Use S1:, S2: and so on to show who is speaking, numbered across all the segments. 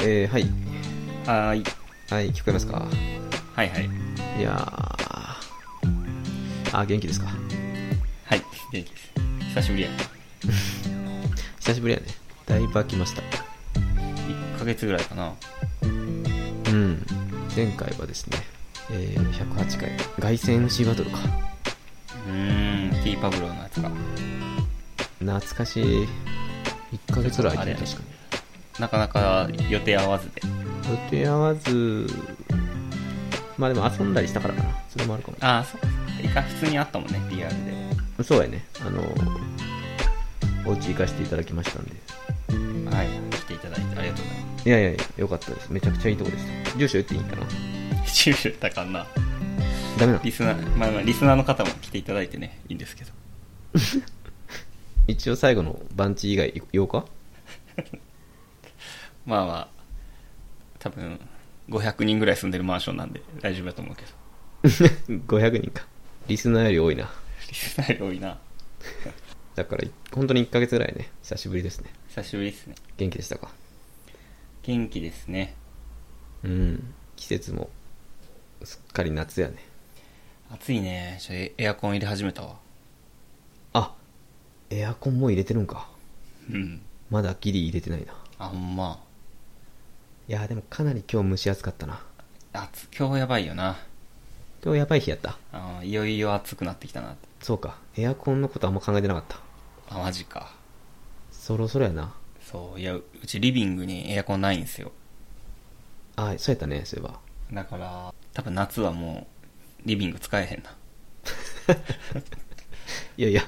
S1: えー、はい。
S2: はーい。
S1: はい、聞こえますか
S2: はいはい。
S1: いやー。あ、元気ですか
S2: はい。元気です。久しぶりや。
S1: 久しぶりやね。だいぶ空きました。
S2: 1ヶ月ぐらいかな。
S1: うん。前回はですね、えー、108回。凱旋 MC バトルか。
S2: うーん。ティーパブローのやつか。
S1: 懐かしい。1ヶ月ぐらい空いてる
S2: あれ
S1: 確か
S2: なかなか予定合わずで。
S1: に。予定合わず、まあでも遊んだりしたからかな。それもあるかも。
S2: ああ、そうか。いか普通にあったもんね、PR で。
S1: そうやね。あの、お家行かせていただきましたんで。
S2: はい。来ていただいてありがとうございま
S1: いやいやいや、よかったです。めちゃくちゃいいとこでした。住所言っていいんかな
S2: す。シュールだかんな。
S1: ダメなの
S2: リスナー、まあまあ、リスナーの方も来ていただいてね、いいんですけど。
S1: 一応最後の番地以外8日
S2: まあまあ、多分、500人ぐらい住んでるマンションなんで大丈夫だと思うけど。
S1: 500人かリスナーより多いな
S2: リスナーより多いな。
S1: だからい本当に1ヶ月ぐらいね久しぶりですね
S2: 久しぶりですね。
S1: 元気でしたか
S2: 元気ですね。
S1: うん季節もすっかり夏やね
S2: 暑いね。ちょエエアコン入れ始めたわ。
S1: あエアコンも入れてるんか
S2: うん。
S1: まだギリ入れてないない
S2: あ、ほんま。
S1: やーでもかなり今日蒸し暑かったな
S2: 暑、今日やばいよな。
S1: 今日やばい日やった
S2: あーいよいよ暑くなってきたなって。
S1: そうかエアコンのことあんま考えてなかった
S2: あ、マジか。
S1: そろそろやな
S2: そう、いや、ううちリビングにエアコンないんですよ。
S1: あそうやったねそういえば
S2: だから、多分夏はもう、リビング使えへんな。
S1: いやいや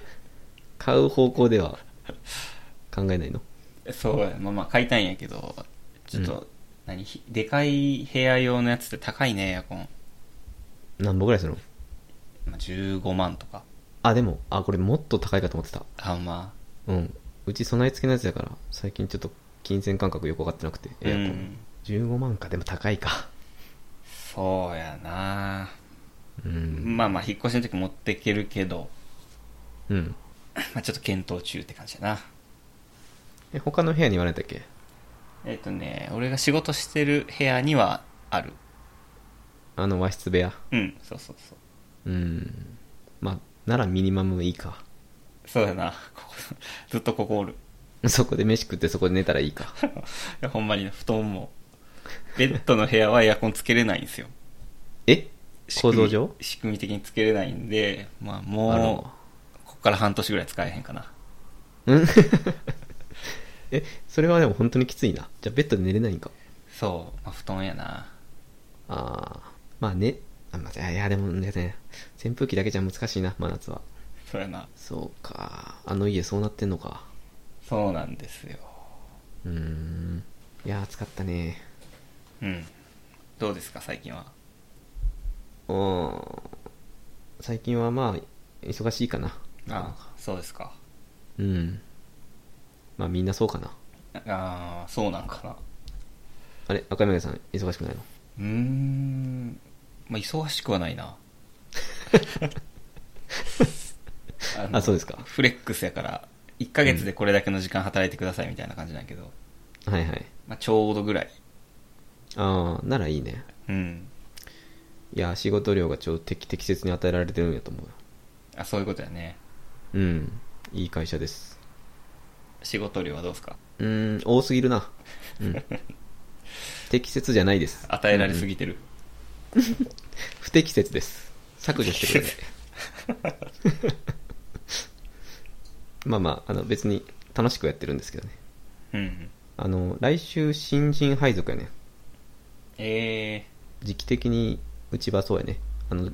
S1: 買う方向では考えないの
S2: そうや、まあまあ買いたいんやけど、ちょっと、何ひでかい部屋用のやつって高いね、エアコン。
S1: 何本ぐらいするの
S2: まあ、15万とか。
S1: あ、でも、あ、これもっと高いかと思ってた。
S2: あ、ま
S1: うん。うち備え付けのやつだから、最近ちょっと金銭感覚よくわかってなくて、
S2: あ。う
S1: エアコン。
S2: ん。
S1: 15万か、でも高いか。
S2: そうやな
S1: うん。
S2: まあまあ、引っ越しの時持ってけるけど、
S1: うん。
S2: まあちょっと検討中って感じだな。
S1: え、他の部屋に言われたっけ
S2: えっ、とね、俺が仕事してる部屋にはある。
S1: あの和室部屋。
S2: うん、そうそうそう。
S1: うん。まあ、ならミニマムいいか。
S2: そうだな、ここ、 ずっとここおる。
S1: そこで飯食ってそこで寝たらいいか。
S2: いやほんまにね布団も。ベッドの部屋はエアコンつけれないんですよ。
S1: え
S2: 仕
S1: 構
S2: 組
S1: 造
S2: み
S1: 上
S2: 仕組み的につけれないんで、まあ
S1: あ
S2: も
S1: の
S2: う、こっから半年ぐらい使えへんかな。
S1: うん え、それはでも本当にきついな。じゃあベッドで寝れないんか。
S2: そう、まあ、布団やな。
S1: ああ。まあね。あ、まあ、いや、でもね、扇風機だけじゃ難しいな、真夏は。
S2: そうやな。
S1: そうか。あの家そうなってんのか。
S2: そうなんですよ。
S1: うーん。いやー、暑かったね。
S2: うん。どうですか、最近は。
S1: うーん。最近はまあ、忙しいかな。
S2: あそうですか。
S1: うん。まあみんなそうかな。
S2: ああ、そうなんかな。
S1: あれ赤柳さん、忙しくないの
S2: うーん。まあ、忙しくはないな。 あの
S1: あ、そうですか。
S2: フレックスやから、1ヶ月でこれだけの時間働いてくださいみたいな感じなんやけど、
S1: はいはい。
S2: まあ、ちょうどぐらい。
S1: ああ、ならいいね。
S2: うん。
S1: いやー、仕事量がちょう適適切に与えられてるんやと思うよ。
S2: あ、そういうことやね。
S1: うん。いい会社です。
S2: 仕事量はどうですか
S1: うーん、多すぎるな。うん。適切じゃないです。
S2: 与えられすぎ
S1: うん
S2: てる。
S1: 不適切です。削除してください。 まあまあ、あの別に楽しくやってるんですけどね。
S2: うんうん。
S1: あの、来週新人配属やね。
S2: え
S1: 時期的にうちはそうやね。あの、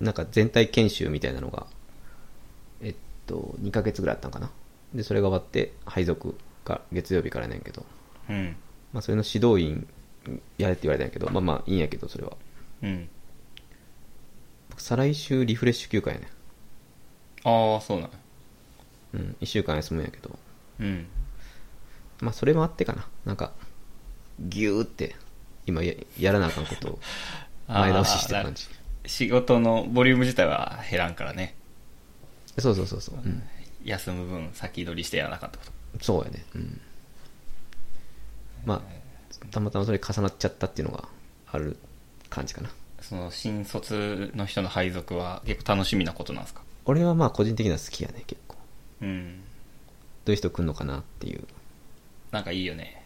S1: なんか全体研修みたいなのが、えっと、2ヶ月ぐらいあったんかな。で、それが終わって配属が月曜日からやねんけど。
S2: ー、うん。
S1: まあ、それの指導員やれって言われたんやけど、まあまあいいんやけど、それは。
S2: うん。
S1: 僕再来週リフレッシュ休暇やね。
S2: ああ、そうなんや。
S1: うん、1週間休むんやけど。
S2: うん。
S1: まあそれもあってかな。なんか、ぎゅーって、今ややらなあかんことを前倒ししてる感じ
S2: あー。な仕事のボリューム自体は減らんからね。
S1: そうそうそうそう。うん。
S2: 休む分先取りしてやらなあかんってこと。
S1: そうやね。うん。まあ、たまたまそれ重なっちゃったっていうのがある感じかな
S2: その新卒の人の配属は結構楽しみなことなんですか
S1: 俺はまあ個人的には好きやね結構
S2: うん
S1: どういう人来んのかなっていう
S2: なんかいいよね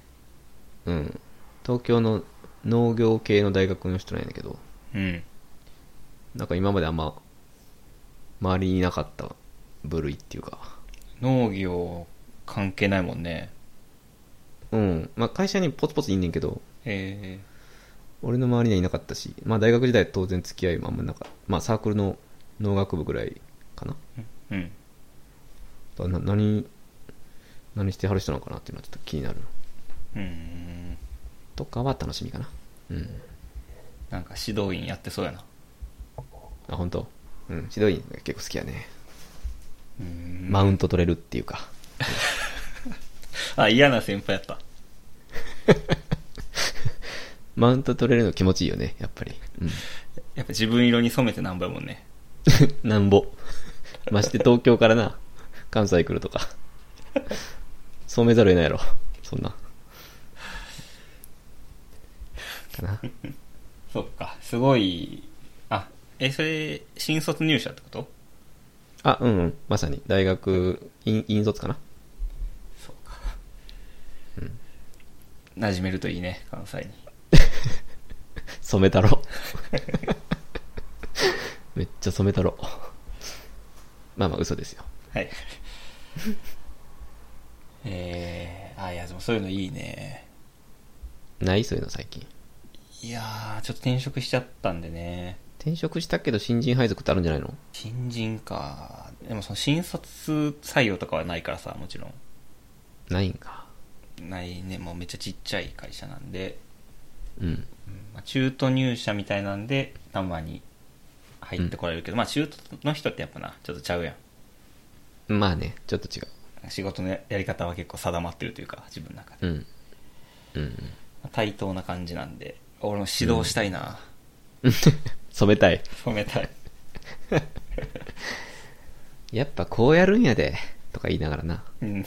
S1: うん東京の農業系の大学の人なんやけど
S2: うん
S1: なんか今まであんま周りにいなかった部類っていうか
S2: 農業関係ないもんね
S1: うんまあ会社にポツポツいんねんけど
S2: え
S1: 俺の周りにはいなかったしまあ大学時代当然付き合いもあんまなかったまあサークルの農学部ぐらいかな
S2: えうん
S1: だな何何してはる人なのかなっていうのはちょっと気になる
S2: うん
S1: とかは楽しみかなうん
S2: なんか指導員やってそうやな
S1: あ本当うん指導員が結構好きやね
S2: うん
S1: マウント取れるっていうか
S2: あ嫌な先輩やった
S1: マウント取れるの気持ちいいよねやっぱりうん
S2: やっぱ自分色に染めてなんぼやもんね
S1: なんぼ。まして東京からな、関西来るとか。そうめざるを得ないやろ。そんな。かな。
S2: そっかすごいあえそれ新卒入社ってこと
S1: あ、うんうん。まさに。大学、院院卒かな。
S2: そうか馴染めるといいね関西に
S1: 染めたろ。 めっちゃ染めたろ。まあまあ嘘ですよ。
S2: はい。 えー、あ、いや、でもそういうのいいね。
S1: ないそういうの最近。
S2: いやー、ちょっと転職しちゃったんでね。
S1: 転職したけど新人配属ってあるんじゃないの
S2: 新人か。でもその新卒採用とかはないからさ、もちろん。
S1: ないんか。
S2: ないね、もうめっちゃちっちゃい会社なんで、
S1: うん。
S2: うんまあ、中途入社みたいなんで、たまに入ってこられるけど、まあ中途の人ってやっぱな、ちょっとちゃうやん。
S1: まあね、ちょっと違う。
S2: 仕事のやり方は結構定まってるというか、自分の中で。
S1: うん。うんうん。
S2: 対等な感じなんで、俺も指導したいな。
S1: 染めたい。
S2: 染めたい。
S1: やっぱこうやるんやで、とか言いながらな、
S2: うん。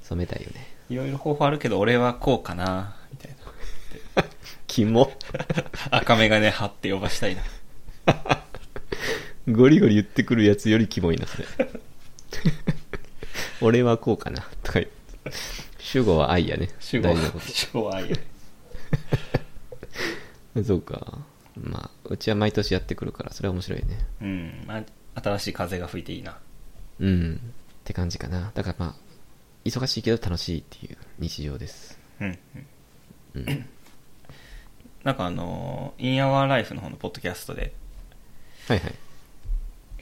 S1: 染めたいよね。
S2: いろいろ方法あるけど、俺はこうかな、みたい
S1: キモ。
S2: な。赤眼鏡派って呼ばしたいな。
S1: ゴリゴリ言ってくるやつよりキモいな、 それ。俺はこうかな、とか言って主語は愛やね。
S2: 主語
S1: 大事 なこ、
S2: 主語はああいう
S1: と。そうか。まあ、うちは毎年やってくるから、それは面白いね。
S2: うん、まあ、新しい風が吹いていいな。
S1: うん。って感じかな。だからまあ、忙しいけど楽しいっていう日常です。
S2: うん、うん。
S1: うん。
S2: なんかあのー、インアワーライフの方のポッドキャストで、
S1: はいはい。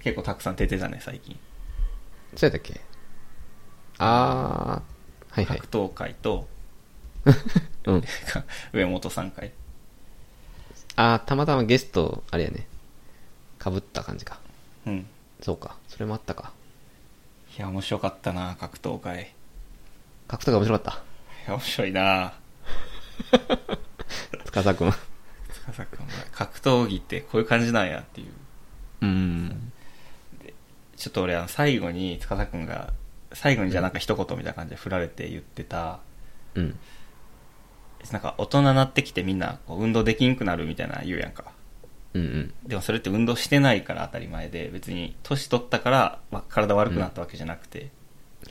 S2: 結構たくさん出てたね、最近。
S1: そうやったっけあー、はいはい
S2: 格。闘会と、
S1: うん。
S2: 上本さん会。
S1: あー、たまたまゲスト、あれやね。被った感じか。
S2: うん。い
S1: そうか、それもあったか。
S2: や、面白かったな、格闘会。い
S1: 格闘が面白かっ
S2: や、面白いな。
S1: た。司くん。
S2: 司君は格闘技ってこういう感じなんやっていう。
S1: うん。
S2: ちょっと俺あの最後に司君が最後にじゃあなんか一言みたいな感じで振られて言ってた、
S1: うん。
S2: なんか大人になってきてみんなこう運動できんくなるみたいな言うやんか
S1: うんうん。
S2: でもそれって運動してないから当たり前で別に年取ったからまあ体悪くなったわけじゃなくて、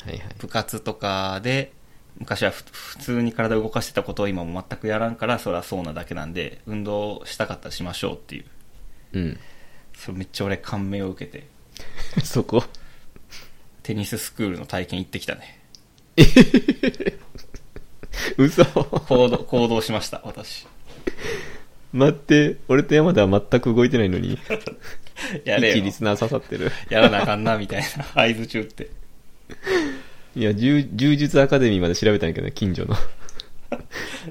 S1: はいはい。
S2: 部活とかで昔はふ普通に体を動かしてたことを今も全くやらんからそれはそうなだけなんで運動したかったらしましょうっていう
S1: うん。
S2: それめっちゃ俺感銘を受けて
S1: そこ。
S2: テニススクールの体験行ってきたね
S1: 嘘。
S2: 行動行動しました私
S1: 待って、俺と山田は全く動いてないのに、
S2: やれ
S1: 一
S2: よ
S1: リスナー刺さってる。
S2: やらなあかんな、みたいな、合図中って。
S1: いや、柔柔術アカデミーまで調べたんやけどね、近 所の。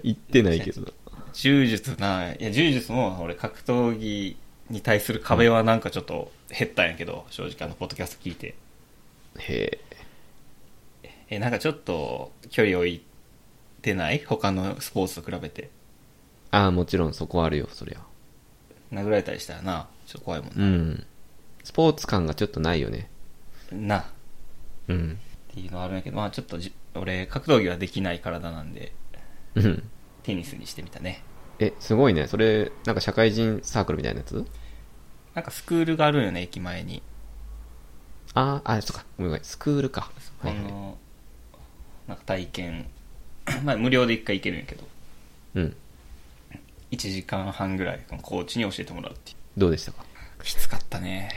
S1: 行ってないけど。
S2: 柔術な、いや、柔術も俺格闘技に対する壁はなんかちょっと減ったんやけど、正直あの、ポッドキャスト聞いて。
S1: へ
S2: え、なんかちょっと距離置いてない他のスポーツと比べて。
S1: え。ああ、もちろんそこはあるよ、そりゃ。
S2: 殴られたりしたらな、ちょっと怖いもん
S1: う
S2: な。
S1: ん。スポーツ感がちょっとないよね。
S2: な、っ
S1: うん。
S2: ていうのはあるんやけど、まあちょっとじ俺、格闘技はできない体なんで、
S1: うん。
S2: テニスにしてみたね
S1: え、すごいね。それ、なんか社会人サークルみたいなやつ
S2: なんかスクールがあるよね駅前に
S1: あーあ、そっか。ごめんごめん。スクールか。
S2: あ
S1: はいはい。
S2: のなんか体験 まあ無料で一回行けるんやけど
S1: うん。
S2: 1時間半ぐらいこのコーチに教えてもらうっていう
S1: どうでしたか
S2: きつかったね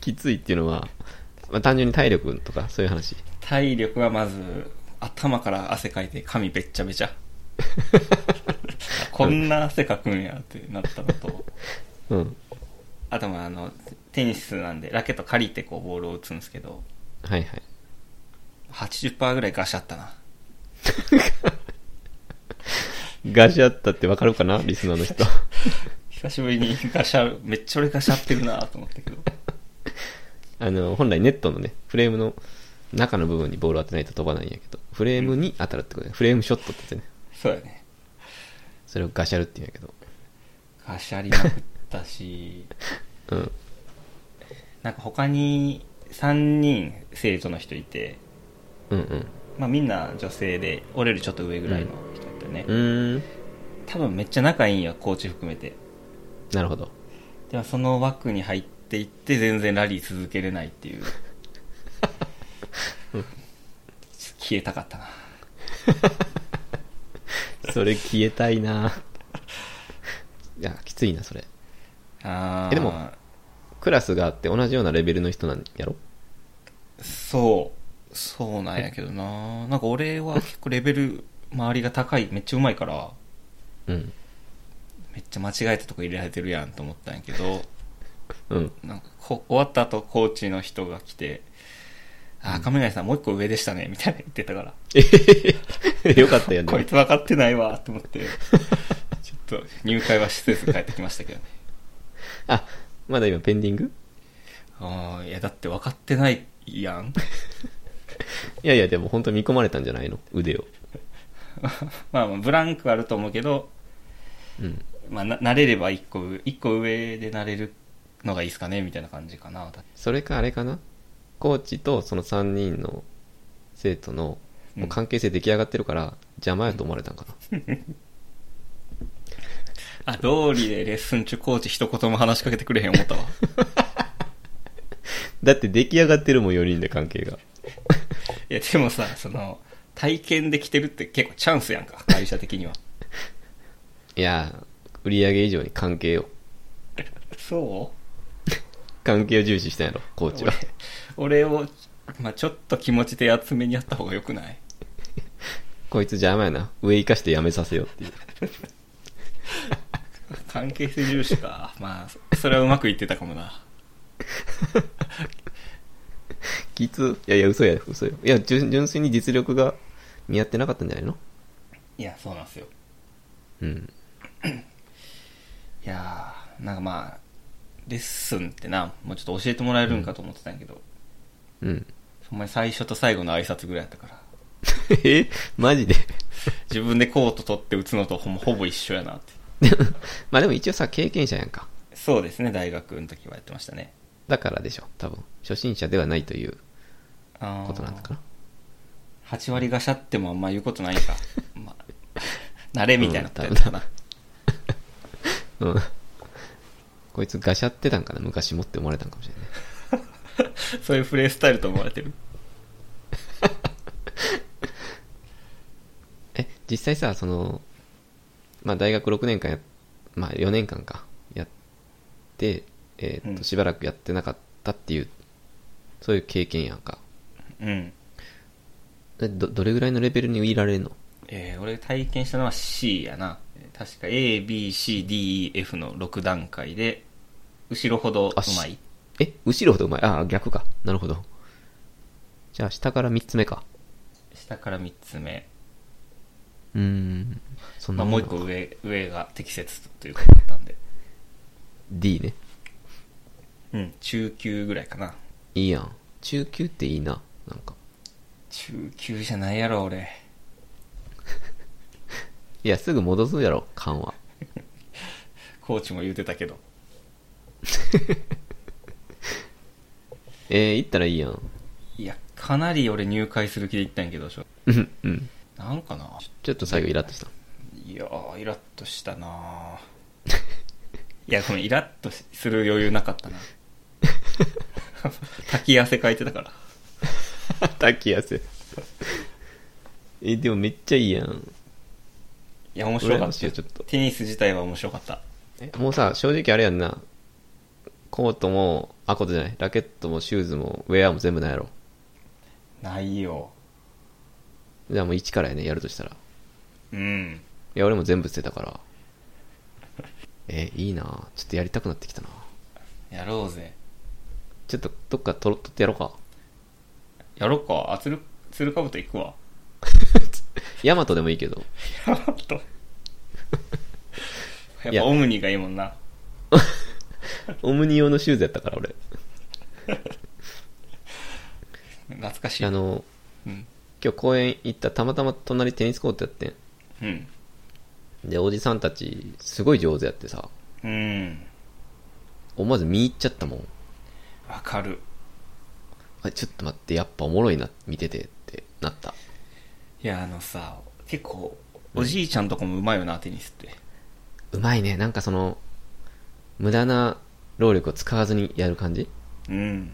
S1: きついっていうのは、まあ、単純に体力とかそういう話。
S2: 体力はまず頭から汗かいて髪べっちゃべ ちゃこんな汗かくんやってなったのと
S1: うん。
S2: あとまああのテニスなんでラケット借りてこうボールを打つんですけど
S1: はいはい。
S2: 80%ぐらいガシャったな
S1: ガシャったってわかるかなリスナーの人。
S2: 久しぶりに ガシャめっちゃ俺ガシャってるなと思ったけど
S1: あの、本来ネットのね、フレームの中の部分にボールを当てないと飛ばないんやけど、フレームに当たるってことで、フレームショットって言ってね、
S2: そうだね
S1: それをガシャるって言うんやけど。
S2: ガシャりまくったし
S1: うん。
S2: なんか他に3人生徒の人いて、
S1: うんうん。
S2: まあ、みんな女性で俺よりちょっと上ぐらいの人だったよね、
S1: うーん。
S2: 多分めっちゃ仲いいんやコーチ含めて
S1: なるほど。
S2: ではその枠に入っていって全然ラリー続けれないっていう消えたかったな
S1: それ消えたいな いや、きついな、それ。
S2: あー
S1: えでもクラスがあって同じようなレベルの人なんやろ
S2: そうそうなんやけどななんか俺は結構レベル周りが高いめっちゃうまいから
S1: うん。
S2: めっちゃ間違えたとこ入れられてるやんと思ったんやけど
S1: うん。
S2: なんかこ終わった後コーチの人が来て「あー亀谷さんもう一個上でしたね」みたいな言ってたから
S1: よかった よ
S2: こい
S1: ね。
S2: つ分かってないわと思って ちょっと入会はしつつ帰ってきましたけどね
S1: あ、まだ今ペンディング
S2: ああいやだって分かってないやん
S1: いやいや、でも本当見込まれたんじゃないの腕を。
S2: まあまあブランクはあると思うけど、
S1: うん。
S2: まあ、な慣れれば一個上一個上で慣れるのがいいですかねみたいな感じかな
S1: それかあれかなコーチとその3人の生徒の
S2: うん
S1: もう関係性出来上がってるから邪魔やと思われたんかな、
S2: あ道理でレッスン中コーチ一言も話しかけてくれへん思 ったわ
S1: だって出来上がってるもん4人で関係が
S2: いやでもさその体験できてるって結構チャンスやんか会社的にはい
S1: やー売り上げ以上に関係を
S2: そう
S1: 関係を重視したんやろコーチは
S2: 俺を、まあ、ちょっと気持ちで厚めにやった方がよくない
S1: こいつ邪魔やな上生かしてやめさせようっていう
S2: 関係性重視か まあそそれはうまくいってたかもな
S1: きついやいや嘘や嘘よいや純純粋に実力が見合ってなかったんじゃないの
S2: いやそうなんですよ
S1: うん
S2: いやーなんかまあレッスンってなもうちょっと教えてもらえるんかと思ってたんやけど、
S1: うん
S2: ほんまに最初と最後の挨拶ぐらいやったから
S1: えマジで
S2: 自分でコート取って打つのとほんまほぼ一緒やなって
S1: でもまあでも一応さ経験者やんか
S2: そうですね大学の時はやってましたね
S1: だからでしょ多分初心者ではないという
S2: あ
S1: ことなんだかな
S2: 8割がしゃってもあんま言うことな いかまあ慣れみたいなことやったかな、
S1: うん。 こいつガシャってたんかな昔持って思われたんかもしれない。
S2: そういうプレイスタイルと思われてる
S1: え、実際さ、その、まあ大学6年間や、まあ4年間か、やって、えーっ
S2: うん
S1: と、しばらくやってなかったっていう、そういう経験やんか。
S2: うん
S1: えど、どれぐらいのレベルにいられるの
S2: えー俺体験したのは C やなえー確か ABCDEF の6段階で後ろほどう
S1: あし
S2: まい
S1: え、後ろほどうまい。ああ、逆か。なるほど。じゃあ下から3つ目か。
S2: 下から3つ目、
S1: うーん。そん
S2: ま
S1: な
S2: あ、
S1: も
S2: もうん1
S1: な
S2: 個
S1: のか
S2: 上上が適切ということだったんで
S1: D ね。
S2: うん中級ぐらいかない
S1: いやん。中級っていいな。なんか。
S2: 中級じゃないやろ俺
S1: いや、すぐ戻すやろ、勘は。
S2: コーチも言うてたけど
S1: えー、行ったらいいやん。
S2: いやかなり俺入会する気で行ったんやけどしょ
S1: うん、うん。
S2: なんかな
S1: ちょっと最後イラッと した。
S2: いやーイラッとしたなーいやごめんイラッとする余裕なか ったな滝汗かいてたから
S1: 滝汗。え、でもめっちゃいいやん。
S2: いや面白
S1: 羨
S2: か
S1: ま
S2: っ
S1: しいよ
S2: た
S1: ちょっと
S2: テニス自体は面白かった
S1: もうさ、正直あれやんな。コートも、あ、コートじゃない。ラケットもシューズも、ウェアも全部なんやろ。
S2: ないよ
S1: じゃあもう一からやね、やるとしたら。
S2: うん
S1: いや、俺も全部捨てたから。え、いいなちょっとやりたくなってきたな
S2: やろうぜ
S1: ちょっと、どっか取ろ取ってやろうか。
S2: やろうかあつるつるかぶと行くわ
S1: ヤマトでもいいけど。
S2: やろ うと
S1: い
S2: やっ
S1: や
S2: ぱオムニがいいもんな
S1: オムニ用のシューズやったから、俺。
S2: 懐かしい
S1: あの、
S2: うん
S1: 今日公園行った、たまたま隣テニスコートやって
S2: うん
S1: ん。で、おじさんたち、すごい上手やってさ、
S2: うん
S1: 思わず見入っちゃったもん。
S2: わかる
S1: あ、ちょっと待って、やっぱおもろいな、見ててってなった。
S2: いやあのさ結構おじいちゃんとかもうまいよな、テニスって
S1: うまいね、なんかその、無駄な労力を使わずにやる感じ
S2: うん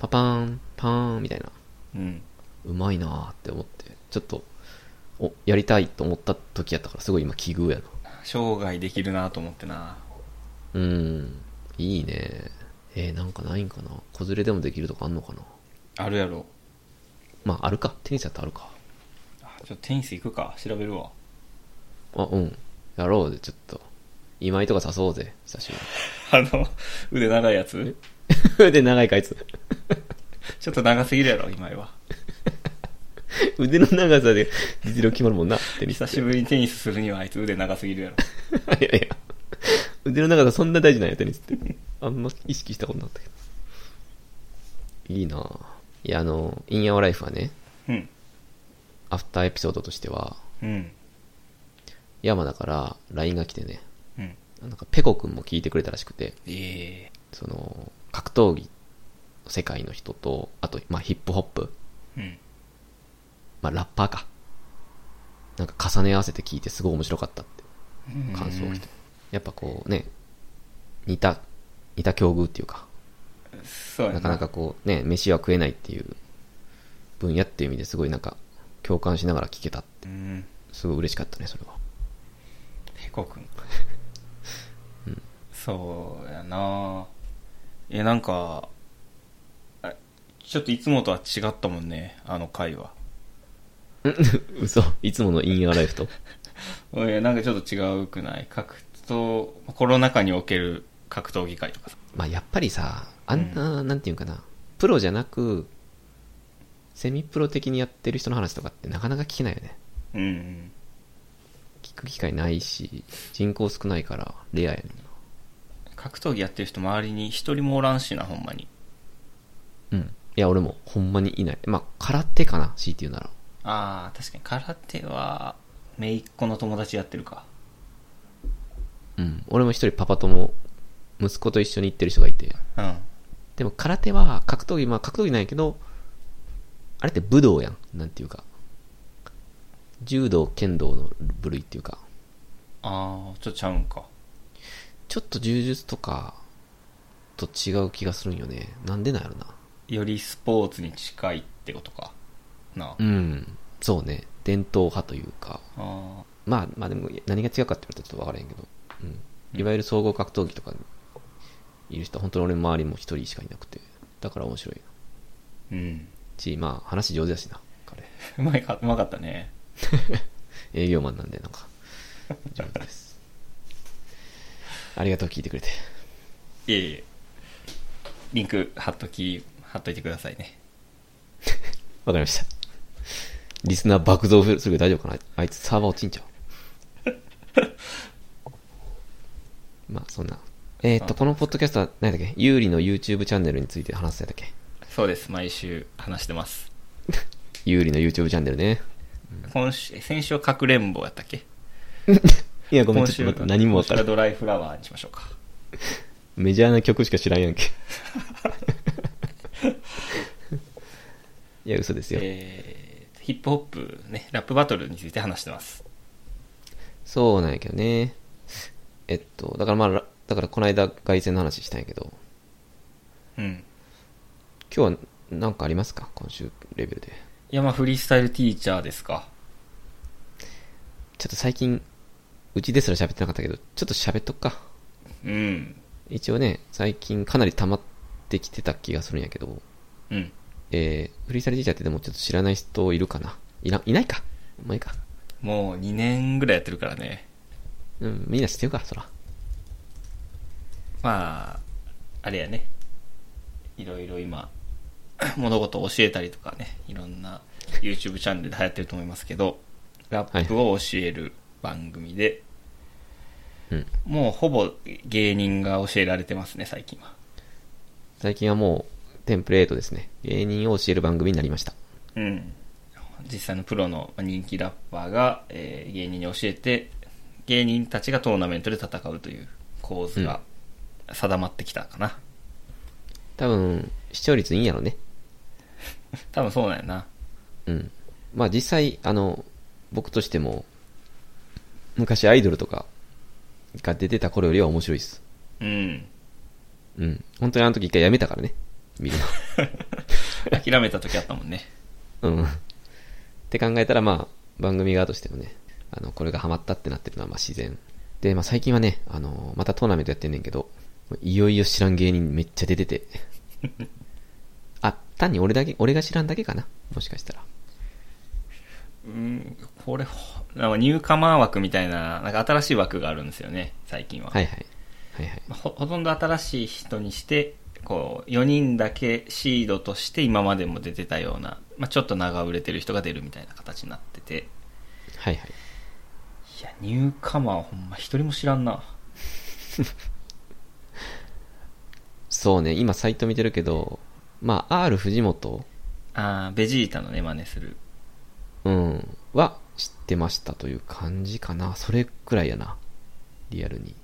S1: パパーン、パーンみたいな。
S2: うん
S1: うまいなーって思って、ちょっと、お、やりたいと思った時やったから、すごい今奇遇やな。
S2: 生涯できるなと思ってな
S1: うん、いいね。えー、なんかないんかな子連れでもできるとかあんのかな
S2: あるやろ
S1: まあ、あるか。テニスやったらあるか。
S2: あちょっとテニス行くか調べるわ
S1: あ、うん。やろうぜ、ちょっと。今井とか誘おうぜ、久し
S2: あの腕長いやつ
S1: ぶり。 腕長いか、あいつ。
S2: ちょっと長すぎるやろ今井は
S1: 腕の長さで実力決まるもんな、テニス
S2: 久
S1: って。
S2: しぶりにテニスするにはあいつ腕長すぎるやろ
S1: いやいや。腕の長さそんな大事なんや、テニスって。あんま意識したことなかったけど。いいなぁ。いや、あの、インアワライフはね、
S2: うん
S1: アフターエピソードとしては、
S2: うん
S1: 山田から LINE が来てね、
S2: うん
S1: なんかペコくんも聞いてくれたらしくて、
S2: ええ
S1: その、格闘技の世界の人と、あと、まあ、ヒップホップ、
S2: うん
S1: まあ、ラッパーか。なんか重ね合わせて聞いてすごい面白かったって感想を来て。やっぱこうね、似た、似た境遇っていうか、
S2: うんそうや
S1: なかなかこうね、飯は食えないっていう分野っていう意味ですごいなんか共感しながら聞けたって、
S2: うん
S1: すごい嬉しかったね、それは。
S2: ペコくん、そうやなえなんかあちょっといつもとは違ったもんねあの回は
S1: 嘘。いつものインアライフと。
S2: いやなんかちょっと違うくない格闘コロナ禍における格闘技界とかさ
S1: まあやっぱりさ、あんな、なんていうんかな、プロじゃなく、セミプロ的にやってる人の話とかってなかなか聞けないよね。
S2: うんうん
S1: 聞く機会ないし、人口少ないからレアやねんな。
S2: 格闘技やってる人周りに一人もおらんしなほんまに
S1: うん。いや、俺もほんまにいない。まあ、空手かな、強いて言うなら。
S2: ああ確かに空手は姪っ子の友達やってるか
S1: うん。俺も一人パパ友、息子と一緒に行ってる人がいて。
S2: うん
S1: でも空手は格闘技、まあ格闘技なんやけど、あれって武道やん。なんていうか。柔道、剣道の部類っていうか。
S2: ああちょっとちゃうんか
S1: ちょっと柔術とかと違う気がするんよね。なんでなんやろな。
S2: よりスポーツに近いってことかなあ
S1: うん。そうね。伝統派というか。
S2: ああ
S1: まあまあでも何が違うかって言われたらちょっとわからへんけど。うん。いわゆる総合格闘技とかにいる人は本当に俺の周りも一人しかいなくて。だから面白いな。
S2: うん
S1: し、まあ話上手だしな。彼。
S2: うまいかうまかったね
S1: 営業マンなんで、なんか、上手です。ありがとう、聞いてくれて。
S2: いえいえリンク貼っとき貼っといてくださいね
S1: わかりました。リスナー爆増するけど大丈夫かなあいつサーバー落ちんちゃう。 まあ、そんな。えーっと、このポッドキャストは何だっけ有利の YouTube チャンネルについて話すんだっけ
S2: そうです毎週話してます
S1: 有利の YouTube チャンネルね。
S2: 今週先週はかくれんぼやったっけ
S1: いや、ごめん、
S2: 今
S1: ちょっと待
S2: 週
S1: って、何もわ
S2: 今週
S1: か
S2: は
S1: らん。
S2: ドライフラワーにしましょうか
S1: メジャーな曲しか知らんやん け。いや、嘘ですよ。
S2: えーヒップホップね、ラップバトルについて話してます。
S1: そうなんやけどね。えっと、だからまあ、らだからこの間外線の話したんやけど、
S2: うん。
S1: 今日は何かありますか今週レベルで。
S2: いや、まあ、フリースタイルティーチャーですか。
S1: ちょっと最近、うちですら喋ってなかったけど、ちょっと喋っとくか。
S2: うん。
S1: 一応ね、最近かなり溜まってきてた気がするんやけど、
S2: うん。
S1: えー、フリースタイルティーチャーってでもちょっと知らない人いるかないら、いないかまあいいか。
S2: もう2年ぐらいやってるからね。
S1: うん、みんな知ってるか、そら。
S2: まあ、あれやね。いろいろ今、 物事を教えたりとかね、いろんな YouTube チャンネルで流行ってると思いますけど、ラップを教える番組で、
S1: うん。
S2: もうほぼ芸人が教えられてますね、最近は。
S1: 最近はもう、テンプレートですね。芸人を教える番組になりました。
S2: うん、実際のプロの人気ラッパーが、えー芸人に教えて芸人たちがトーナメントで戦うという構図が定まってきたかな、
S1: 多分、視聴率いいんやろね。
S2: 多分そうなんやな
S1: うん。まあ実際、あの、僕としても、昔アイドルとかが出てた頃よりは面白いです。
S2: うん
S1: うん。本当にあの時一回やめたからね。見る
S2: 諦めた時あったもんね
S1: の。うん。って考えたら、まあ、番組側としてもね、あの、これがハマったってなってるのはまあ自然。で、まあ最近はね、あの、またトーナメントやってんねんけど、いよいよ知らん芸人めっちゃ出てて。あ、単に俺だけ、俺が知らんだけかな。もしかしたら。
S2: うんこれほなんかニューカマー枠みたいななんか新しい枠があるんですよね最近は、
S1: はいはい。はいはい。
S2: まあほほとんど新しい人にしてこう4人だけシードとして今までも出てたような、まあ、ちょっと長売れてる人が出るみたいな形になってて
S1: はいはい。
S2: いや、ニューカマーはほんま一人も知らんな。
S1: そうね、今サイト見てるけど、まあ、R 藤本、
S2: あーベジータのね、真似する。
S1: うん、は知ってましたという感じかな。それくらいやな。リアルに。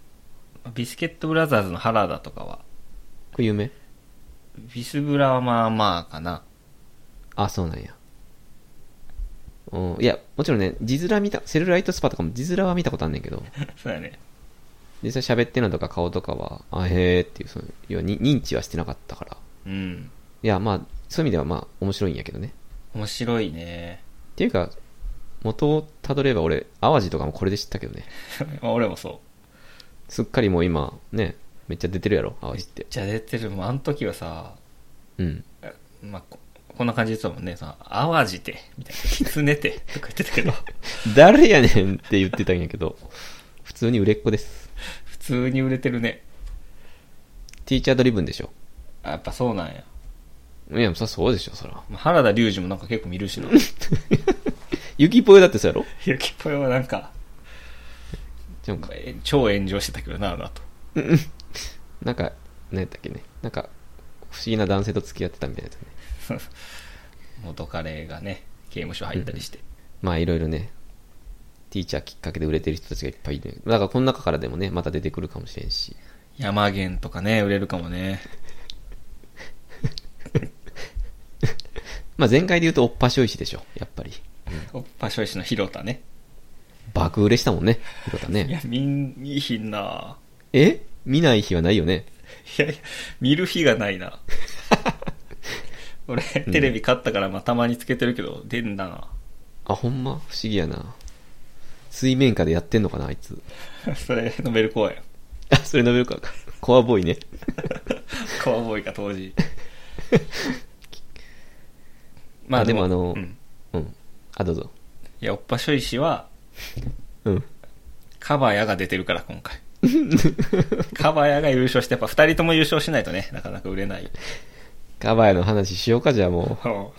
S2: ビスケットブラザーズの原田とかは、
S1: これ有名
S2: ビスブラはまあまあかな。
S1: あ、そうなんや。うん、いや、もちろんね、字面見た、セルライトスパとかも字面は見たことあんねんけど、
S2: そうやね。
S1: 実際喋ってんのとか顔とかは、あ、へーっていう、その、要はに認知はしてなかったから。
S2: うん。
S1: いや、まあ、そういう意味ではまあ、面白いんやけどね。
S2: 面白いね。
S1: っ ていうか、元をたどれば俺、淡路とかもこれで知ったけどね。
S2: まあ俺もそ
S1: すっかりもう今、ね、めっちゃ出てるやろ、
S2: う。
S1: 淡
S2: め
S1: 路
S2: っ
S1: って。
S2: ちゃ出てる。もうあの時はさ、
S1: うん。
S2: まあこ、こんな感じで言ってたもんね。さ、淡路て、みたいな。キツネて、とか言ってたけど、
S1: 誰やねんって言ってたんやけど、普通に売れっ子です。
S2: 普通に売れてるね。
S1: ティーチャードリブンでしょ。
S2: あやっぱそうなんや。
S1: いや、そそうでしょ、そら。
S2: まあ原田龍二もなんか結構見るしな。
S1: 雪ぽよだってそうやろ
S2: ゆきぽよはなんか、
S1: ちゃうんか。
S2: え超炎上してたけどな、あの後。
S1: なんか、何やったっけね。なんか、不思議な男性と付き合ってたみたいなやつね。
S2: 元カレがね刑務所入ったりして、
S1: まあ、いろいろね、ティーチャーきっかけで売れてる人たちがいっぱいいる。だから、この中からでもね、また出てくるかもしれんし。
S2: 山源とかね売れるかもね
S1: まあ、前回で言うと、おっぱしおいしでしょ、やっぱり。
S2: おっぱしょいしの広田ね
S1: 爆売れしたもんね、ひろた
S2: いや
S1: ね。
S2: 見ん見いひんな
S1: え見ない日はないよね。
S2: いやいや見る日がないな俺テレビ買ったから、まあ、たまにつけてるけど出んだな
S1: あ、ほんま不思議やな。水面下でやってんのかな、あいつ。
S2: それノベル公演
S1: あ、それノベルカーか。コアボーイね。
S2: カウボーイか当 時
S1: あでもあの
S2: うん、
S1: うん。あ、どうぞ。
S2: いやおっぱしょいしは
S1: うん。
S2: カバヤが出てるから、今回。 カバヤが優勝して、やっぱ二人とも優勝しないとね、なかなか売れない。
S1: カバヤの話しようか、じゃあも
S2: も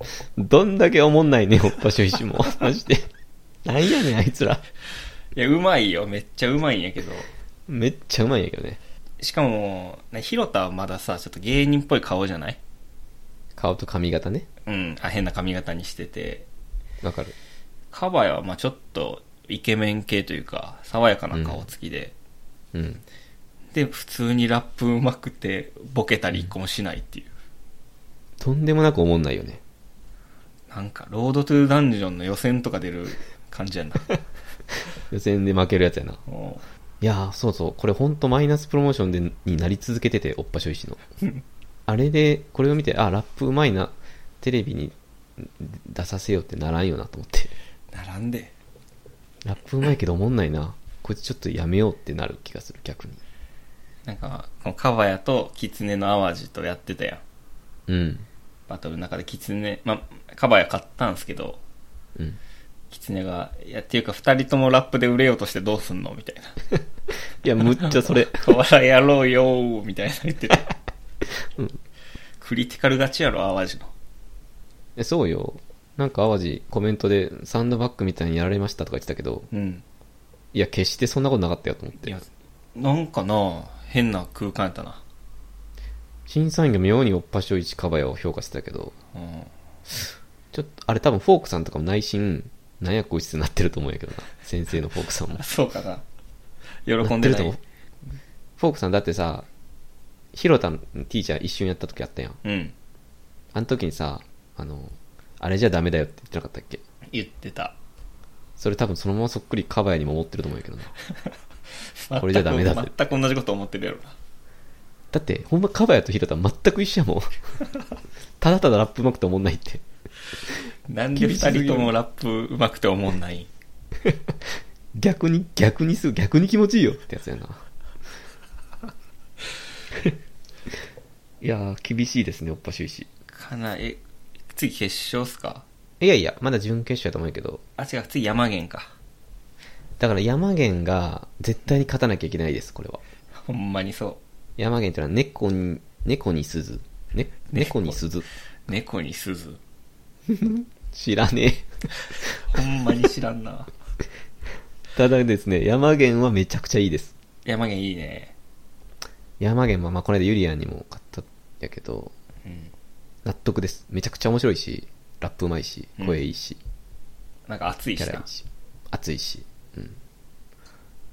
S1: う。どんだけおもんないね、おっぱしょいしも。 マジで。なんやねん、あいつら。
S2: ういや、うまいよ。めっちゃうまいんやけど。
S1: めっちゃうまいんやけどね。
S2: しかも、ね、ヒロタはまださ、ちょっと芸人っぽい顔じゃない
S1: 顔と髪型ね。
S2: うん。あ、変な髪型にしてて。
S1: わかる。
S2: カバヤは、まあちょっと、イケメン系というか、爽やかな顔つきで。
S1: うん。
S2: で、普通にラップうまくて、ボケたり一個もしないっていう。
S1: とんでもなくおもんないよね。
S2: なんか、ロードトゥーダンジョンの予選とか出る感じ やな。
S1: 予選で負けるやつやな。
S2: も
S1: いやー、そうそう、これほんとマイナスプロモーションでになり続けてて、おっぱしょいしの。あれで、これを見て、あ、ラップうまいな、テレビに出させようってならんよなと思って。
S2: う、並んで。
S1: ラップうまいけどおもんないな。こいつちょっとやめようってなる気がする、逆に。
S2: なんか、このカバヤとキツネの淡路とやってたやん。
S1: うん。
S2: バトルの中でキツネ、まあ、カバヤ買ったんすけど、
S1: うん。
S2: キツネが、いや、っていうか二人ともラップで売れようとしてどうすんの みたいな。
S1: いや、むっちゃそれ。
S2: お笑いやろうよーみたいな言ってた。
S1: うん
S2: クリティカル勝ちやろ、淡路の。
S1: えそうよ。なんか淡路コメントでサンドバッグみたいにやられましたとか言ってたけど、
S2: うん。
S1: いや、決してそんなことなかったよと思っ
S2: い
S1: て
S2: や。、なんかな、変な空間やったな。
S1: 審査員が妙におっぱしょいちかばやを評価してたけど、
S2: うん。
S1: ちょっと、あれ多分フォークさんとかも内心、なんやこいつってなってると思うんやけどな。先生のフォークさんも。
S2: そうかな。喜んで
S1: なってる
S2: な
S1: と思。。
S2: いう
S1: フォークさんだってさ、ヒロタのティーチャー一瞬やった時あったやん。
S2: うん。
S1: あの時にさ、あの、あれじゃダメだよって言ってなかったっけ
S2: 言ってた。
S1: それ多分そのままそっくりカバヤにも思ってると思うんやけどな。これじゃダメだって
S2: 全く全く同じこと思ってるやろな。
S1: だって、ほんまカバヤとヒロタ全く一緒やもん。ただただラップうまくて思んないって。
S2: なんで二人ともラップ上手くて思んない
S1: 逆に、逆にす、逆に気持ちいいよってやつやな。いやー、厳しいですね、おっぱしゅいし。
S2: かな、え、次決勝っすか
S1: いやいや、まだ準決勝やと思うけど、
S2: あ、違う、次山源か。
S1: だから山源が絶対に勝たなきゃいけないです、これは。
S2: ほんまにそ
S1: 山源ってのは猫に、猫に鈴。ね、猫に鈴。
S2: う。猫に鈴。
S1: 知らね
S2: ほんまに知ら んな。
S1: え。ただですね、山源はめちゃくちゃいいです。
S2: 山源いいね。
S1: 山源は、まあ、この間ユリアンにも買ったんやけど、
S2: うん。
S1: 納得です。めちゃくちゃ面白いし、ラップうまいし、声いいし、
S2: なんか熱い
S1: キ
S2: し
S1: ャラい。
S2: ない
S1: し、熱いし。うん。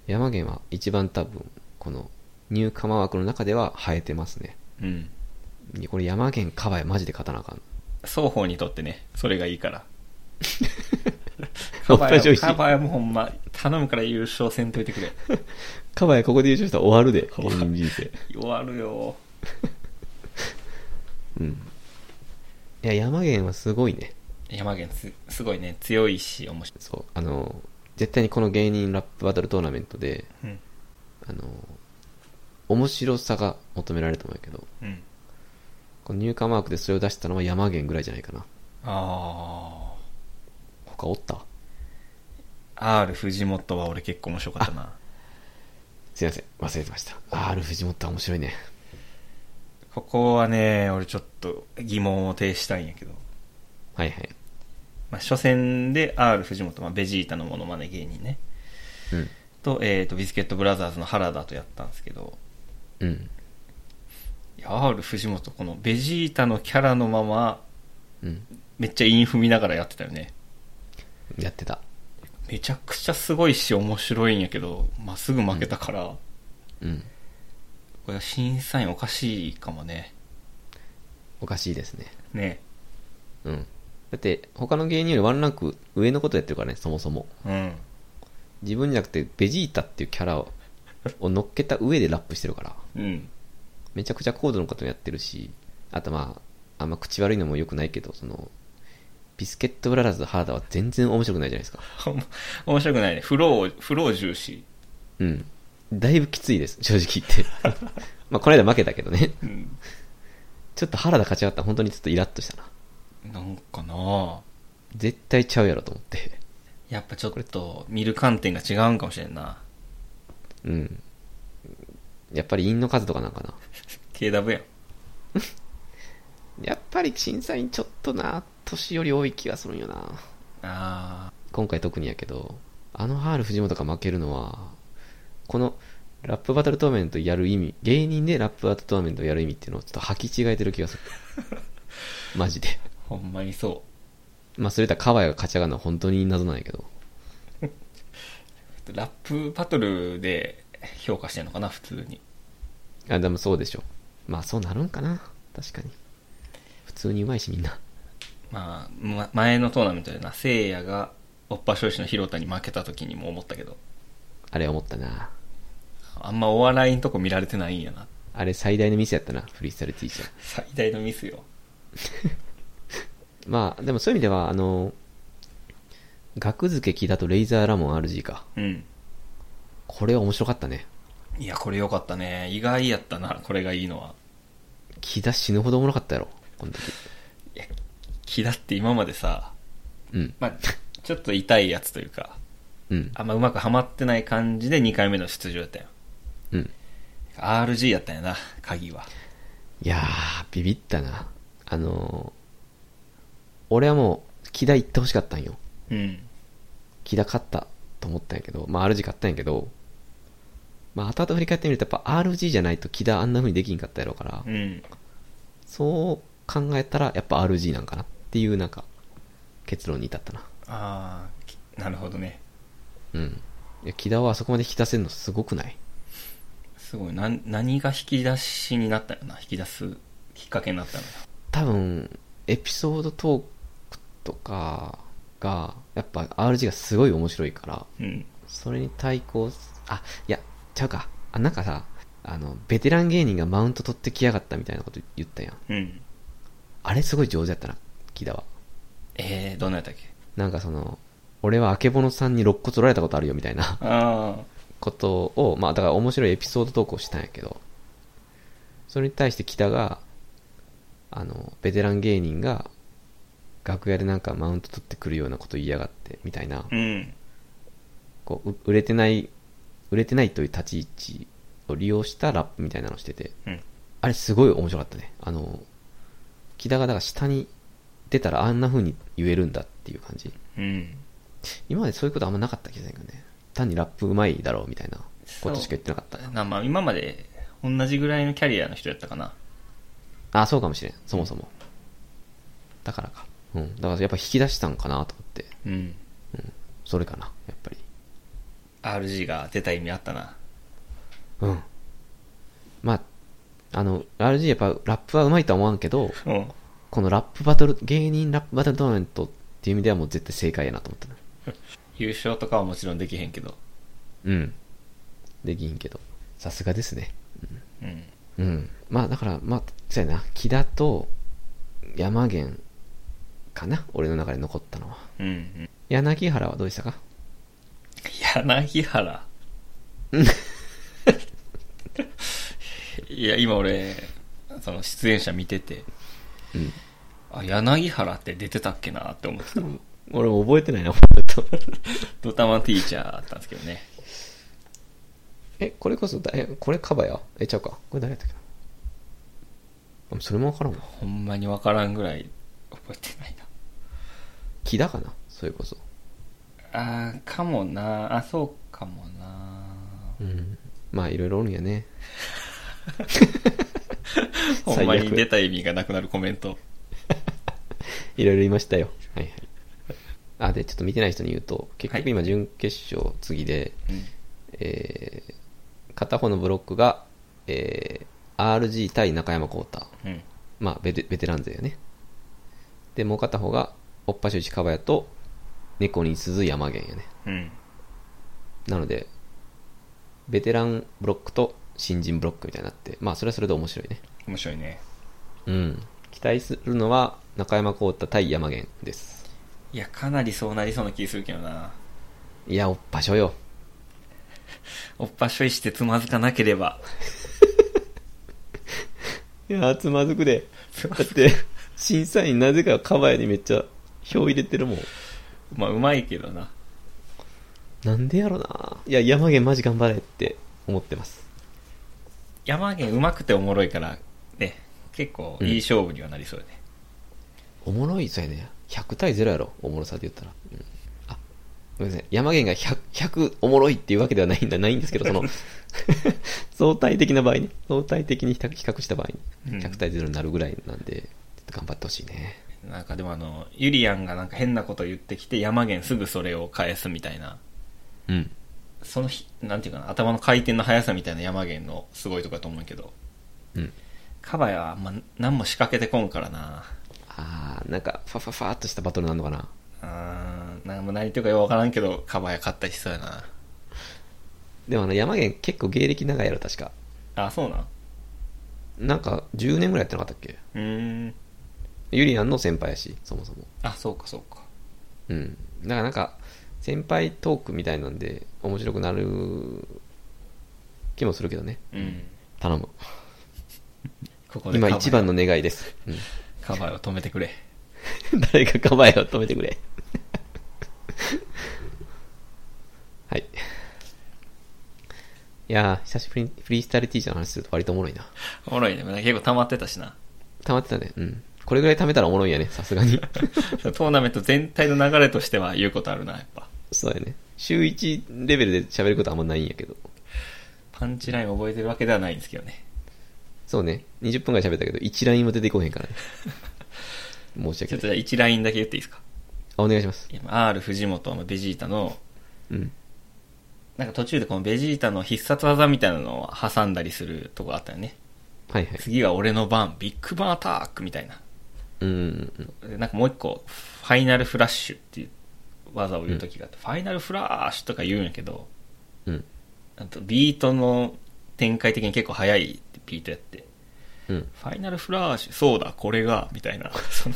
S1: 山源は一番多分、この、ニューカマ枠の中では生えてますね。
S2: うん。
S1: これ山源カバヤマジで勝たなあかん。
S2: 双方にとってね、それがいいから。
S1: お
S2: カ
S1: っ
S2: バ
S1: ぱい上
S2: ヤ、
S1: 司
S2: カバヤもほんま、頼むから優勝せんといてくれ。
S1: カバヤここで優勝したら終わるで、
S2: 終わる
S1: 芸人人生。
S2: 終わるよ。
S1: うん。いや、山源はすごいね。
S2: 山源す、すごいね、強いし、面白
S1: そう。あの、絶対にこの芸人ラップバトルトーナメントで、
S2: い。うん。
S1: あの、面白さが求められると思うんやけど、
S2: うん。
S1: この入荷マークでそれを出したのは山源ぐらいじゃないかな。
S2: あ
S1: 他おった
S2: あ。R 藤本は俺結構面白かったな。
S1: すいません、忘れてました。R 藤本は面白いね。
S2: ここはね、俺ちょっと疑問を呈したいんやけど。
S1: はいはい。
S2: まあ、初戦で R 藤本、まあ、ベジータのモノマネ芸人ね。
S1: うん。
S2: と、えっ、と、ビスケットブラザーズの原田とやったんですけど、
S1: うん。
S2: いや、R 藤本、このベジータのキャラのまま、
S1: うん。
S2: めっちゃ韻踏みながらやってたよね。
S1: やってた。
S2: めちゃくちゃすごいし面白いんやけど、まあ、すぐ負けたから、
S1: うん。
S2: これは審査員おかしいかもね。
S1: おかしいですね。
S2: ね。
S1: うん。だって、他の芸人よりワンランク上のことやってるからね、そもそも。
S2: うん。
S1: 自分じゃなくて、ベジータっていうキャラをを乗っけた上でラップしてるから。
S2: うん。
S1: めちゃくちゃ高度のこともやってるし、あとまあ、あんま口悪いのも良くないけど、その、ビスケットブラザーズ原田は全然面白くないじゃないですか。
S2: ほんま面白くないね。フロー、フロー重視。
S1: うん。だいぶきついです、正直言って。 まあ、この間負けたけどね。
S2: うん。
S1: ちょっと原田勝ち上がったら本当にちょっとイラッとしたな。
S2: なんかなぁ。
S1: 絶対ちゃうやろと思って。
S2: やっぱちょっと見る観点が違うんかもしれんな。
S1: うん。やっぱり陰の数とかなんかな。
S2: KW やん。
S1: やっぱり審査員ちょっとな、年より多い気がするんよな。
S2: あ
S1: 今回特にやけど、あのハール藤本が負けるのは、このラップバトルトーナメントやる意味、芸人でラップバトルトーナメントやる意味っていうのをちょっと履き違えてる気がする。マジで。
S2: ー、ほんまにそ
S1: まあ、それだったらカバヤが勝ち上がるのは本当に謎なんやけど。
S2: う。ラップバトルで評価してんのかな、普通に。
S1: あ、でもそうでしょ。まあ、そうなるんかな。確かに。普通にうまいし、みんな。
S2: まあ、ま前のトーナメントでな、聖夜が、おっぱ少子の広田に負けた時にも思ったけど、
S1: あれ思ったな。
S2: あんまお笑いのとこ見られてないんやな。
S1: あれ最大のミスやったな、フリースタイル T シャツ。
S2: 最大のミスよ。
S1: まあ、でもそういう意味では、あの、額付け木だとレイザーラモン RG か。
S2: うん。
S1: これは面白かったね。
S2: いや、これ良かったね。意外やったな、これがいいのは。
S1: 木田死ぬほどおもろかったやろ、この時。
S2: 木だって今までさ、
S1: うん、
S2: まあ、ちょっと痛いやつというか、
S1: うん、
S2: あんまうまくはまってない感じで2回目の出場やったよ。
S1: うん。
S2: RG やったんやな、鍵は。
S1: いやー、ビビったな。あのー俺はもう、木田行ってほしかったんよ。
S2: うん。
S1: 木田勝ったと思ったんやけど、まあ RG 勝ったんやけど、まあ後々振り返ってみるとやっぱ RG じゃないと木田あんな風にできんかったやろうから、
S2: うん。
S1: そう考えたらやっぱ RG なんかなっていうなんか、結論に至ったな。
S2: ああ、きなるほどね。
S1: うん。いや、木田はあそこまで引き出せるのすごくない
S2: すごい。な、何が引き出しになったのかな引き出すきっかけになったのか
S1: 多分、エピソードトークとかが、やっぱ RG がすごい面白いから、
S2: なうん。
S1: それに対抗す、あ、いや、ちゃうか。あ、なんかさ、あの、ベテラン芸人がマウント取ってきやがったみたいなこと言ったやん。
S2: うん。
S1: あれすごい上手やったな、木田は。
S2: えー、どんなやったっけ
S1: なんかその、俺はあけぼのさんに肋骨折られたことあるよみたいな
S2: ああ、
S1: ことを、まあだから面白いエピソード投稿したんやけど、それに対して北が、あの、ベテラン芸人が、楽屋でなんかマウント取ってくるようなこと言いやがって、みたいな、
S2: うん。
S1: こう、う売れてない、売れてないという立ち位置を利用したラップみたいなのしてて、
S2: うん。
S1: あれすごい面白かったね。あの、木田がだから下に出たらあんな風に言えるんだっていう感じ。
S2: うん。
S1: 今までそういうことあんまなかった気がするけどね。単にラップうまいだろうみたいなことしか言ってなかったな。
S2: なまあ、今まで同じぐらいのキャリアの人やったかな。
S1: あ、そうかもしれん。そもそも。だからか。うん。だからやっぱ引き出したんかなと思って。
S2: うん。
S1: それかな。やっぱり。
S2: RG が出た意味あったな。
S1: うん。まあ、あの、RG やっぱラップはうまいとは思わんけど、
S2: うん。
S1: このラップバトル、芸人ラップバトルトーナメントっていう意味ではもう絶対正解やなと思ったな。
S2: 優勝とかはもちろんできへんけど。
S1: うん。できんけど。さすがですね。
S2: うん。
S1: うん。まあだから、まあ、そうやな。木田と山源かな。俺の中で残ったのは。
S2: うん、うん。
S1: 柳原はどうでしたか
S2: 柳原。 いや、今俺、その出演者見てて、
S1: うん。
S2: あ、柳原って出てたっけなって思って た。
S1: 俺も覚えてないな、
S2: ドタマティーチャーだったんですけどね。
S1: え、これこそだ、え、これカバやえ、ちゃうか。これ誰やったっけなあそれもわからんわ。
S2: ほんまにわからんぐらい覚えてないな。
S1: 木田かなそれこそ。
S2: あー、かもな。あ、そうかもな。
S1: うん。まあ、いろいろおるんやね。
S2: ほ
S1: 最
S2: んまに
S1: 悪
S2: 出た意味がなくなるコメント。
S1: いろいろいましたよ。はいはい。あ、で、ちょっと見てない人に言うと、結局今準決勝次で、
S2: うん。
S1: えー片方のブロックが、えー RG 対中山浩太。
S2: うん。
S1: まあベテ、ベテラン勢よね。で、もう片方が、おっぱしゅうちかばやと、猫に鈴山源やね。
S2: うん。
S1: なので、ベテランブロックと新人ブロックみたいになって、まあ、それはそれで面白いね。
S2: 面白いね。
S1: うん。期待するのは、中山浩太対山源です。
S2: いや、かなりそうなりそうな気するけどな。
S1: いや、おっぱしょよ。
S2: おっぱ処理してつまずかなければ。
S1: いやー、つまずくで。だって、 審査員なぜかカバヤにめっちゃ票入れてるもん。
S2: まあ、うまいけどな。
S1: なんでやろないや、山毛マジ頑張れって思ってます。
S2: 山源うまくておもろいから、ね、結構いい勝負にはなりそうだね。
S1: おもろい、そうやね。100対0やろ、おもろさで言ったら。うん、あ、ごめんなさい。山毛が 100, 100おもろいっていうわけではないんだ、ないんですけど、そ の、相対的な場合ね。相対的に比較比較した場合
S2: うん
S1: に、100対0になるぐらいなんで、ちょっと頑張ってほしいね。
S2: なんかでもあの、ゆりやんがなんか変なこと言ってきて、山源すぐそれを返すみたいな。
S1: うん。
S2: そのひ、なんていうかな、頭の回転の速さみたいな山源のすごいとこだと思うけど、
S1: うん。
S2: カバヤはあんま何も仕掛けてこんからな。
S1: ああなんかファファファっとしたバトルなんのかな
S2: あーなんも何言ってるかよくわからんけどカバーや勝ったりしそうやな
S1: でもあの山源結構芸歴長いやろ確か
S2: あそうなん
S1: なんか10年ぐらいやってなかったっけ
S2: うーん
S1: ゆりやんの先輩やしそもそも
S2: あそうかそうか
S1: うんだからなんか先輩トークみたいなんで面白くなる気もするけどね
S2: うん
S1: 頼む
S2: ここで
S1: 今
S2: カバー
S1: 一番の願いです、うん
S2: カバーを止めてくれ
S1: 誰か構えを止めてくれ。 はい。いやー、久しぶりにフリースタイルティーチャーの話すると割とおもろいな。
S2: おもろいね結構溜まってたしな
S1: 溜まってたね。うん。これぐらい溜めたらおもろいんやね、さす がに。
S2: トーナメント全体の流れとしては言うことあるなやっぱ
S1: そうだよね。週1レベルで喋ることあんまないんやけど。
S2: パンチライン覚えてるわけではないんですけどね
S1: そうね。20分ぐらい喋ったけど、1ラインも出てこへんから ね。申し
S2: ち
S1: 訳な
S2: ょっと
S1: い。
S2: じゃあ1ラインだけ言っていいですか
S1: あ、お願いします。
S2: 今 R 藤本のベジータの
S1: うん。
S2: なんか途中でこのベジータの必殺技みたいなのを挟んだりするとこあったよね
S1: はいはい。
S2: 次は俺の番ビッグバンアタックみたいな
S1: うんうんうん。
S2: でなんかもう一個、ファイナルフラッシュっていう技を言うときがあって、ファイナルフラッシュとか言うんやけど、
S1: うん。
S2: あとビートの展開的に結構早いビートやって、
S1: うん。
S2: ファイナルフラッシュ、そうだ、これが、みたいな、 その、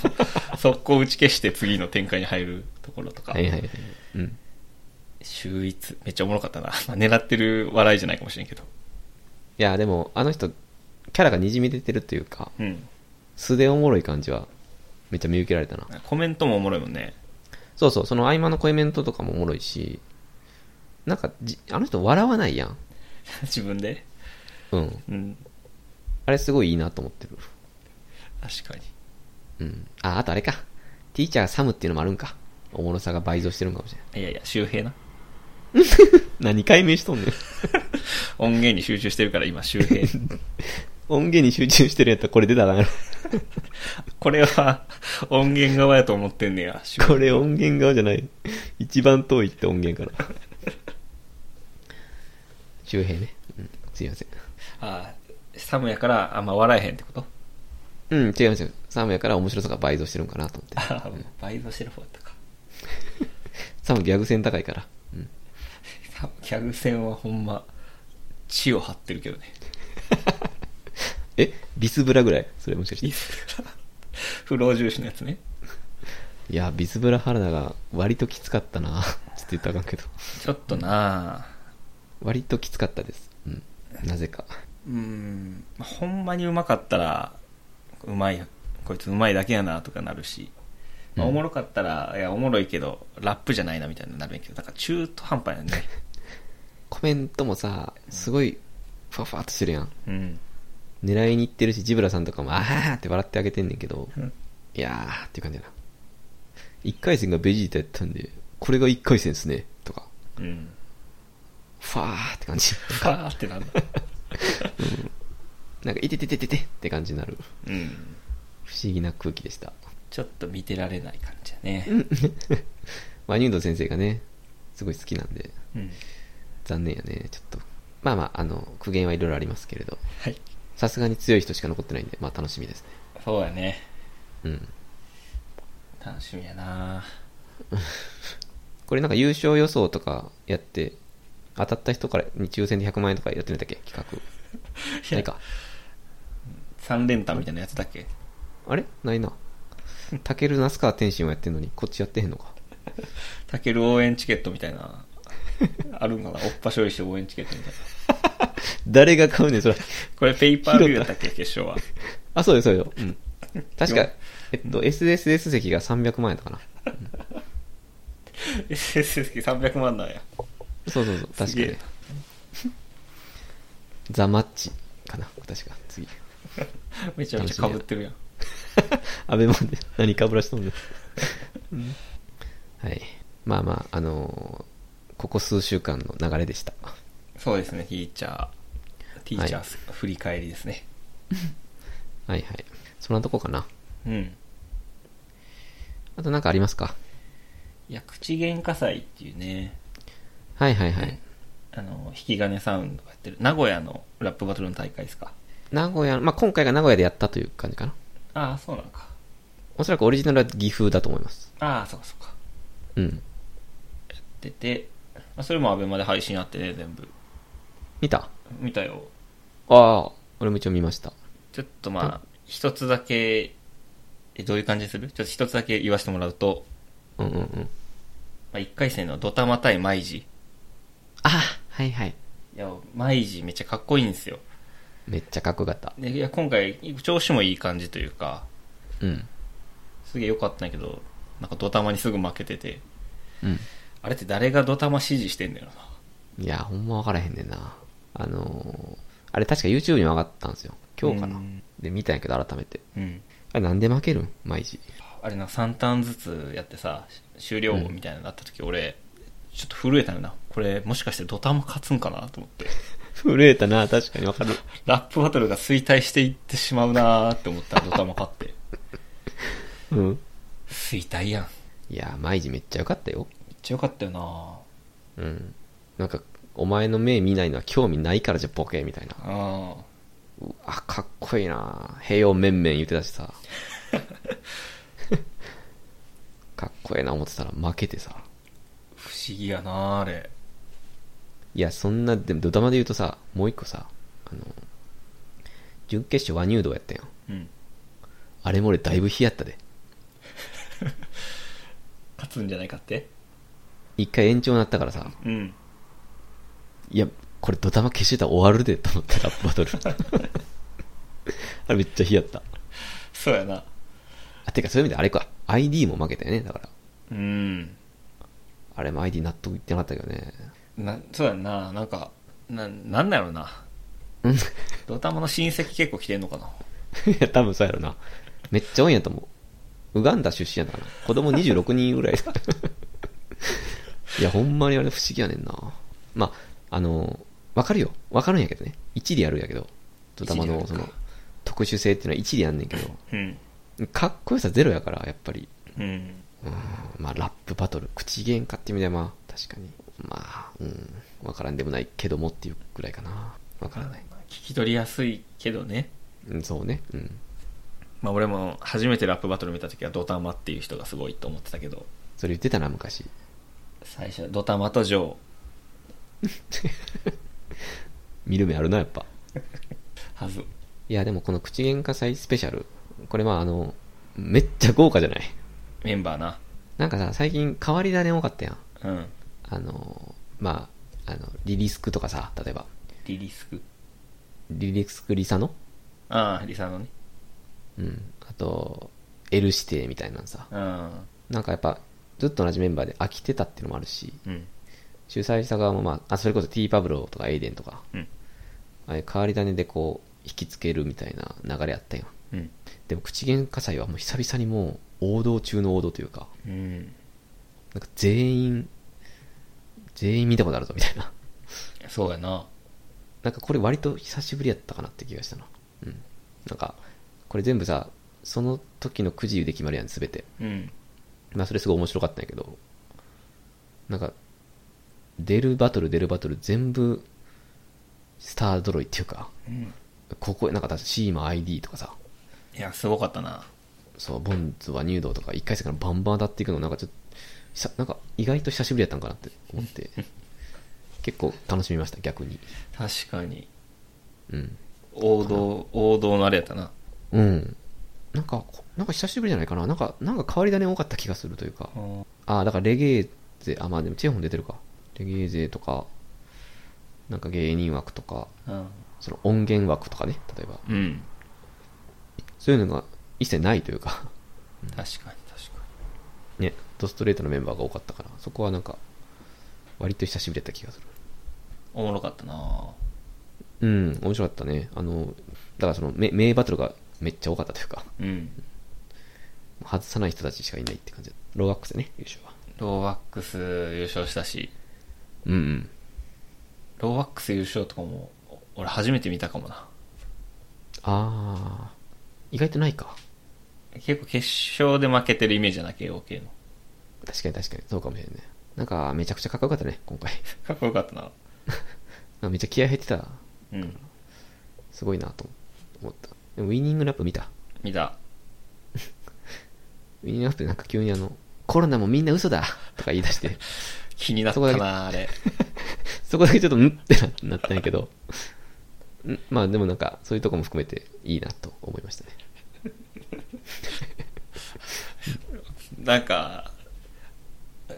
S2: 速攻打ち消して次の展開に入るところとか、
S1: はいはいはい。うん。
S2: 秀逸、めっちゃおもろかったな。 まあ狙ってる笑いじゃないかもしれんけど。
S1: いや、でも、あの人、キャラがにじみ出てるというか、
S2: うん。
S1: 素でおもろい感じは、めっちゃ見受けられたな。
S2: コメントもおもろいもんね。
S1: そうそう、その合間のコメントとかもおもろいし、なんかじ、あの人笑わないやん。
S2: 自分で。
S1: うん。
S2: うん。
S1: あれすごいいいなと思ってる。
S2: 確かに。
S1: うん。あ、あとあれか。ティーチャーがサムっていうのもあるんか。おもろさが倍増してるんかもしれない。
S2: いやいや、周平な。
S1: 何回目しとんねん。
S2: 音源に集中してるから今、周 平。
S1: 音源に集中してるやったらこれ出たらあかんや
S2: これは音源側やと思ってんねや。
S1: ろ。これ音源側じゃない。一番遠いって音源から。周平ね。うん。すいません。
S2: あーサムやからあんま笑えへんってこと
S1: うん、違いますよ。サムやから面白さが倍増してるんかなと思って。
S2: あー倍増してる方とか。
S1: サムギャグ線高いから。うん。
S2: 多分ギャグ戦はほんま、血を張ってるけどね。
S1: えビスブラぐらいそれもしかして。
S2: 不老重視のやつね。
S1: いや、ビスブラ原田が割ときつかったな。ちょっと言ったらあかんけど。
S2: ちょっとな
S1: 割ときつかったです。うん。なぜか。
S2: ぁ。うん。ほんまにうまかったら、うまい、こいつうまいだけやなとかなるし。まあ
S1: うん
S2: おもろかったら、いや、おもろいけど、ラップじゃないなみたいになるんやけど、なんか中途半端やね。
S1: コメントもさ、すごい、ふわふわっとしてるやん。
S2: うん。
S1: 狙いに行ってるし、ジブラさんとかも、あーって笑ってあげてんねんけど
S2: うん、
S1: いやーっていう感じだな。一回戦がベジータやったんで、これが一回戦っすね。とか、
S2: うん。
S1: ふわーって感じ。
S2: ファーっ てなんだ。
S1: なんか、いてててててって感じになる。
S2: うん。
S1: 不思議な空気でした。
S2: ちょっと見てられない感じだね。
S1: まあ、ニュード先生がね、すごい好きなんで、
S2: うん。
S1: 残念やね、ちょっと。まあまあ、あの、苦言はいろいろありますけれど、
S2: はい。
S1: さすがに強い人しか残ってないんで、まあ楽しみですね。
S2: そうやね。
S1: うん。
S2: 楽しみやな
S1: これなんか優勝予想とかやって、当たった人からに抽選で100万円とかやってるんだっけ企画。ないか。
S2: 三連単みたいなやつだっけ
S1: あれないな。タケル、ナスカー、天心はやってんのに、こっちやってへんのか。
S2: タケル応援チケットみたいな。 あるんかなおっぱ処理して応援チケットみたいな。
S1: 誰が買うねん、 それ。
S2: これペイパービューだったっけ決勝は。
S1: あ、そうよ、そうよ。うん。確か、えっと、SSS 席が300万円だったかな。
S2: SSS300 万なんや。
S1: そうそうそう、確
S2: す
S1: か
S2: げえ
S1: ね。ザ・マッチかな、確か、 次。
S2: めちゃめちゃ被ってるやん。
S1: アベマで何かぶらしとんねん。はい。まあまあ、あのーここ数週間の流れでした。
S2: そうですね、ティーチャー。ティーチャー、振り返りですね。
S1: はいはい。そんなとこかな。
S2: うん。
S1: あとなんかありますか
S2: いや、口喧嘩祭っていうね、
S1: はいはいはい。
S2: あの、引き金サウンドがやってる、名古屋のラップバトルの大会ですか。
S1: 名古屋、まあ今回が名古屋でやったという感じかな。
S2: ああ、そうなんか。
S1: おそらくオリジナルは岐阜だと思います。
S2: ああ、そうかそうか。
S1: うん。
S2: 出て、まあ、それもアベマで配信あってね、全部。
S1: 見た
S2: 見たよ。
S1: ああ、俺も一応見ました。
S2: ちょっとまあ、一つだけ、え、どういう感じするちょっと一つだけ言わせてもらうと、
S1: うんうんうん。
S2: まあ、1回戦のドタマ対マイジ。
S1: ああ、はいはい。
S2: いや、マイジめっちゃかっこいいんですよ。
S1: めっちゃかっこよかった。
S2: でいや、今回、調子もいい感じというか、
S1: うん。
S2: すげえ良かったんやけど、なんかドタマにすぐ負けてて、
S1: うん。
S2: あれって誰がドタマ支持してんだよな。
S1: いや、ほんまわからへんねんな。あのーあれ確か YouTube にも上がったんですよ。今日かな。
S2: うん
S1: で、見たんやけど改めて。
S2: うん。
S1: あれなんで負けるん毎日。
S2: あれな、3ターンずつやってさ、終了後みたいなのあった時、俺、ちょっと震えたよな。これ、もしかしてドタマ勝つんかなと思って。
S1: 震えたな、確かにわかる。
S2: ラップバトルが衰退していってしまうなーって思ったらドタマ勝って。
S1: うん。
S2: 衰退やん。め
S1: いや、毎日めっちゃよかったよ。
S2: っちゃよかったよな
S1: うん。なんか、お前の目見ないのは興味ないからじゃボケみたいな。
S2: あ
S1: うわ、かっこいいな平穏面々言ってたしさ。かっこええな思ってたら負けてさ。
S2: 不思議やなあれ。
S1: いや、そんな、でもドタマで言うとさ、もう一個さ、あの、準決勝和乳道やったやん。
S2: うん。
S1: あれも俺だいぶ冷やったで。
S2: 勝つんじゃないかって
S1: 一回延長になったからさ、
S2: うん。
S1: いや、これドタマ消してたら終わるでと思ってラップバトル。あれめっちゃ冷やった。
S2: そうやな。
S1: あ、てかそういう意味であれか、ID も負けたよね、だから。
S2: うん。
S1: あれも ID 納得いってなかったけどね。
S2: な、そうやんななんか、な、なんだろうな。
S1: うん。
S2: ドタマの親戚結構来てんのかな。
S1: いや、多分そうやろな。めっちゃ多いんやと思う。ウガンダ出身やったかな。子供26人ぐらい。 いや、ほんまにあれ不思議やねんな。まあ、あの、わかるよ。わかるんやけどね。一理やるんやけど。ドタマの
S2: 一理
S1: そ
S2: あるか
S1: の、特殊性っていうのは一理やんねんけど。
S2: うん。
S1: かっこよさゼロやから、やっぱり。
S2: うん。
S1: うん。まあ、ラップバトル。口喧嘩って意味ではまあ、確かに。まあ、うん。わからんでもないけどもっていうぐらいかな。わからない。
S2: 聞き取りやすいけどね。
S1: うん、そうね。うん。
S2: まあ俺も初めてラップバトル見た時はドタマっていう人がすごいと思ってたけど、
S1: それ言ってたな、昔。
S2: 最初はドタマとジョー。
S1: 見る目あるな、やっぱ。
S2: はず。
S1: いや、でもこの口喧嘩祭スペシャル、これまああの、めっちゃ豪華じゃない
S2: メンバーな。
S1: なんかさ、最近変わり種多かったやん。
S2: うん。
S1: あの、まあ、あの、リリスクとかさ、例えば、
S2: リリスク。
S1: リリスクリサノ
S2: ああ、リサのね。
S1: うん。あと、L 指定みたいなのさ。
S2: うん。
S1: なんかやっぱ、ずっと同じメンバーで飽きてたっていうのもあるし、
S2: うん。
S1: 主催者側もまあ、あそれこそ T パブロとかエイデンとか、
S2: うん。
S1: ああいう変わり種でこう、引きつけるみたいな流れあったやん。
S2: うん。
S1: でも口喧嘩祭はもう久々にもう、王道中の王道というか、
S2: うん。
S1: なんか全員、全員見たことあるぞみたいな。
S2: そうやな。
S1: なんかこれ割と久しぶりやったかなって気がしたな。うん。なんか、これ全部さ、その時のくじで決まるやん、すべて。
S2: うん。
S1: まあそれすごい面白かったんやけど、なんか、出るバトル出るバトル全部、スター揃いっていうか、
S2: うん。
S1: ここ、なんか確かシーマ ID とかさ、
S2: いや、すごかったな。
S1: そう、ボンズは入道とか、一回戦からバンバン当たっていくの、なんかちょっと、久なんか意外と久しぶりやったんかなって思って、結構楽しみました、逆に。
S2: 確かに。
S1: うん。
S2: 王道、王道のあれやったな。
S1: うん。なんか、こなんか久しぶりじゃないかな。なんか、なんか変わり種多かった気がするというか。ああ、だからレゲエ勢、あ、まあでもチェホン出てるか。レゲエ勢とか、なんか芸人枠とか、
S2: うん。
S1: その音源枠とかね、例えば。
S2: うん。
S1: そういうのが一切ないというか。
S2: 確かに、確か
S1: ね、ドストレートのメンバーが多かったから、そこはなんか、割と久しぶりだった気がする。
S2: に。おもろかったな。
S1: うん、面白かったね。あの、だからその、名名バトルがめっちゃ多かったというか、
S2: うん。
S1: 外さない人たちしかいないって感じ。ローワックスでね、優勝は。
S2: ローワックス優勝したし、
S1: うんうん。
S2: ローワックス優勝とかも、俺初めて見たかもな。
S1: あー、意外とないか。
S2: 結構決勝で負けてるイメージじゃなきゃ OK の。
S1: 確かに確かに、そうかもしれないね。なんか、めちゃくちゃかっこよかったね、今回。
S2: かっこよかったな。
S1: なんかめっちゃ気合入ってた。
S2: うん。
S1: すごいなと思った。でも、ウィニングラップ見た。
S2: 見た。
S1: ウィニングアップでなんか急にあの、コロナもみんな嘘だとか言い出して、
S2: 気になった
S1: そこ
S2: な、あれ。
S1: そこだけちょっとんってななったんやけど、んまあでもなんかそういうとこも含めていいなと思いましたね。
S2: なんか、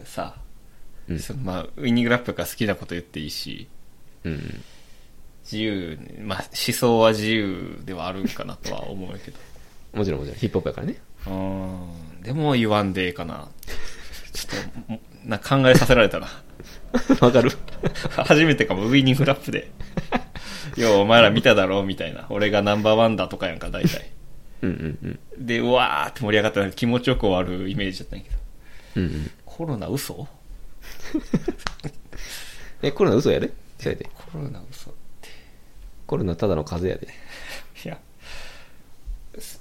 S2: さ、
S1: うん
S2: そのまあ、ウィニングラップが好きなこと言っていいし、
S1: うん。
S2: 自由、まあ、思想は自由ではあるんかなとは思う けど。
S1: もちろんもちろん、ヒップホップやからね。
S2: うーん、でも言わんでええかな。ちょっとも、な考えさせられたな。
S1: わかる
S2: 初めてかも、ウィニングラップ で。よう、お前ら見ただろみたいな。俺がナンバーワンだとかやんか、大体。
S1: うんうんうん。
S2: で、うわーって盛り上がったら気持ちよく終わるイメージだったんやけど。
S1: うんうん。
S2: コロナ嘘コ
S1: え、コロナ嘘やでそれで。
S2: ロナ嘘って。
S1: コロナただの風邪やで。
S2: いや、す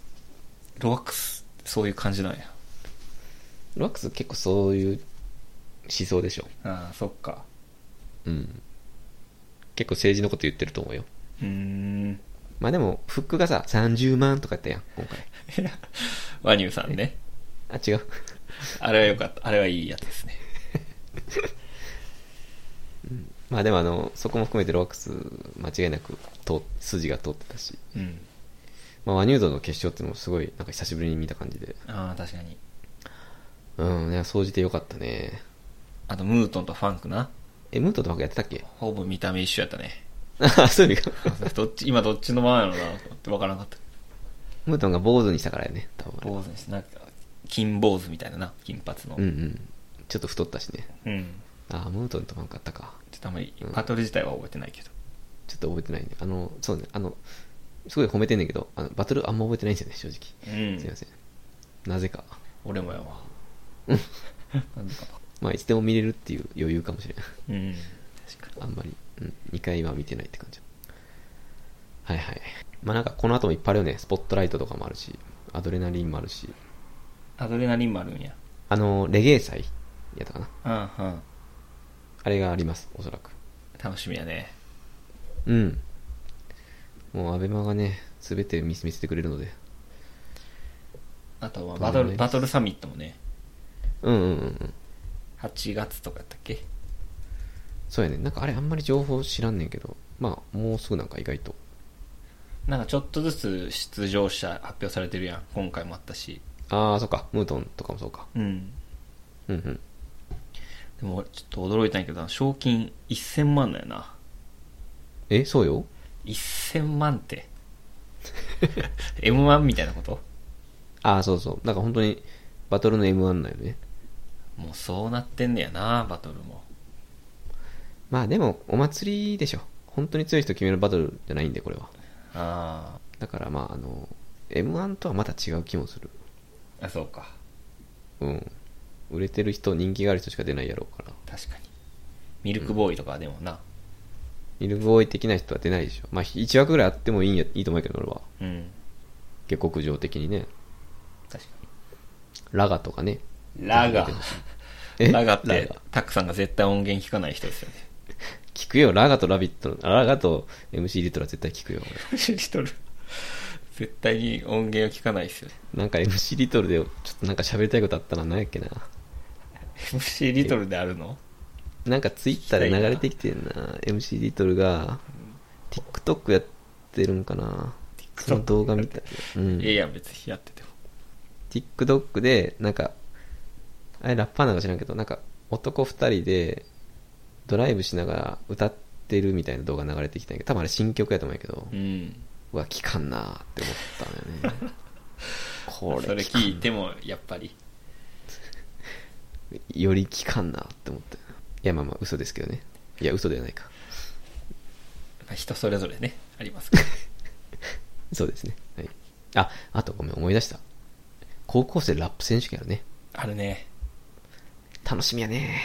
S2: ロワックス、そういう感じなんや。
S1: ロワックス結構そういう思想でしょ。
S2: ああ、そっか。
S1: うん。結構政治のこと言ってると思うよ。
S2: うーん。
S1: まあでも、フックがさ、30万とかやったやん、今回。
S2: いやワニューさん ね。
S1: あ、違う。
S2: あれはよかった。あれはいいやつですね。
S1: まあでもあの、そこも含めてロワックス、間違いなく、と、筋が通ってたし。
S2: うん。
S1: まあ、ワニュードの決勝っていうのもすごい、なんか久しぶりに見た感じで。
S2: ああ、確かに。
S1: うん、ね、総じてよかったね。
S2: あと、ムートンとファンクな。
S1: え、ムートとファンクやってたっけ
S2: ほぼ見た目一緒やった ね。
S1: あ、そういう意味か。
S2: どっち、今どっちの番やろうなと思って分からなかった。
S1: ムートンが坊主にしたからやね、多分あれ
S2: 坊主にして、なんか、金坊主みたいなな、金髪の。
S1: うんうん。ちょっと太ったしね。
S2: うん
S1: あー、ムートンとファンクあったか。
S2: ちょっとあんまり
S1: うん、
S2: バトル自体は覚えてないけど。
S1: ちょっと覚えてないね。あの、そうね、あの、すごい褒めてんねんけど、あの、バトルあんま覚えてないんですよね、正直。
S2: うん
S1: すいません。なぜか。
S2: 俺もやわ。 なんか
S1: まあ、いつでも見れるっていう余裕かもしれない。
S2: うん。確 か
S1: あんまり、うん、2回は見てないって感じ。はいはい。まあなんかこの後もいっぱいあるよね。スポットライトとかもあるし、アドレナリンもあるし、
S2: アドレナリンもあるんや。
S1: あの、レゲエ祭やったかな。
S2: うんうん。
S1: あれがあります、おそらく。
S2: 楽しみやね。
S1: うん。もうアベマがね、すべて見せ見せてくれるので。
S2: あと
S1: どう
S2: は、バ
S1: で
S2: ト
S1: もいいで
S2: ル、
S1: す
S2: バトルサミットもね、
S1: うんうんうんうん。
S2: 8月とかやったっけ
S1: そうやね。なんかあれあんまり情報知らんねんけど、まあもうすぐなんか意外と。
S2: なんかちょっとずつ出場者発表されてるやん。今回もあったし。
S1: ああ、そっか。ムートンとかもそうか。
S2: うん。
S1: うんうん。
S2: でも俺ちょっと驚いたんやけどな、賞金1000万だよな。
S1: え、そうよ
S2: 1000万って。M1 みたいなこと
S1: ああ、そうそう。なんか本当にバトルの M1 だよね。
S2: もうそうなってんねやな、バトルも。
S1: まあでも、お祭りでしょ。本当に強い人決めるバトルじゃないんで、これは。
S2: あ
S1: だからまあ、あの、M1 とはまた違う気もする。
S2: あ。あ、そうか。
S1: うん。売れてる人、人気がある人しか出ないやろうから。
S2: 確かに。ミルクボーイとかはでもな。
S1: ミルクボーイ的な人は出ないでしょ。まあ、1枠ぐらいあってもいいんや、いいと思うけど、俺は。
S2: うん。
S1: 下克上的にね。
S2: 確か
S1: ラガとかね。
S2: に。ラガ。
S1: え
S2: ラガっ
S1: ラ
S2: て
S1: ガ、
S2: タックさんが絶対音源聞かない人ですよね。
S1: 聞くよ、ラガとラビットの、あラガと MC リトルは絶対聞くよ、俺。
S2: リトル。絶対に音源を聞かないですよね。
S1: なんか MC リトルで、ちょっとなんか喋りたいことあったら何やっけな。
S2: MC リトルであるの
S1: なんかツイッターで流れてきてんな。MC リトルが、TikTok やってるんかな。その動画見た。うん。
S2: ええやん、別にやってても。
S1: TikTok で、なんか、あれラッパーなんか知らんけど、なんか男二人でドライブしながら歌ってるみたいな動画流れてきたんやけど、多分あれ新曲やと思うんやけど
S2: う、ん。
S1: うわ、聞かんなーって思ったん だよね。こ
S2: そ
S1: れ
S2: れ
S1: 聞かん
S2: 聞いても、やっぱり。
S1: より聞かんなーって思ったよないや、まあまあ嘘ですけどね。いや、嘘ではないか。
S2: まあ人それぞれね、ありますから。
S1: そうですね。はい。あ、あとごめん、思い出した。高校生ラップ選 手権あるね。
S2: あるね。
S1: 楽しみやね。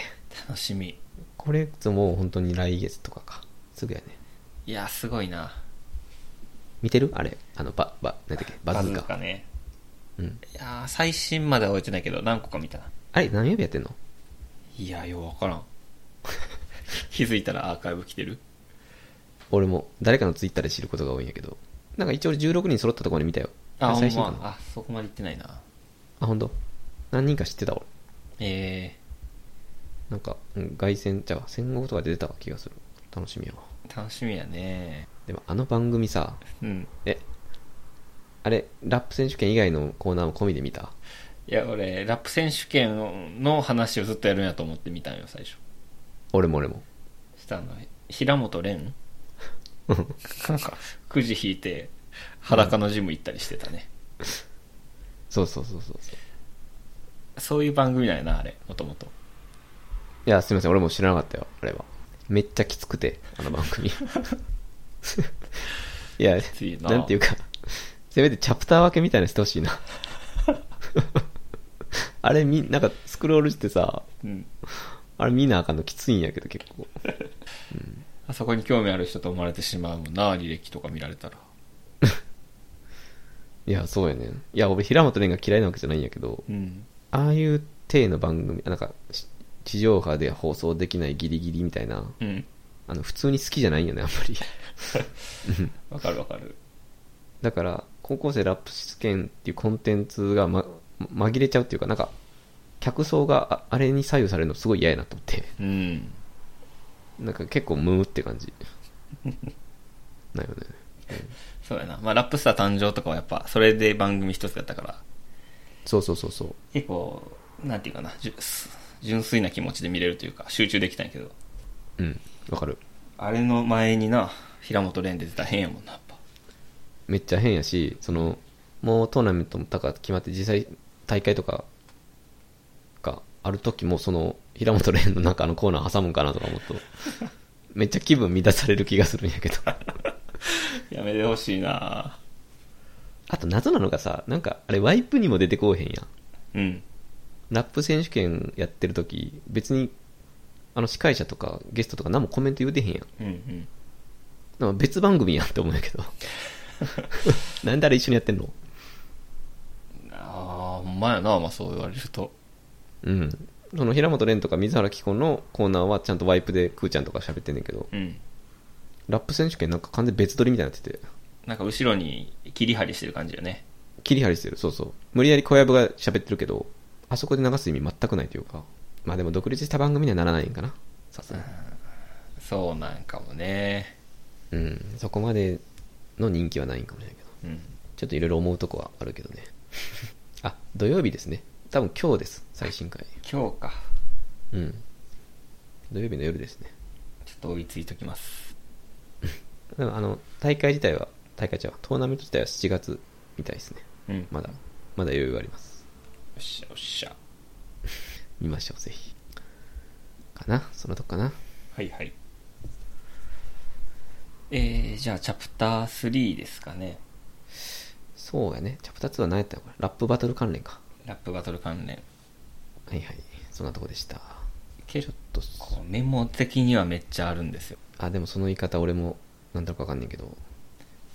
S2: 楽しみ。
S1: これぞもう本当に来月とかか。すぐやね。
S2: いや、すごいな。
S1: 見てるあれ。あの、ば、ば、なんだっけ、バズーカ。
S2: ね。
S1: うん。
S2: いやー、最新までは置いてないけど、何個か見たな。
S1: あれ、何曜日やってんの
S2: いや、ようわ からん。気づいたらアーカイブ来てる
S1: 俺も、誰かのツイッターで知ることが多いんやけど。なんか一応16人揃ったところで見たよ。
S2: あ、
S1: あ
S2: ほん
S1: 最新か
S2: ま
S1: な。
S2: あ、そこまで行ってないな。
S1: あ、ほんと何人か知ってた俺。
S2: え
S1: なんか、うん、外戦じゃあ戦後とかで出た気がする。楽しみやわ。
S2: ー、楽しみやね
S1: でもあの番組さ、
S2: うん
S1: え、あれ、ラップ選手権以外のコーナーも込みで見た
S2: いや俺ラップ選手権の話をずっとやるんやと思って見たんよ最初
S1: 俺も俺も。
S2: したの平本蓮なんかくじ引いて裸のジム行ったりしてたね、
S1: そうそうそうそうそう。
S2: そういう番組なんやなあれもともと
S1: いや、すみません、俺も知らなかったよ、あれは。めっちゃきつくて、あの番組。 いや、
S2: ついな
S1: なんていうか、せめてチャプター分けみたいなのしてほしいな。 あれみ、なんかスクロールしてさ、
S2: うん
S1: あれ見なあかんのきついんやけど結構。
S2: あそこに興味ある人と思われてしまうもんな履歴とか見られたら
S1: いや、そうやねん。いや、俺平本蓮が嫌いなわけじゃないんやけど、
S2: うん
S1: ああいう体の番組、あなんか、し地上波で放送できないギリギリみたいな、
S2: うん
S1: あの、普通に好きじゃないんよね、あんまり。
S2: わかるわかる
S1: だから高校生ラップ試験っていうコンテンツが、ま、紛れちゃうっていうかなんか客層がああれに左右されるのすごい嫌やなと思って
S2: うん
S1: なんか結構ムーって感じなよね
S2: そうやなまあラップスター誕生とかはやっぱそれで番組一つだったから
S1: そうそうそうそう
S2: 結構なんていうかなじゅ純粋な気持ちで見れるというか集中できたんやけど
S1: うんわかる
S2: あれの前にな平本蓮で出たら変やもんなやっぱ
S1: めっちゃ変やしそのもうトーナメントも高く決まって実際大会とかがある時もその平本蓮の中のコーナー挟むんかなとか思うとめっちゃ気分乱される気がするんやけど
S2: やめてほしいな
S1: あと謎なのがさ、なんか、あれワイプにも出てこうへんやん。
S2: うん
S1: ラップ選手権やってる時別に、あの司会者とかゲストとか何もコメント言うてへんやん。
S2: うんうん
S1: なんか別番組やんって思うんやけど。なんであれ一緒にやってんの
S2: ああほんまやなまあそう言われると
S1: うん。その平本蓮とか水原希子のコーナーはちゃんとワイプでくーちゃんとか喋ってんねんけど、
S2: うん
S1: ラップ選手権なんか完全別撮りみたいになってて、
S2: なんか後ろに切り張りしてる感じよね
S1: 切り張りしてる。そうそう。無理やり小籔が喋ってるけど、あそこで流す意味全くないというか。まあでも独立した番組にはならないんかな。さすがに。
S2: そうなんかもね
S1: うん、そこまでの人気はないんかもしれないけど、
S2: うん
S1: ちょっといろいろ思うとこはあるけどね。あ、土曜日ですね。多分今日です、最新回。
S2: 今日か
S1: うん。土曜日の夜ですね。
S2: ちょっと追いついときます
S1: でもあの、大会自体は、大会じゃうわトーナメント自体は7月みたいですね。
S2: うん
S1: まだ、まだ余裕あります。
S2: っしゃよっしゃ
S1: 見ましょう、ぜひ。かなそのとこかな
S2: はいはいえー、じゃあチャプター3ですかね
S1: そうやね。チャプター2は何やったのこれ。ラップバトル関連か。
S2: ラップバトル関連
S1: はいはい。そんなとこでした。
S2: 結
S1: と
S2: 構メモ的にはめっちゃあるんですよ
S1: あ、でもその言い方俺も、なんだろうかわかんないけど、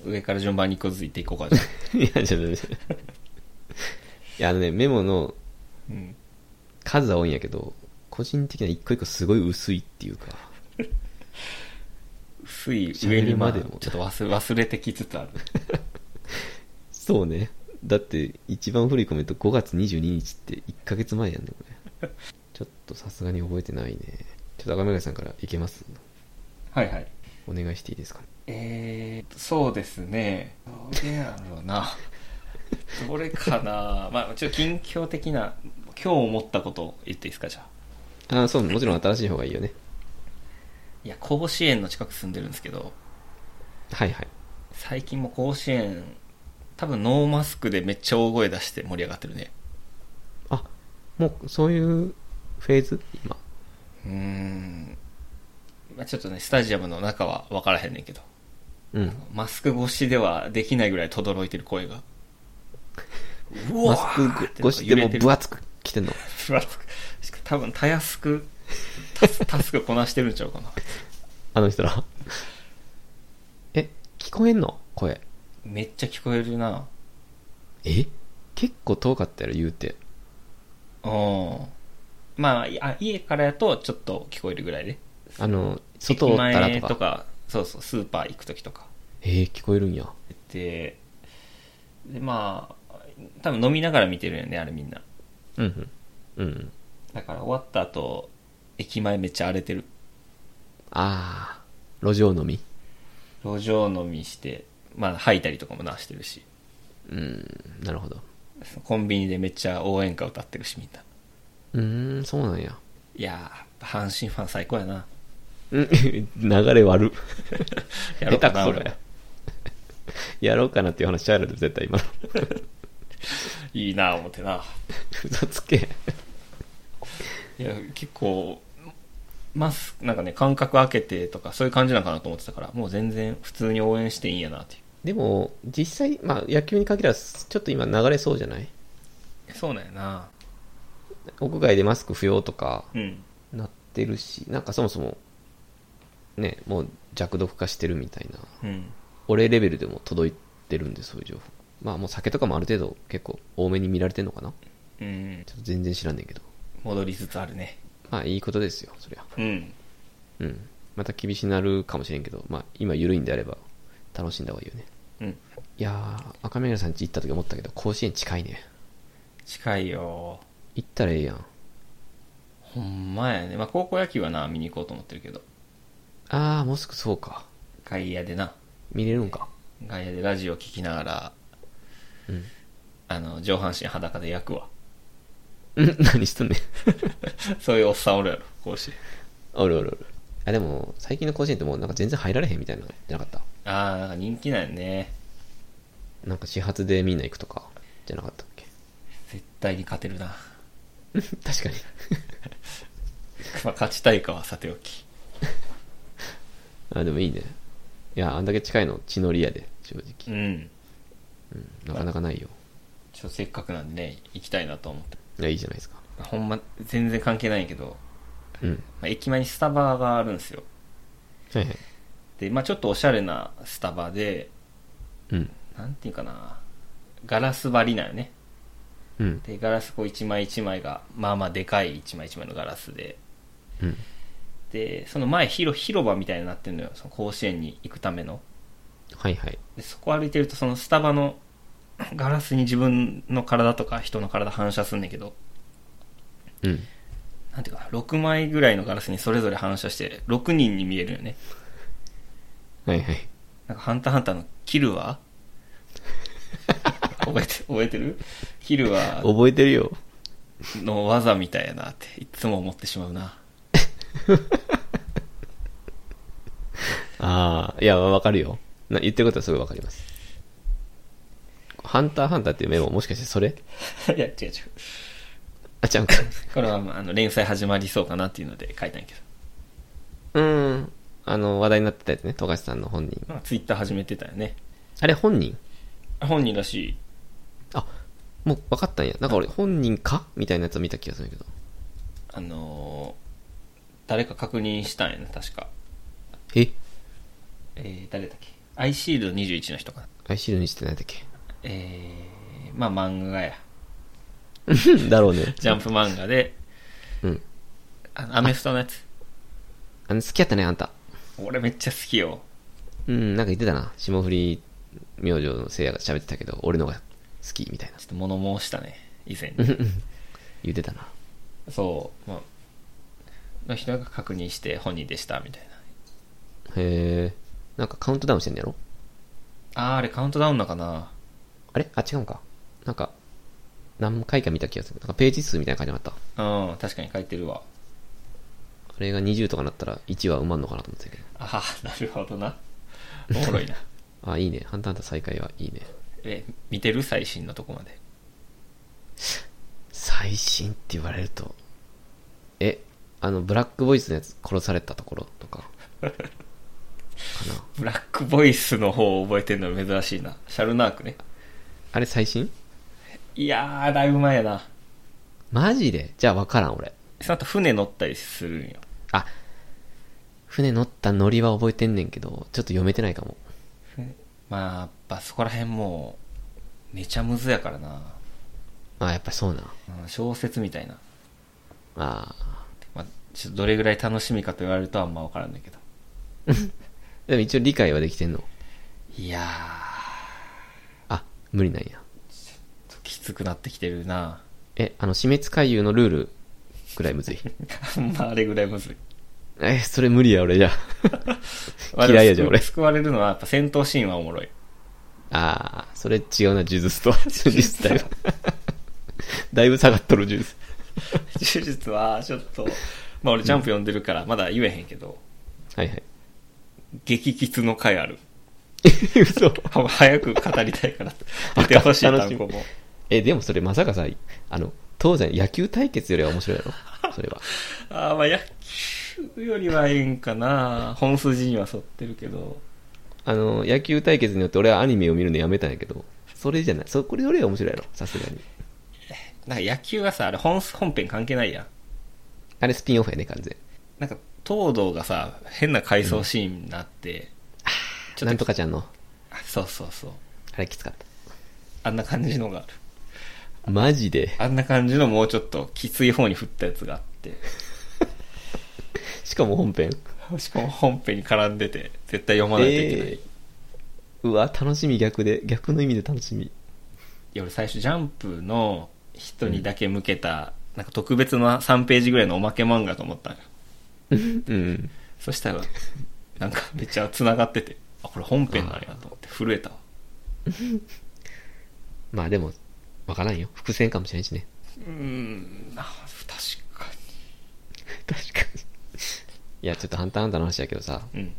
S2: 上から順番に一個ずついっていこう かじゃあ
S1: いや、ちょっと待って、いや、あのね、メモの
S2: うん
S1: 数は多いんやけど、個人的には一個一個すごい薄いっていうか、
S2: 薄い上にま
S1: 喋
S2: で
S1: るまでも
S2: ちょっと忘忘れてきつつある
S1: そうね。だって、一番古いコメント5月22日って1ヶ月前やんね、これ。ちょっとさすがに覚えてないね。ちょっと赤目さんからいけます
S2: はいはい
S1: お願いしていいですか
S2: えー、そうですねどれやろう などれかなまあちょっと近況的な今日思ったことを言っていいですかじゃあ
S1: あ、そう、もちろん新しい方がいいよね。
S2: いや甲子園の近く住んでるんですけど
S1: はいはい。
S2: 最近も甲子園多分ノーマスクでめっちゃ大声出して盛り上がってるね
S1: あ、もう、そういうフェーズ今。
S2: うーん、まあ、ちょっとねスタジアムの中は分からへんねんけど
S1: うん。
S2: マスク越しではできないぐらい轟いてる声が。う
S1: マ
S2: わ
S1: ス
S2: ーって
S1: ク越しでも
S2: 揺れてる
S1: 分厚く来てんの。
S2: 分厚く。しかも多分たやすく、タス タスクこなしてるんちゃうかな。
S1: あの人ら。え、聞こえんの声。
S2: めっちゃ聞こえるな。
S1: え結構遠かったやろ、言うて。
S2: うん。まあ、いあ家からやとちょっと聞こえるぐらいで。
S1: あの、外おったら
S2: 駅
S1: と
S2: 前
S1: か。
S2: とか、そうそう、スーパー行くときとか。
S1: えー、聞こえるんや。
S2: で、でまあ、多分飲みながら見てるよね、あれみんな。
S1: うんうん。うんうん。
S2: だから終わった後、駅前めっちゃ荒れてる。
S1: ああ、路上飲み。
S2: 路上飲みして、まあ吐いたりとかもなしてるし、
S1: うん、なるほど。
S2: コンビニでめっちゃ応援歌歌ってるしみんな。
S1: うーん、そうなんや。
S2: いやー、やっぱ阪神ファン最高やな。
S1: うん、 流れ悪。
S2: やろうかな
S1: 下手くそだよ やろうかなっていう話あるで、絶対今の。
S2: いいな思ってな。
S1: 嘘つけ。
S2: いや、結構、マスク、なんかね、間隔空けてとか、そういう感じなのかなと思ってたから、もう全然普通に応援していいんやなってい。
S1: でも、実際、まあ野球に限らず、ちょっと今流れそうじゃないう
S2: そうなんやな。
S1: 屋外でマスク不要とか
S2: うん。
S1: なってるし、なんかそもそも、ね、もう弱毒化してるみたいな。
S2: うん。
S1: 俺レベルでも届いてるんで、そういう情報。まあもう酒とかもある程度結構多めに見られてんのかな
S2: うん。
S1: ちょっと全然知らんねんけど。
S2: 戻りつつあるね。
S1: まあいいことですよ、そりゃ。
S2: うん。
S1: うん。また厳しになるかもしれんけど、まあ今緩いんであれば楽しんだ方がいいよね。
S2: うん。
S1: いやー、赤目さん家行った時思ったけど、甲子園近いね。
S2: 近いよ。
S1: 行ったらええやん。
S2: ほんまやね。まあ、高校野球はな、見に行こうと思ってるけど。
S1: あー、もうすぐそうか。
S2: 外野でな。
S1: 見れるんか。
S2: 外野でラジオ聞きながら、
S1: うん。
S2: あの、上半身裸で焼くわ。
S1: うん、何しとんねん。
S2: そういうおっさんおるやろ、講師。
S1: おるおるおる。あ、でも、最近の甲子園ってもうなんか全然入られへんみたいなのじゃなかった
S2: あー、なんか人気なんやね。
S1: なんか始発でみんな行くとか、じゃなかったっ け
S2: 絶対に勝てるな。
S1: 確かに。
S2: まあ、勝ちたいかはさておき。
S1: あ、でもいいね。いや、あんだけ近いの血のりやで、正
S2: う
S1: 直。
S2: ん。
S1: なかなかないよ。
S2: ちょせっかくなんでね、行きたいなと思って。
S1: いや、いいじゃないですか。
S2: ほんま、全然関係ないけど、
S1: うん。
S2: まあ、駅前にスタバがあるんですよ。
S1: はいはい。
S2: で、まあ、ちょっとおしゃれなスタバで、
S1: うん。
S2: なんていうかな、ガラス張りなよね。
S1: うん。
S2: で、ガラスこう一枚一枚が、まあまあでかい一枚一枚のガラスで。
S1: うん。
S2: で、その前広、広場みたいになってるのよ。その甲子園に行くための。
S1: はいはい。
S2: で、そこ歩いてると、そのスタバの ガラスに自分の体とか人の体反射すんねんけど、
S1: うん。
S2: なんていうかな、6枚ぐらいのガラスにそれぞれ反射して、6人に見えるよね。
S1: はいはい。
S2: なんか、ハンターハンターのキルは 覚えて、覚えてるキルは
S1: 覚えてるよ。
S2: の技みたいやなって、いつも思ってしまうな。
S1: ああ、いや、わかるよ。な言ってることはすごいわかります。ハンターハンターっていうメモ、もしかしてそれ
S2: いや、違う違う。
S1: あ、ちゃうんか。
S2: これは、まあ、あの、連載始まりそうかなっていうので書いたんやけど。
S1: うーん。あの、話題になってたやつね、富樫さんの本人。
S2: まあ、ツイッター始めてたよね。
S1: あれ、本人
S2: 本人らしい。
S1: あ、もう分かったんや。なんか俺、本人かみたいなやつを見た気がするんやけど。
S2: あのー誰か確認したんやな、確か。
S1: え
S2: えー、誰だっけアイシールド21の人かな。
S1: アイシールドにしてないだっけ
S2: えー、まあ漫画や。
S1: だろうね。
S2: ジャンプ漫画で、
S1: うん。
S2: あのアメフトのやつ。
S1: あの、好きやったね、あんた。
S2: 俺めっちゃ好きよ。
S1: うん、なんか言ってたな。霜降り明星の聖夜が喋ってたけど、俺のが好き、みたいな
S2: ちょ。っと物申したね、以前
S1: うんう
S2: に。
S1: ん 言ってたな。
S2: そう、まあ、の人が確認して本人でした、みたいな。
S1: へえ。なんかカウントダウンしてんのやろ
S2: あー、あれカウントダウンなのかな
S1: あれあ、違うんか。なんか、何回か見た気がする。なんかページ数みたいな感じなかった。
S2: うん、確かに書いてるわ。
S1: あれが20とかなったら1は埋まんのかなと思ってたけど。
S2: ああ、なるほどな。おもろいな。
S1: あ、いいね。ハンターハンター再開はいいね。
S2: え、見てる最新のとこまで。
S1: 最新って言われると。え、あの、ブラックボイスのやつ殺されたところとか。かな。
S2: ブラックボイスの方を覚えてるの珍しいな。シャルナークね。
S1: あれ最新
S2: いやー、だいぶ前やな。
S1: マジでじゃあ分からん俺。
S2: その後船乗ったりするんよ。
S1: あ、船乗ったノリは覚えてんねんけど、ちょっと読めてないかも。
S2: 船まあ、やっぱそこら辺もう、めちゃむずやからな。
S1: あ、やっぱそうな。
S2: うん小説みたいな。
S1: ああ。
S2: まあ、ちょっとどれぐらい楽しみかと言われるとあんま分からんだけど。
S1: でも一応理解はできてんの。
S2: いや
S1: あ、無理なんや。
S2: ー、きつくなってきてるな。
S1: え、あの、死滅回遊のルールぐらいむずい。
S2: まあ、あれぐらいむずい。
S1: え、それ無理や、俺じゃ。
S2: まあ
S1: 嫌いやじゃん
S2: でも
S1: 俺
S2: 救救われるのは、やっぱ戦闘シーンはおもろい。
S1: ああ、それ違うな、呪術と。呪術だよ。 だいぶ下がっとる、呪術。
S2: 手術は、ちょっと、まあ俺ジャンプ読んでるから、まだ言えへんけど、
S1: はい はい。
S2: 激キツの回ある。
S1: 嘘。
S2: は早く語りたいから、 出てほしい
S1: 楽し
S2: 単
S1: み
S2: 語も。
S1: え、でもそれまさかさ、あの、当然野球対決よりは面白いだろ。それは。
S2: ああ、まあ野球よりはええんかな。本筋には沿ってるけど。
S1: あの、野球対決によって俺はアニメを見るのやめたんやけど、それじゃない、そこれよりは面白いやろ、さすがに。
S2: なんか野球はさ、あれ本本編関係ないやん。
S1: あれスピンオフやね、完全。
S2: なんか、東堂がさ、変な回想シーンになって、ちょっと
S1: なんとかちゃんの、
S2: あそうそうそう。
S1: あれきつかった。
S2: あんな感じのがある。
S1: マジで。
S2: あんな感じのもうちょっときつい方に振ったやつがあって。
S1: しかも本編。
S2: しかも本編に絡んでて、絶対読まないといけない。
S1: えーうわ、楽しみ逆で、逆の意味で楽しみ。
S2: いや俺最初ジャンプの人にだけ向けた、なんか特別な3ページぐらいのおまけ漫画と思ったのよ
S1: うん。
S2: そした らなんかめっちゃ繋がっててあこれ本編なんやと思って震えたわ
S1: まあでも、わからんよ。伏線かもしれんしね。
S2: うーんあ確か
S1: 確かに。いや、ちょっとハンターハンターの話だけどさ、
S2: に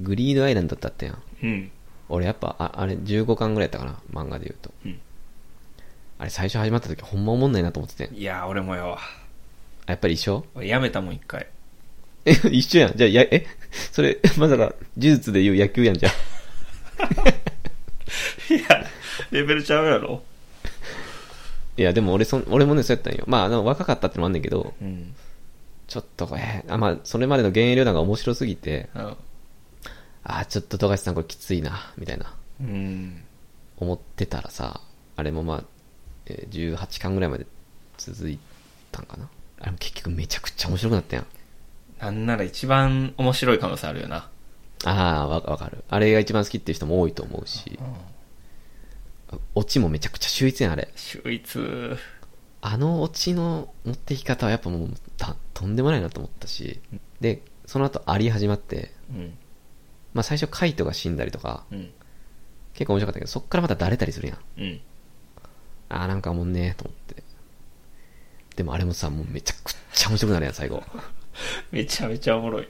S1: グリードアイランドだったやん。
S2: うんうん
S1: 俺やっぱ、ああれ15巻ぐらいやったかな、漫画で言うと。
S2: うん
S1: あれ最初始まった時ほんま思んないなと思っててん。
S2: いや俺もよ
S1: あやっぱり一緒
S2: 俺やめたもん一回
S1: え、一緒やん。じゃあ、や、え、 それ、まさか、呪術で言う野球やんじゃん。
S2: いやレベルちゃうやろ
S1: いや、でも俺そん、俺もね、そうやったんよ。まあ、あの、若かったってのもあんねんけど、
S2: うん
S1: ちょっと、えーあ、まあ、それまでの現役旅団が面白すぎて、
S2: あ
S1: あー、ちょっと富樫さんこれきついな、みたいな、
S2: うん
S1: 思ってたらさ、あれもまあ、えー18巻ぐらいまで続いたんかな。あれも結局めちゃくちゃ面白くなったやん。
S2: なんなら一番面白い可能性あるよな
S1: ああ、わわかる。あれが一番好きっていう人も多いと思うし、オチもめちゃくちゃ秀逸やん、あれ。
S2: 秀逸
S1: あのオチの持っていき方はやっぱもうたとんでもないなと思ったし、で、その後アリ始まって、
S2: うん
S1: まあ最初カイトが死んだりとか、
S2: うん
S1: 結構面白かったけど、そっからまただれたりするやん。
S2: うん
S1: あーなんかおもんねーと思って。でもあれもさ、もうめちゃくちゃ面白くなるやん、最後。
S2: めちゃめちゃおもろい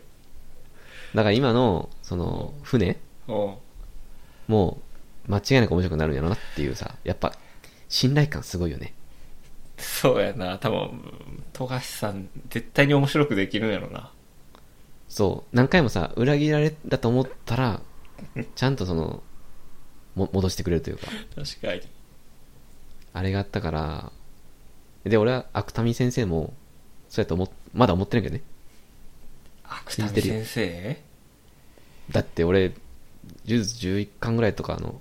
S1: だから今の、その、船
S2: おう
S1: もう、間違いなく面白くなるんやろなっていうさ、やっぱ、信頼感すごいよね。
S2: そうやな、多分、富樫さん、絶対に面白くできるんやろな。
S1: そう、何回もさ、裏切られたと思ったら、ちゃんとその、も、戻してくれるというか。
S2: 確かに。
S1: あれがあったから、で、俺は芥見先生も、そうやと思っ、まだ思ってないけどね。
S2: 芥見
S1: 聞いてる
S2: 先生
S1: だって俺、呪術11巻ぐらいとかあの、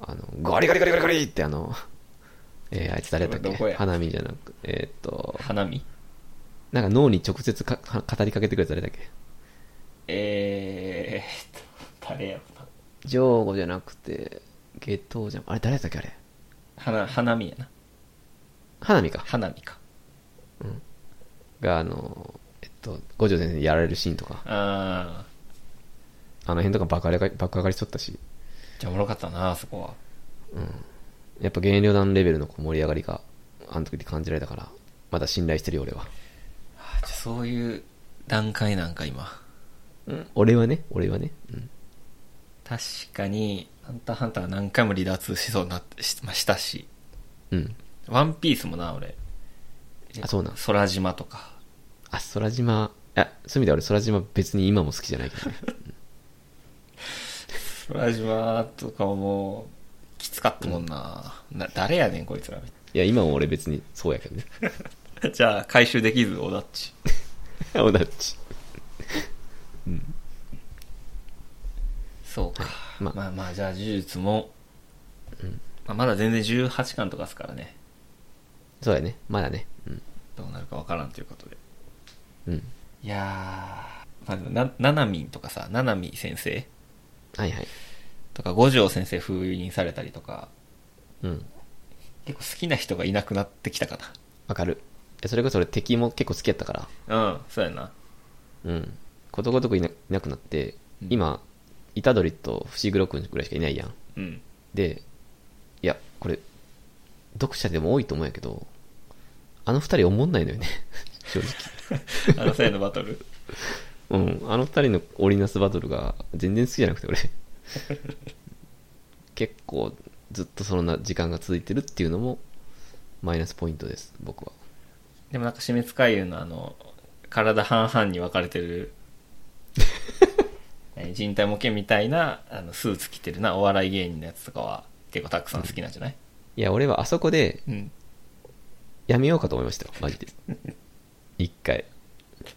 S1: あの、ガリガリガリガリガリってあの、えーあいつ誰だったっ
S2: どこ
S1: け
S2: や
S1: 花見じゃなく、えーっと、
S2: 花見
S1: なんか脳に直接かか語りかけてくれた誰だっけ
S2: えーっと、誰やろな。
S1: ジョーゴじゃなくて、ゲトウじゃん。あれ誰だったっけあれ。
S2: 花、花見やな。
S1: 花見か。
S2: 花見か。
S1: があの、えっと、五条先生にやられるシーンとか、
S2: あ
S1: あの辺とか爆上がり、爆上がりしとったし、
S2: ー、じゃあおもろかったな、そこは。
S1: やっぱ原料団レベルのこう盛り上がりが、あの時で感じられたから、まだ信頼してるよ俺は。
S2: あじゃあそういう段階なんか、今。
S1: 俺はね、俺はね。うん。
S2: 確かに、ハンターハンターは何回も離脱しそうになって、しまあしたし。
S1: うん。
S2: ワンピースもな、俺。
S1: あそうなん
S2: 空島とか。
S1: あ、空島、あ、そういう意味では俺空島別に今も好きじゃないけ どね。
S2: 空島とかもきつかったもんな,、な誰やねんこいつら
S1: いや、今も俺別にそうやけど ね。
S2: じゃあ回収できずオダッチ
S1: おだっち。
S2: そうか、
S1: ま
S2: ま
S1: あ
S2: あまあじゃあ呪術も、まあ、まだ全然18巻とかですからね
S1: そうやね。まだね。うん。
S2: どうなるかわからんということで
S1: うん。
S2: いやー、まあでもな、ななみんとかさななみ先生
S1: はいはい。
S2: とか五条先生封印されたりとか
S1: うん。
S2: 結構好きな人がいなくなってきたか
S1: わかる。えそれこそ俺敵も結構好きやったから、
S2: な。うん、そうやな。
S1: うん。ことごとくいないなくなって
S2: うん、
S1: 今、イタドリと伏黒くんぐらいしかいないやん。
S2: うん。
S1: で、いや、これ、読者でも多いと思うんやけど、あの二人思んないのよね。正直。
S2: あの、さやのバトル。
S1: うん。あの二人の織りなすバトルが全然好きじゃなくて、俺。結構、ずっとそんな時間が続いてるっていうのも、マイナスポイントです、僕は。
S2: でもなんか、死滅回遊のあの、体半々に分かれて る、え人体模型みたいなあのスーツ着てるな、お笑い芸人のやつとかは、結構たくさん好きなんじゃない
S1: いや、俺はあそこで
S2: うん。
S1: やめようかと思いましたよ、マジで。一回。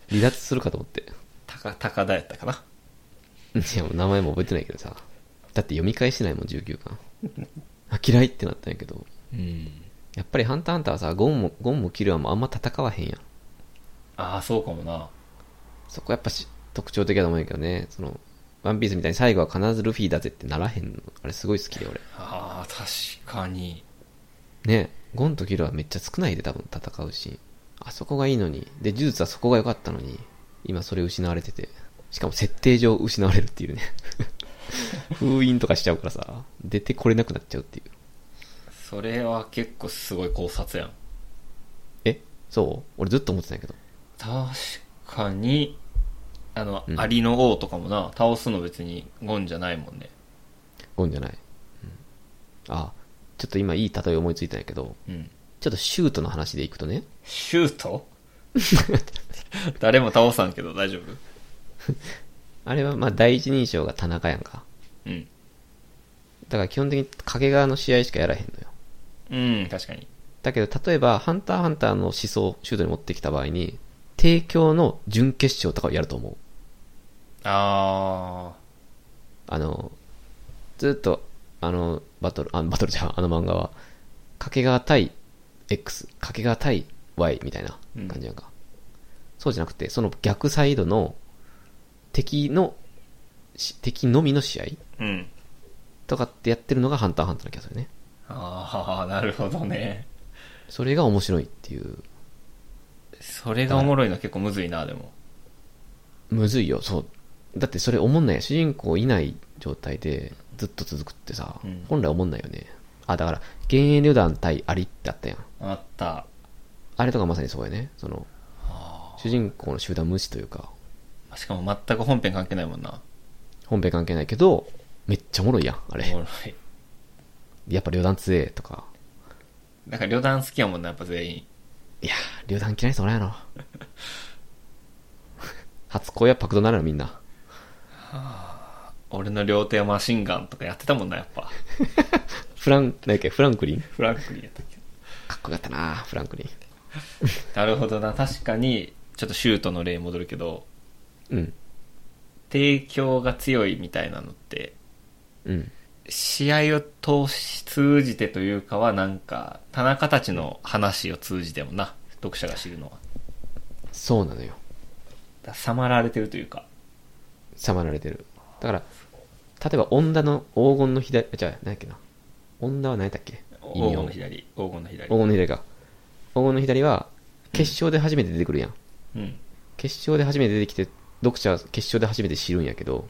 S1: 離脱するかと思って。
S2: 高、高田やったかな。
S1: いや、もう名前も覚えてないけどさ。だって読み返してないもん、19巻。あ、嫌いってなったんやけど。
S2: うん。
S1: やっぱりハンターハンターはさ、ゴンも、ゴンもキルアもあんま戦わへんやん。
S2: ああ、そうかもな。
S1: そこやっぱし特徴的だと思うんやけどね。その、ワンピースみたいに最後は必ずルフィだぜってならへんの。あれすごい好きで俺。
S2: ああ、確かに。
S1: ねゴンとキルアめっちゃ少ないで多分戦うシーン。あそこがいいのに。で、呪術はそこが良かったのに、今それ失われてて。しかも設定上失われるっていうね。 封印とかしちゃうからさ、出てこれなくなっちゃうっていう。
S2: それは結構すごい考察やん。
S1: えそう俺ずっと思ってたんやけど。
S2: 確かに、あの、
S1: うん
S2: アリの王とかもな、倒すの別にゴンじゃないもんね。
S1: ゴンじゃない。うん、あ、ちょっと今いい例え思いついたんやけど、
S2: うん。
S1: ちょっとシュートの話でいくとね、
S2: シュート 誰も倒さんけど大丈夫
S1: あれはまあ第一人称が田中やんか。
S2: うん。
S1: だから基本的に影側の試合しかやらへんのよ。
S2: うん、確かに。
S1: だけど例えば、ハンターハンターの思想をシュートに持ってきた場合に、帝京の準決勝とかをやると思う。
S2: あ
S1: あの、ずっと、あの、バトル、あ、バトルじゃん、あの漫画は、掛川対 X、掛川対 Y みたいな感じやんか。そうじゃなくて、その逆サイドの敵の、し敵のみの試合
S2: ー。うん。
S1: とかってやってるのがハンターハンターな気がするね。
S2: ああ、なるほどね。
S1: それが面白いっていう。
S2: それがおもろいの結構むずいな、でも。
S1: むずいよ、そう。だってそれ思んないやん主人公いない状態でずっと続くってさ、
S2: うん
S1: 本来思んないよね。あ、だから、幻影旅団対アリってあったやん。
S2: あった。
S1: あれとかまさにそうやね。その、主人公の集団無視というか、
S2: しかも全く本編関係ないもんな。
S1: 本編関係ないけど、めっちゃおもろいやん、あ
S2: おも
S1: れ。
S2: ろい。
S1: やっぱ旅団強えとか。
S2: なんか旅団好きやもんな、やっぱ全員。
S1: いやー、旅団嫌いそうなんやろ。 初恋はパクドなるのみんな。
S2: 俺の両手はマシンガンとかやってたもんな、やっぱ。
S1: フラン、なんやっけ、フランクリン
S2: フランクリンやったっけ。
S1: かっこよかったなフランクリ
S2: なるほどな、確かに、ちょっとシュートの例に戻るけど、
S1: ン。うん。
S2: 提供が強いみたいなのって、
S1: うん。
S2: 試合を通し、通じてというかは、なんか、田中たちの話を通じてもな、読者が知るのは。
S1: そうなのよ。
S2: ださまられてるというか。
S1: さまられてる。だから、例えば、オンダの黄金の左、じゃあ、何やっけな。オンダは何やったっけ
S2: 黄
S1: 意味
S2: 金
S1: を
S2: の。左。黄金の左。
S1: 黄金の左か。黄金の左は、決勝で初めて出てくるやん。
S2: うん。
S1: 決勝で初めて出てきて、読者は決勝で初めて知るんやけど、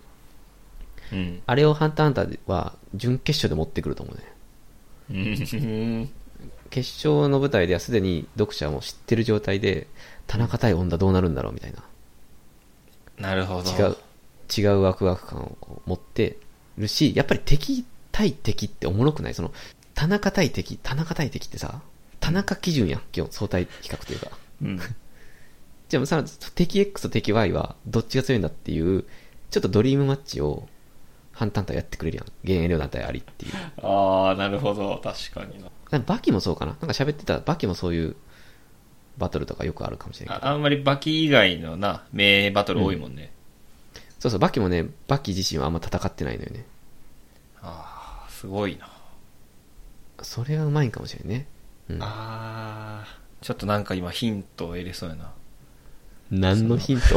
S2: うん。
S1: あれをハンターハンターは準決勝で持ってくると思うね。
S2: うん。
S1: 決勝の舞台ではすでに読者も知ってる状態で、田中対女どうなるんだろうみたいな。
S2: なるほど。
S1: 違う。、違うワクワク感をこう持ってるし、やっぱり敵対敵っておもろくないその、田中対敵、田中対敵ってさ、田中基準やん、基本、相対比較というか。
S2: うん。
S1: じゃあさ、敵 X と敵 Y はどっちが強いんだっていう、ちょっとドリームマッチを、反対対やってくれるやん。幻影量団体ありっていう。
S2: ああ、なるほど。確かにな。
S1: バキもそうかななんか喋ってた、バキもそういうバトルとかよくあるかもしれない
S2: あ
S1: けど。
S2: あんまりバキ以外のな、名バトル多いもんね。
S1: そうそう、バキもね、バキ自身はあんま戦ってないのよね。
S2: ああ、すごいな。
S1: それがうまいんかもしれんね。うん。
S2: ああ、ちょっとなんか今ヒントを得れそうやな。
S1: 何のヒント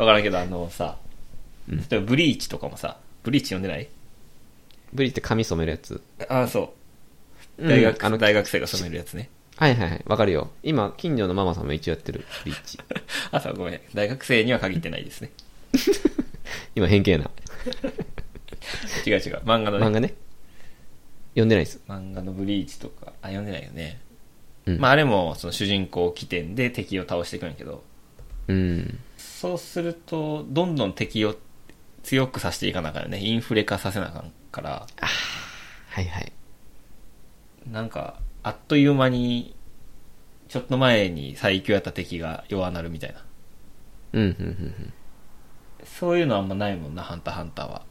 S2: わからんけど、あのさ、
S1: うん
S2: 例えばブリーチとかもさ、ブリーチ読んでない
S1: ブリって髪染めるやつ。
S2: ああ、そう。
S1: うん
S2: 大学、
S1: あの
S2: 大学生が染めるやつね。
S1: はいはいはい、わかるよ。今、近所のママさんも一応やってる、リッチ。
S2: あ、そう、ごめん。大学生には限ってないですね。
S1: 今、変形な。
S2: 違う違う。漫画の、ね、
S1: 漫画ね。読んでないです。
S2: 漫画のブリーチとか、あ、読んでないよね。
S1: うん。
S2: まあ、あれも、その主人公起点で敵を倒していくんやけど、
S1: うん。
S2: そうすると、どんどん敵を強くさせていかなあかんよね。インフレ化させなあかんから、
S1: はいはい。
S2: なんか、あっという間に、ちょっと前に最強やった敵が弱なるみたいな。
S1: うん、うん、うんうん。
S2: そういうのあんまないもんな、ハンターハンターは。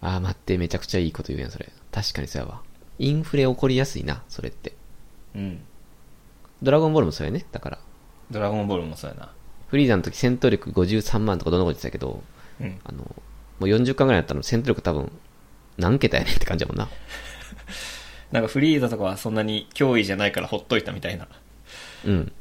S1: あー、待って、めちゃくちゃいいこと言うやん、それ。確かにそうやわ。インフレ起こりやすいな、それって。
S2: うん。
S1: ドラゴンボールもそうやね。だから。
S2: ドラゴンボールもそうやな。
S1: フリーザの時戦闘力53万とかどんなこと言ってたけど、
S2: うん。
S1: あの、もう40巻ぐらいだったの戦闘力多分、何桁やねんって感じだもんな。
S2: なんかフリーザとかはそんなに脅威じゃないからほっといたみたいな、
S1: うん。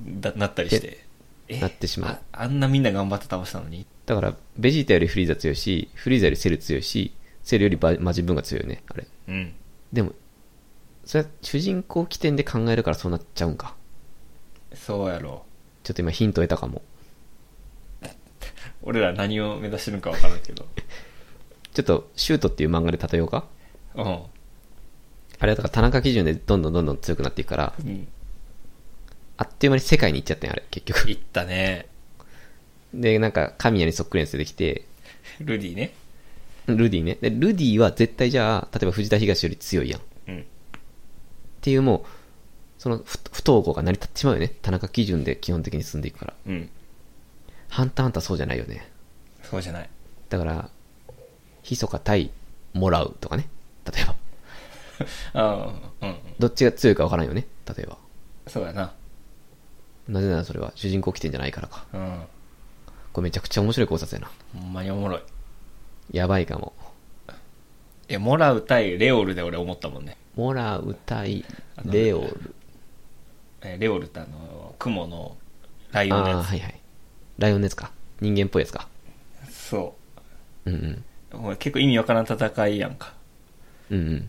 S2: だなったりして。え
S1: なってしまう
S2: あ。あんなみんな頑張って倒したのに。
S1: だから、ベジータよりフリーザ強いし、フリーザよりセル強いし、セルよりバマジンブンが強いよね、あれ。
S2: うん。
S1: でも、それは主人公起点で考えるからそうなっちゃうんか。
S2: そうやろ
S1: ちょっと今ヒント得たかも。
S2: う。俺ら何を目指してるのかわからん けど。
S1: ちょっと、シュートっていう漫画で例えようか。
S2: うん。
S1: あれはだから田中基準でどんどんどんどん強くなっていくから、
S2: うん。
S1: あっという間に世界に行っちゃったんや、あれ、結
S2: い
S1: 局。
S2: ったね。
S1: で、なんか、神谷にそっくりなやつできて、
S2: ルディね。
S1: ルディね。で、ルディは絶対じゃあ、例えば藤田東より強いやん。っ
S2: うん。
S1: ていうもう、その不不統合が成り立ってしまうよね。田中基準で基本的に進んでいくから。
S2: うん。
S1: ハンターハンターそうじゃないよね。
S2: そうじゃない。
S1: だから、ひそか対もらうとかね。例えば。
S2: ああ、うんうん。
S1: どっちが強いかわからんよね。例えば。
S2: そうやな。
S1: なぜならそれは主人公起点じゃないからか。
S2: うん。
S1: これめちゃくちゃ面白い考察やな。
S2: ほんまにおもろい。
S1: やばいかも。
S2: いや、モラウ対レオルで俺思ったもんね。
S1: もらう対レオル。
S2: えーレオルってあの、雲のライオンの
S1: ああー、
S2: や
S1: はいはい。ライオンのやつか。人間っぽいやつか。
S2: つ。そ
S1: うんうん。
S2: う。もう結構意味わからん戦いやんか。
S1: うんうん。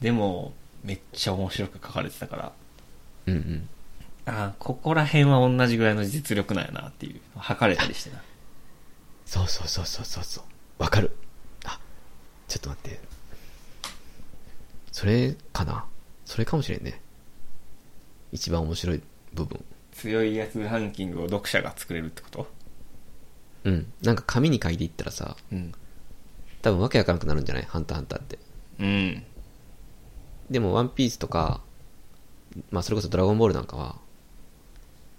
S2: でも、めっちゃ面白く書かれてたから、
S1: うんうん。
S2: ああ、ここら辺は同じぐらいの実力なんやなっていう、測れたりしてな。
S1: そうそうそうそうそうそう。わかる。あ、ちょっと待って。それかなそれかもしれんね。一番面白い部分。
S2: 強いやつランキングを読者が作れるってこと
S1: うん。なんか紙に書いていったらさ、
S2: うん。
S1: 多分わけわからなくなるんじゃないハンターハンターって。
S2: うん。
S1: でもワンピースとか、まあそれこそドラゴンボールなんかは、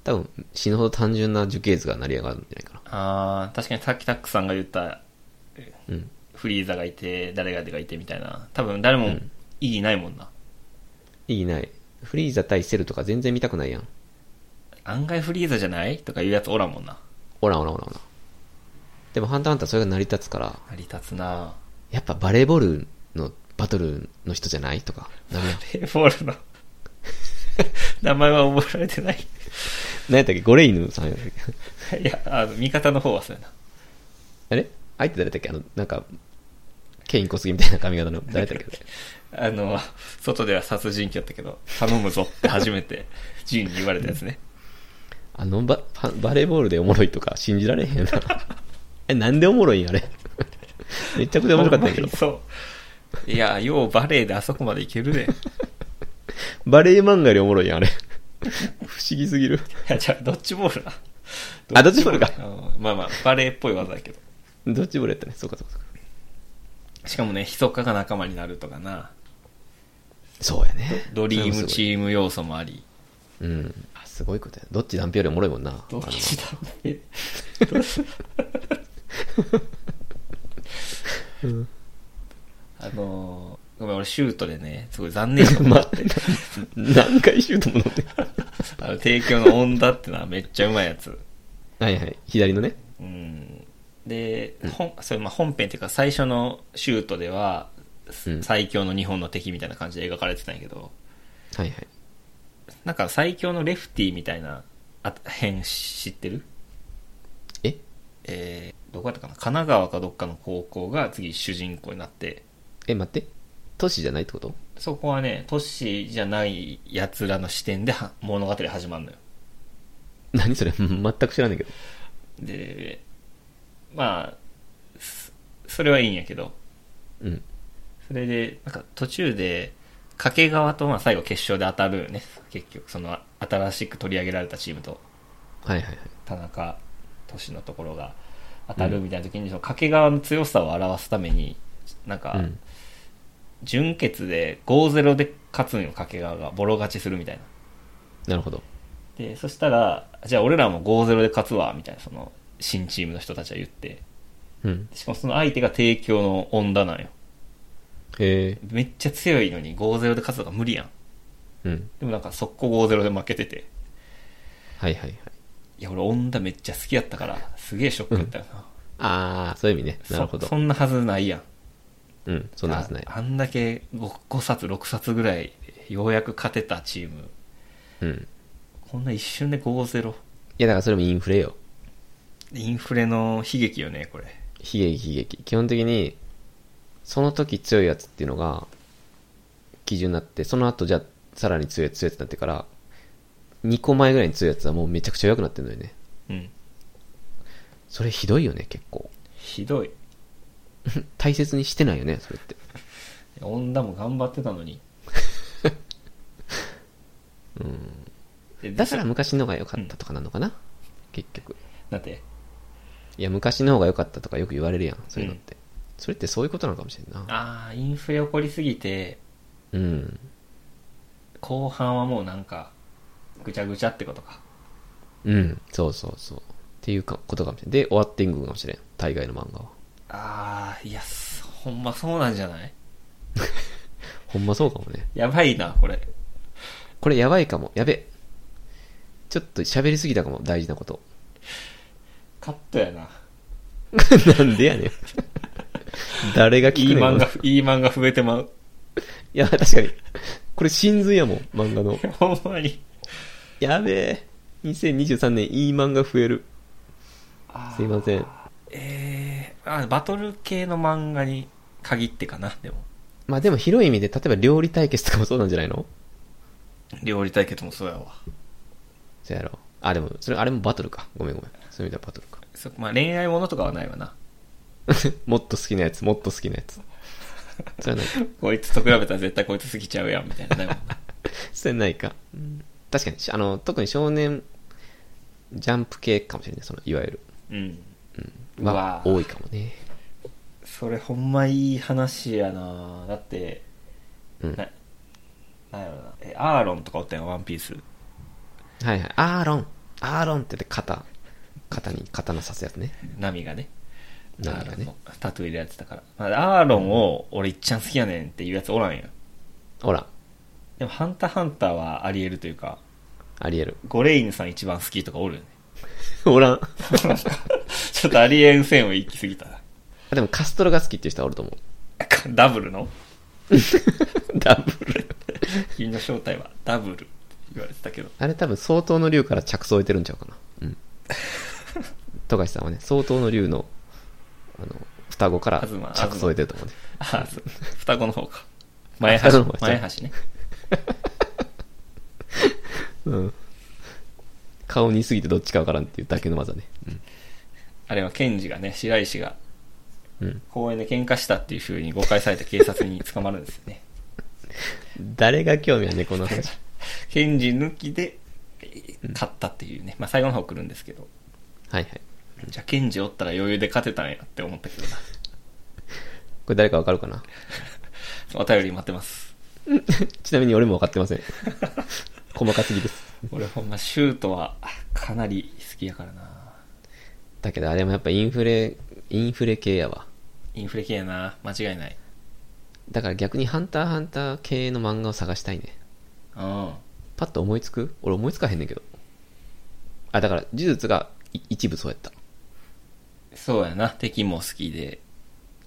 S1: 多分死ぬほど単純な樹形図が成り上がるんじゃないかな。
S2: ああ、確かにさっきタックさんが言った、
S1: うん。
S2: フリーザがいて、誰ががいてみたいな。多分誰も意義ないもんな。
S1: いいない。フリーザ対セルとか全然見たくないやん。
S2: 案外フリーザじゃないとかいうやつおらんもんな。
S1: おらんおらんおらんおらん。でもハンターハンターそれが成り立つから、
S2: 成り立つな
S1: やっぱバレーボールのバトルの人じゃない とか、なるやん。
S2: レイボールの 名前は覚えられてない。
S1: 何やったっけゴレイヌさんやったっけ
S2: いや、あの、味方の方はそうや
S1: あれ相手誰だっけあの、なんか、ケイン小杉みたいな髪型の誰だっけ
S2: な。あの、外では殺人鬼やったけど、頼むぞって初 めて、ジンに言われたやつね。
S1: あのバ、パバレーボールでおもろいとか信じられへんよな。 え、なんでおもろいんあれ。 めちゃくちゃ面白かったん やけど。
S2: そう。いや、ようバレエであそこまでいけ るで。い
S1: バレー漫画よりおもろいやんあれ。 不思議すぎる。
S2: や、じゃあ、ドッジボールな。
S1: あドッジボールか
S2: うんまあまあ、バレエっぽい技だけど。
S1: どっちもやったね。そうかそうかそうか。
S2: しかもね、ひそかが仲間になるとかな。
S1: そうやね。
S2: ドリームチ
S1: ー
S2: ーム要素もあり。
S1: ム。うん。あすごいことや。どっち断片よりおもろいもんな。
S2: どっちだろ うあのー、ごめん、俺シュートでね、すごい残念な
S1: あ
S2: こ
S1: の
S2: とがあっ
S1: 待
S2: て
S1: って。何回シュートも乗って。
S2: あの、提供の音だってのはめっちゃうまいやつ。
S1: はいはい。左のね。
S2: うん。で、本、それまあ本編っていうか最初のシュートでは、
S1: うん
S2: 最強の日本の敵みたいな感じで描かれてたんやけど、
S1: はいはい。
S2: なんか最強のレフティーみたいな、あ、編知ってる
S1: え
S2: えー、どこだったかな神奈川かどっかの高校が次主人公になって、
S1: え、待って。都市じゃないってこと
S2: そこはね、都市じゃない奴らの視点では物語始まるのよ。
S1: 何それ 全く知らないけど。
S2: で、まあ、すそれはいいんやけど、
S1: うん。
S2: それで、なんか途中で、掛川とまあ最後決勝で当たるよね。結局、その新しく取り上げられたチームと
S1: はいはいはい。
S2: 田中俊のところが当たるみたいな時に、その掛川の強さを表すために、なんか、
S1: うん。
S2: 準決で5-0で勝つんよ、掛川が。ボロ勝ちするみたいな。
S1: なるほど。
S2: で、そしたら、じゃあ俺らも5-0で勝つわ、みたいな、その、新チームの人たちは言って。
S1: うん。
S2: しかもその相手が帝京の女なんよ。
S1: へ
S2: めっちゃ強いのに5-0で勝つのが無理やん。
S1: え。うん。
S2: でもなんか速攻5-0で負けてて。
S1: はいはいはい。
S2: いや、俺女めっちゃ好きやったから、すげえショックやったよな。
S1: ああ、そういう意味ね。なるほど
S2: そ。そんなはずないやん。
S1: うん。そんなはずない。
S2: ああんだけ 5, 冊、6冊ぐらい、ようやく勝てたチーム。
S1: うん。
S2: こんな一瞬で5-0。
S1: いや、だからそれもインフレよ。
S2: インフレの悲劇よね、これ。
S1: 悲劇悲劇。基本的に、その時強いやつっていうのが、基準になって、その後じゃあ、さらに強いやつ強いやつになってから、2個前ぐらいに強いやつはもうめちゃくちゃ弱くなってるのよね。
S2: うん。
S1: それひどいよね、結構。
S2: ひどい。
S1: 大切にしてないよね、それって。
S2: 女も頑張ってた のに。うん。
S1: だから、昔の方が良かったとかなのかな、結局。
S2: だって、
S1: いや、昔の方が良かったとかよく言われるやん、そういうのって。それってそういうことなのかもしれんな。
S2: ああ、インフレ起こりすぎて、
S1: うん。
S2: 後半はもうなんか、ぐちゃぐちゃってことか。
S1: うん。そうそうそう。っていうかことかもしれん。で、終わっていくかもしれん。大概の漫画は。
S2: ああ、いや、そほんまそうなんじゃない
S1: ほんまそうかもね。
S2: やばいな、これ。
S1: これやばいかも。やべ。ちょっと喋りすぎたかも、大事なこと。
S2: カットやな。
S1: なんでや ねん。誰が聞く
S2: い
S1: ね
S2: い
S1: ん。こ
S2: 漫画
S1: れ、
S2: いい漫画増えてまう。
S1: いや、確かに。これ真髄やもん、漫画の。
S2: ほんまに。
S1: やべえ。2023年いい漫画増える。
S2: あー
S1: すいません。
S2: えー、あバトル系の漫画に限ってかな、でも。
S1: まあでも広い意味で、例えば料理対決とかもそうなんじゃないの
S2: 料理対決もそうやわ。
S1: そうやろ。あ、でも、それ、あれもバトルか。ごめんごめん。そういう意味ではバトルか。
S2: そまあ、恋愛ものとかはないわな。
S1: もっと好きなやつ、もっと好きなやつ。それはない か。
S2: こいつと比べたら絶対こいつ過ぎちゃうやん、みたいな。 でも
S1: それはないか。うん確かに、しあの、特に少年、ジャンプ系かもしれない。その、いわゆる。
S2: うん。
S1: うん。は
S2: わ、ぁ
S1: 多いかもね。
S2: それほんまいい話やなだって、
S1: うん。は
S2: な、なんやろな。え、アーロンとかおったやん、ワンピース。
S1: いはい。アーロン。アーロンって言って、肩。肩に刀刺すやつね。
S2: ナミがね。ア
S1: ナミ
S2: ー
S1: がね
S2: ロンのタトゥー入れられてたから。まあ、アーロンを俺いっちゃん好きやねんっていうやつおらんやん。
S1: ほら、
S2: でも、ハンターハンターはあり得るというか、
S1: ありえる。
S2: ゴレインさん一番好きとかおるよね。
S1: おらん。
S2: ちょっとありえん線を行き過ぎたな。
S1: あでも、カストロが好きっていう人はおると思
S2: ダブルの
S1: う。 ダブル。
S2: 君の正体はダブルって言われてたけど。
S1: あれ多分相当の竜から着想を得てるんちゃうかな。 うん。富樫さんはね、相当の竜の、あの、双子から
S2: 東東
S1: 着想を得てると思うね。
S2: あ、そう。双子の方か。前
S1: 双子の
S2: 橋
S1: 方。
S2: 前橋ね。
S1: うん。顔似すぎてどっちかわからんっていうだけの技ね。
S2: あれは、ケンジがね、白石が
S1: うん。うん。
S2: 公園で喧嘩したっていう風に誤解された警察に捕まるんですよね。
S1: 誰が興味あるね、この 話。
S2: ケンジ抜きで、えー勝ったっていうね。まあ、最後の方来るんですけど。
S1: はいはい。
S2: じゃあ、ケンジおったら余裕で勝てたんやって思ったけどな。
S1: これ誰かわかるかな
S2: お便り待ってます。
S1: ちなみに俺もわかってません。 細かすぎです。
S2: 俺ほんま、シュートは、かなり好きやからな。
S1: だけどあれもやっぱインフレ、インフレ系やわ。
S2: インフレ系やな。間違いない。
S1: だから逆にハンターハンター系の漫画を探したいね。
S2: うん。
S1: パッと思いつく俺思いつかへんねんけど。あ、だから、呪術がい一部そうやった。
S2: そうやな。敵も好きで。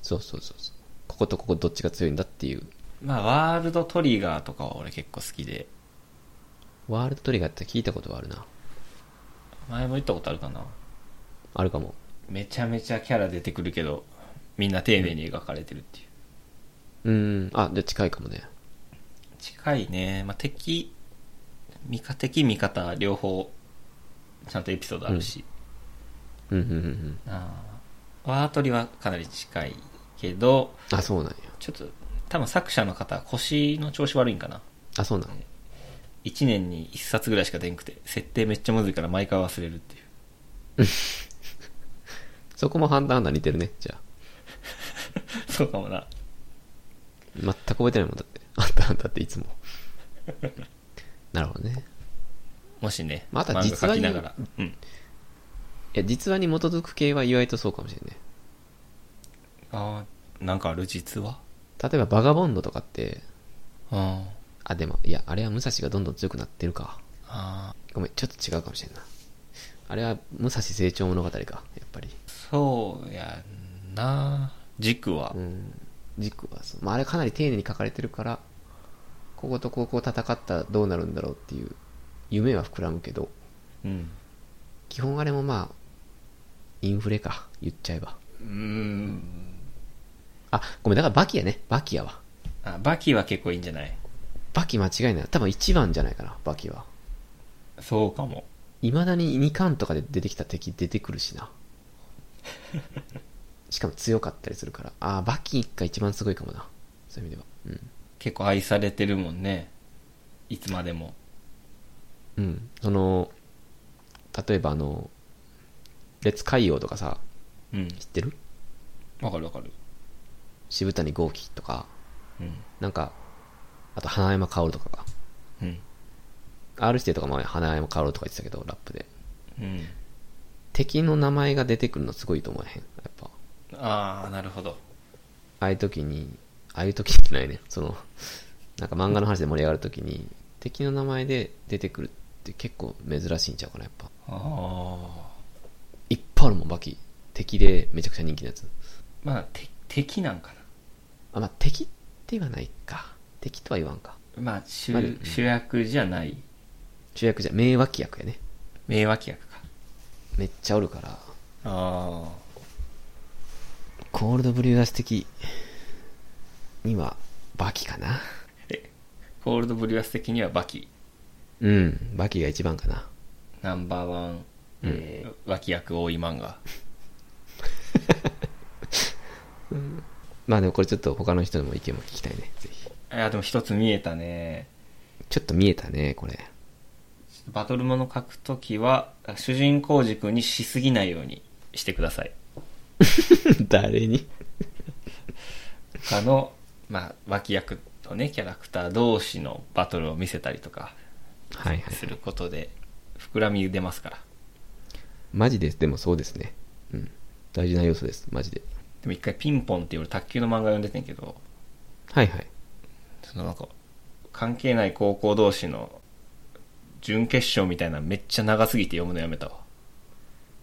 S1: そうそうそうそう。こことここどっちが強いんだっていう。
S2: まあ、ワールドトリガーとかは俺結構好きで。
S1: ワールドトリガーって聞いたことはあるな。
S2: 前も言ったことあるかな。
S1: あるかも。
S2: めちゃめちゃキャラ出てくるけど、みんな丁寧に描かれてるっていう。
S1: うん。あ、じゃあ近いかもね。
S2: 近いね。まあ、敵、味方、敵、味方、両方、ちゃんとエピソードあるし。
S1: うんうんうんうん。
S2: あーワートリはかなり近いけど、
S1: あ、そうなんや。
S2: ちょっと、多分作者の方、腰の調子悪いんかな。
S1: あ、そうなんや。
S2: 1年に1冊ぐらいしか出んくて、設定めっちゃむずいから毎回忘れるっていう。
S1: そこもハンターハンター似てるね、じゃあ。
S2: そう かもな。
S1: 全く覚えてないもんだって。ハンターハンターっていつも。 なるほどね。
S2: もしね、
S1: また
S2: 漫画
S1: 実
S2: 書
S1: 話
S2: き
S1: に
S2: ながら。うん。
S1: いや、実話に基づく系は意外とそうかもしれないね。
S2: ああ、なんかある実は
S1: 例えば、バガボンドとかって、
S2: あ
S1: あ、でも、いや、あれは武蔵がどんどん強くなってるか。
S2: あ。ああ。
S1: ごめん、ちょっと違うかもしれんな。あれは、武蔵成長物語か、やっぱり。
S2: そうやんな。軸は
S1: う。ん。軸はそう。まあ、あれかなり丁寧に書かれてるから、こことここを戦ったらどうなるんだろうっていう、夢は膨らむけど、
S2: うん。
S1: 基本あれもまあ、インフレか、言っちゃえば。
S2: うーん。
S1: あ、ごめん、だからバキやね。バキやわ。
S2: あ、バキは結構いいんじゃない
S1: バキ間違いない。多分一番じゃないかな、バキは。
S2: そうかも。
S1: 未だに2巻とかで出てきた敵出てくるしな。しかも強かったりするから。ああ、バキが一番すごいかもな。そういう意味では。うん。
S2: 結構愛されてるもんね。いつまでも。
S1: うん。その、例えばあの、列海洋とかさ、
S2: うん。
S1: 知ってる
S2: わかるわかる。
S1: 渋谷豪輝とか、
S2: うん。
S1: なんか、あと花山薫とかが。
S2: うん。
S1: R 指定とかも花山薫とか言ってたけど、ラップで。
S2: うん。
S1: 敵の名前が出てくるのすごいと思わへん。やっぱ。
S2: ああ、なるほど。
S1: ああいう時に、ああいう時じゃないね。その、なんか漫画の話で盛り上がる時に、敵の名前で出てくるって結構珍しいんちゃうかな、やっぱ。
S2: ああ。
S1: いっぱいあるもん、バキ。敵でめちゃくちゃ人気のやつ。
S2: まあ、て敵なんか
S1: あ、まあ、敵ってはないか。敵とは言わんか。
S2: な。まあ、主
S1: まあうん
S2: 主役じゃない。
S1: 主役じゃ、名脇役やね。
S2: 名脇役か。
S1: めっちゃおるから、
S2: ああ。
S1: コールドブリューアス的には、バキかな。
S2: え、コールドブリュアス的にはバキ。
S1: うん、バキが一番かな。
S2: ナンバーワン、えー脇役多い漫画。
S1: まあでもこれちょっと他の人のも意見も聞きたいね、ぜひ。
S2: あ、でも一つ見えたね。
S1: ちょっと見えたね、これ。
S2: バトルもの書くときは、主人公軸にしすぎないようにしてください。
S1: 誰に
S2: 他の、まあ、脇役とね、キャラクター同士のバトルを見せたりとか
S1: はいはい。
S2: することで、膨らみ出ますから。
S1: マジです。でもそうですね。うん。大事な要素です。マジで。
S2: でも一回ピンポンっていう俺卓球の漫画読んでてんけど、
S1: はいはい。
S2: そのなんか、関係ない高校同士の準決勝みたいなのめっちゃ長すぎて読むのやめたわ。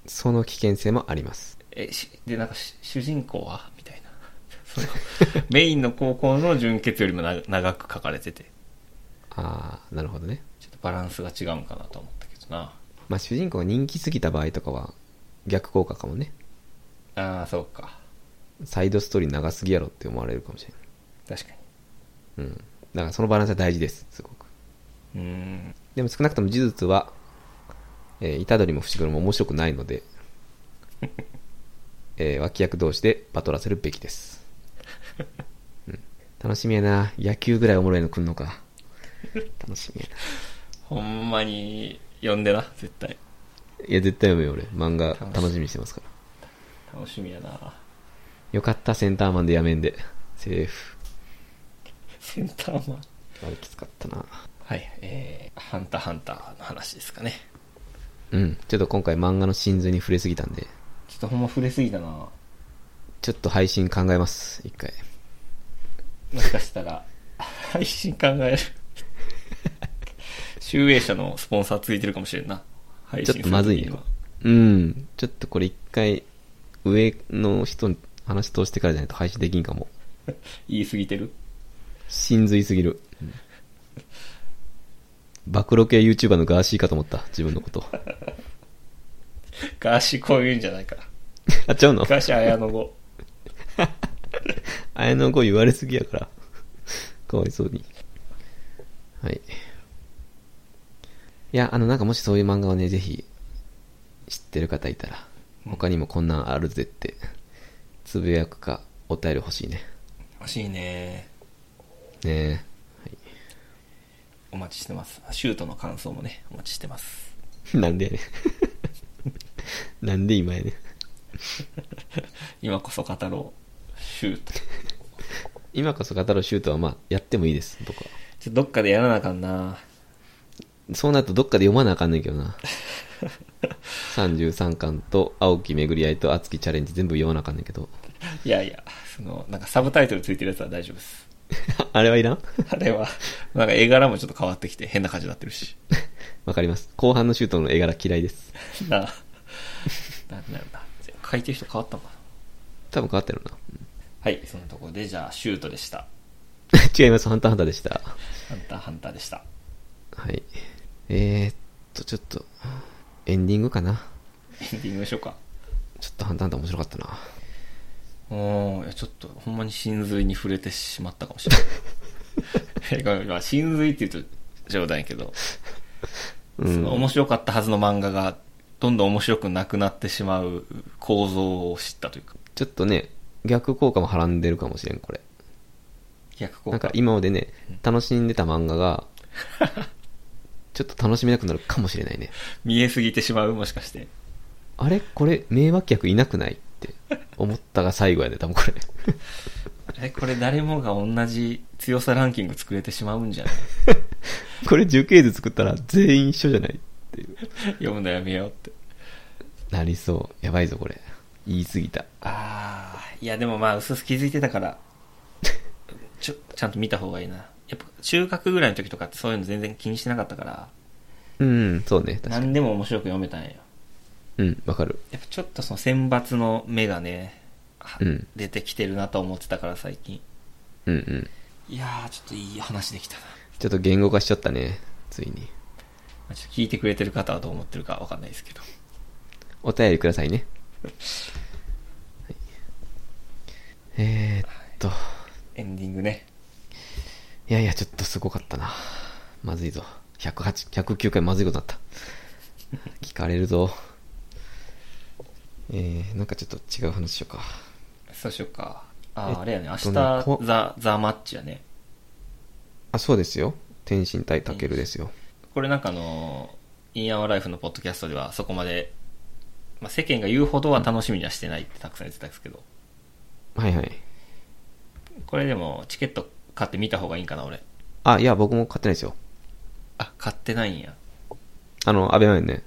S1: その危険性もあります。
S2: え、しで、なんかし、主人公はみたいな。その、メインの高校の準決よりもな長く書かれてて、
S1: あー、なるほどね。
S2: ちょっとバランスが違うんかなと思ったけどな。
S1: まあ主人公が人気すぎた場合とかは逆効果かもね。
S2: ああ、そうか。
S1: サイドストーリー長すぎやろって思われるかもしれ
S2: 確か
S1: ない。うん。だからそのバランスは大事です。すごく。
S2: に。うーん。
S1: でも少なくとも呪術は、えー、虎杖も伏黒も面白くないの で、えー脇役同士でバトらせるべきです。うん、楽しみやな。野球ぐらいおもろいの来んのか。楽しみや
S2: ほんまに、読んでな、絶対。
S1: な。いや、絶対読めよ、俺。漫画楽しみにしてますから。
S2: 楽しみやな。
S1: よかった、センターマンでやめんで。セーフ。
S2: センターマン。
S1: あれきつかったな。
S2: はい、えー、ハンターハンターの話ですかね。
S1: うん。ちょっと今回漫画の真髄に触れすぎたんで、
S2: ちょっとほんま触れすぎた な。
S1: ちょっと配信考えます。一回。
S2: もしかしたら、配信考える。集英社のスポンサーついてるかもしれんな。配
S1: ち
S2: 信
S1: ょっとまずい
S2: す
S1: ね
S2: る時には。
S1: うん。ちょっとこれ一回、上の人に話通してからじゃないと配信できんかも。
S2: 言い過ぎてる
S1: 真髄すぎる。暴露系 YouTuber のガーシーかと思った。自分のこと。
S2: ガーシーこういうんじゃないから。
S1: あ、ちゃうの
S2: ガーシー綾野語。
S1: 綾野剛言われすぎやから。かわいそうに。はい。いや、あの、なんかもしそういう漫画をね、ぜひ、知ってる方いたら、他にもこんなんあるぜって、つぶやくか、お便り欲しいね。
S2: 欲しいね
S1: ねえ。はい
S2: お待ちしてますシュートの感想もねお待ちしてます
S1: なんでやねん なんで今やねん
S2: 今こそ語ろうシュート
S1: 今こそ語るシュートはまあやってもいいです、僕は。
S2: ちょっとどっかでやらなあかんな
S1: そうなるとどっかで読まなあかんねんけどな。33巻と青木巡り合いと熱きチャレンジ全部読まなあかんねんけど。
S2: いやいやそのなんかサブタイトルついてるやつは大丈夫です
S1: あれはいらん
S2: あれはなんか絵柄もちょっと変わってきて変な感じになってるし
S1: わかります。後半のシュートの絵柄嫌いです。
S2: なあなんだろうな書いてる人変わったのかな
S1: 多分変わってるな。
S2: はいそのところでじゃあシュートでした
S1: 違います。ハンターハンターでした。
S2: ハンターハンターでした
S1: はい。えー、っと、ちょっと、エンディングかな。
S2: エンディングでしょうか
S1: ちょっとハンターハンター面白かったな。
S2: うんいやちょっとほんまに真髄に触れてしまったかもしれない いやごめんごめんまあ真髄って言うと冗談やけど、
S1: うん
S2: その面白かったはずの漫画がどんどん面白くなくなってしまう構造を知ったというか
S1: ちょっとね、逆効果もはらんでるかもしれん、これ。
S2: 逆効
S1: なん
S2: 果
S1: か今までね、楽しんでた漫画 が、ちょっと楽しめなくなるかもしれないね。
S2: 見えすぎてしまうもしかして
S1: あれこれ、迷惑客いなくないって思ったが最後やね、多分こ れ。
S2: えこれ誰もが同じ強さランキング作れてしまうんじゃない
S1: これ10ケース作ったら全員一緒じゃないっていう。
S2: 読むのやめようって
S1: なりそう。やばいぞ、これ。言い過ぎた。
S2: ああいやでもまあ薄々気づいてたから ちょちゃんと見た方がいいなやっぱ中学ぐらいの時とかってそういうの全然気にしてなかったから
S1: うん、そうね、確かに。
S2: 何でも面白く読めたんよ
S1: うん、わかる。
S2: やっぱちょっとその選抜の目がね、は
S1: うん
S2: 出てきてるなと思ってたから最近
S1: うんうん。
S2: いやーちょっといい話できたな、
S1: ちょっと言語化しちゃったね、ついに。
S2: まあちょっと聞いてくれてる方はどう思ってるかわかんないですけど
S1: お便りください ね。はい、えー、っと、
S2: エンディングね
S1: いやいや、ちょっとすごかったな。まずいぞ。108、109回まずいことになった。聞かれるぞ。えー、なんかちょっと違う話しようか。
S2: そうしようか
S1: え
S2: あ
S1: っ
S2: あ
S1: と
S2: あれやね明日、
S1: ねこ
S2: ザ・ザ・マッチやね
S1: あ、そうですよ。天心対タケルですよ。
S2: これなんかあのインアワライフのポッドキャストではそこまで、まあ、世間が言うほどは楽しみにはしてないってたくさん言ってたんですけど
S1: はいはい。
S2: これでもチケット買ってみた方がいいんかな俺
S1: あ、いや、僕も買ってないですよ。
S2: あ買ってないんや
S1: あの、アベマよね、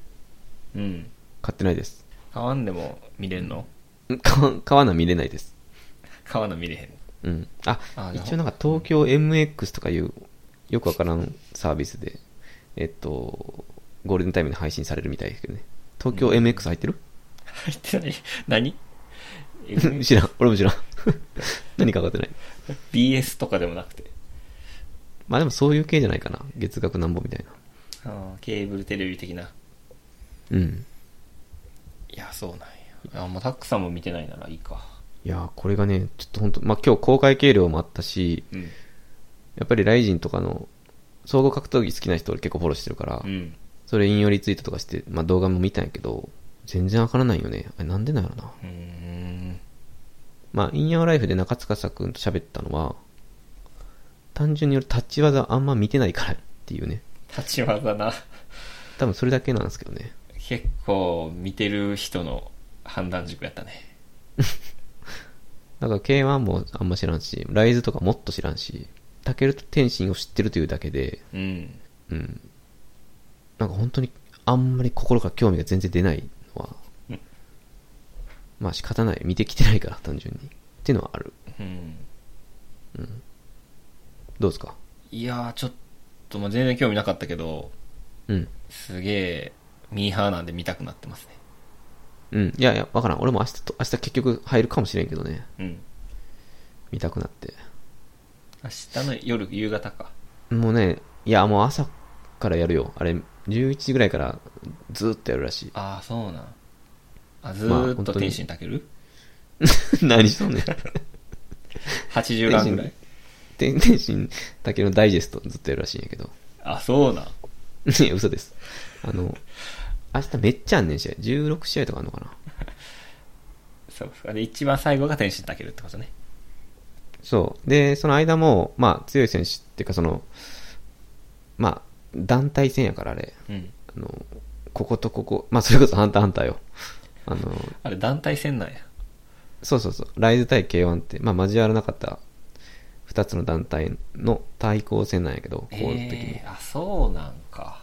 S2: うん
S1: 買ってないです。
S2: 買わんでも見れんの
S1: ん買わん、買わな見れないです。
S2: 買わんの見れへん
S1: うん。あ、
S2: あ
S1: 一応なんか東京 MX とかいう、よくわからんサービスで、えっと、ゴールデンタイムに配信されるみたいですけどね。東京 MX 入ってる、
S2: 入ってない 何
S1: 知らん。俺も知らん。何か分かってない。
S2: BS とかでもなくて
S1: まあでもそういう系じゃないかな。月額なんぼみたいな。
S2: あーケーブルテレビ的ない
S1: うん。
S2: やそうなんやあんまたくさんも見てないならいいか
S1: いやー、これがね、ちょっと本当まあ今日公開計量もあったし、
S2: うん
S1: やっぱりライジンとかの、総合格闘技好きな人俺結構フォローしてるから、
S2: うん
S1: それ引用リツイートとかして、まあ動画も見たんやけど、全然わからないよね。あれなんでなんやろな。
S2: うーん
S1: まあ、インヤーライフで中塚くんと喋ったのは、単純に俺立ち技あんま見てないからっていうね。
S2: 立ち技な
S1: 多分それだけなんですけどね。
S2: 結構見てる人の判断軸やったね
S1: だから K1 もあんま知らんし、ライズとかもっと知らんし、タケルと天心を知ってるというだけで、
S2: うん
S1: うん。なんか本当にあんまり心から興味が全然出ないのは
S2: うん、
S1: まあ仕方ない。見てきてないから単純に。っていうのはある。
S2: うん
S1: どうですか
S2: いやーちょっともう全然興味なかったけど
S1: うん。
S2: すげえミーハーなんで見たくなってますね
S1: うん。いやいや、わからん。俺も明日と、明日結局入るかもしれんけどね。
S2: うん
S1: 見たくなって。
S2: 明日の夜夕方か。
S1: もうね、いや、もう朝からやるよ。あれ、11時ぐらいからずーっとやるらしい
S2: ああそうなんあずー
S1: 本
S2: っ
S1: 当
S2: と
S1: に
S2: 天使にたける、
S1: 何しとんねん。
S2: 80ランぐらい。
S1: 天天心だけのダイジェストずっとやるらしいんやけど。
S2: あ、そうなん。
S1: いや、嘘です。あの、明日めっちゃあんねん試合。16試合とかあんのかな
S2: そうかそうか。で、一番最後が天心だけるってことね。
S1: そう。で、その間も、まあ、強い選手っていうか、その、まあ、団体戦やから、あれ。
S2: うん。
S1: あの、こことここ、まあ、それこそハンターハンターよ。あの、
S2: あれ、団体戦なんや。
S1: そうそうそう。ライズ対 K1 って、まあ、交わらなかった二つの団体の対抗戦なんやけど、こういう時も
S2: えー、あ、そうなんか。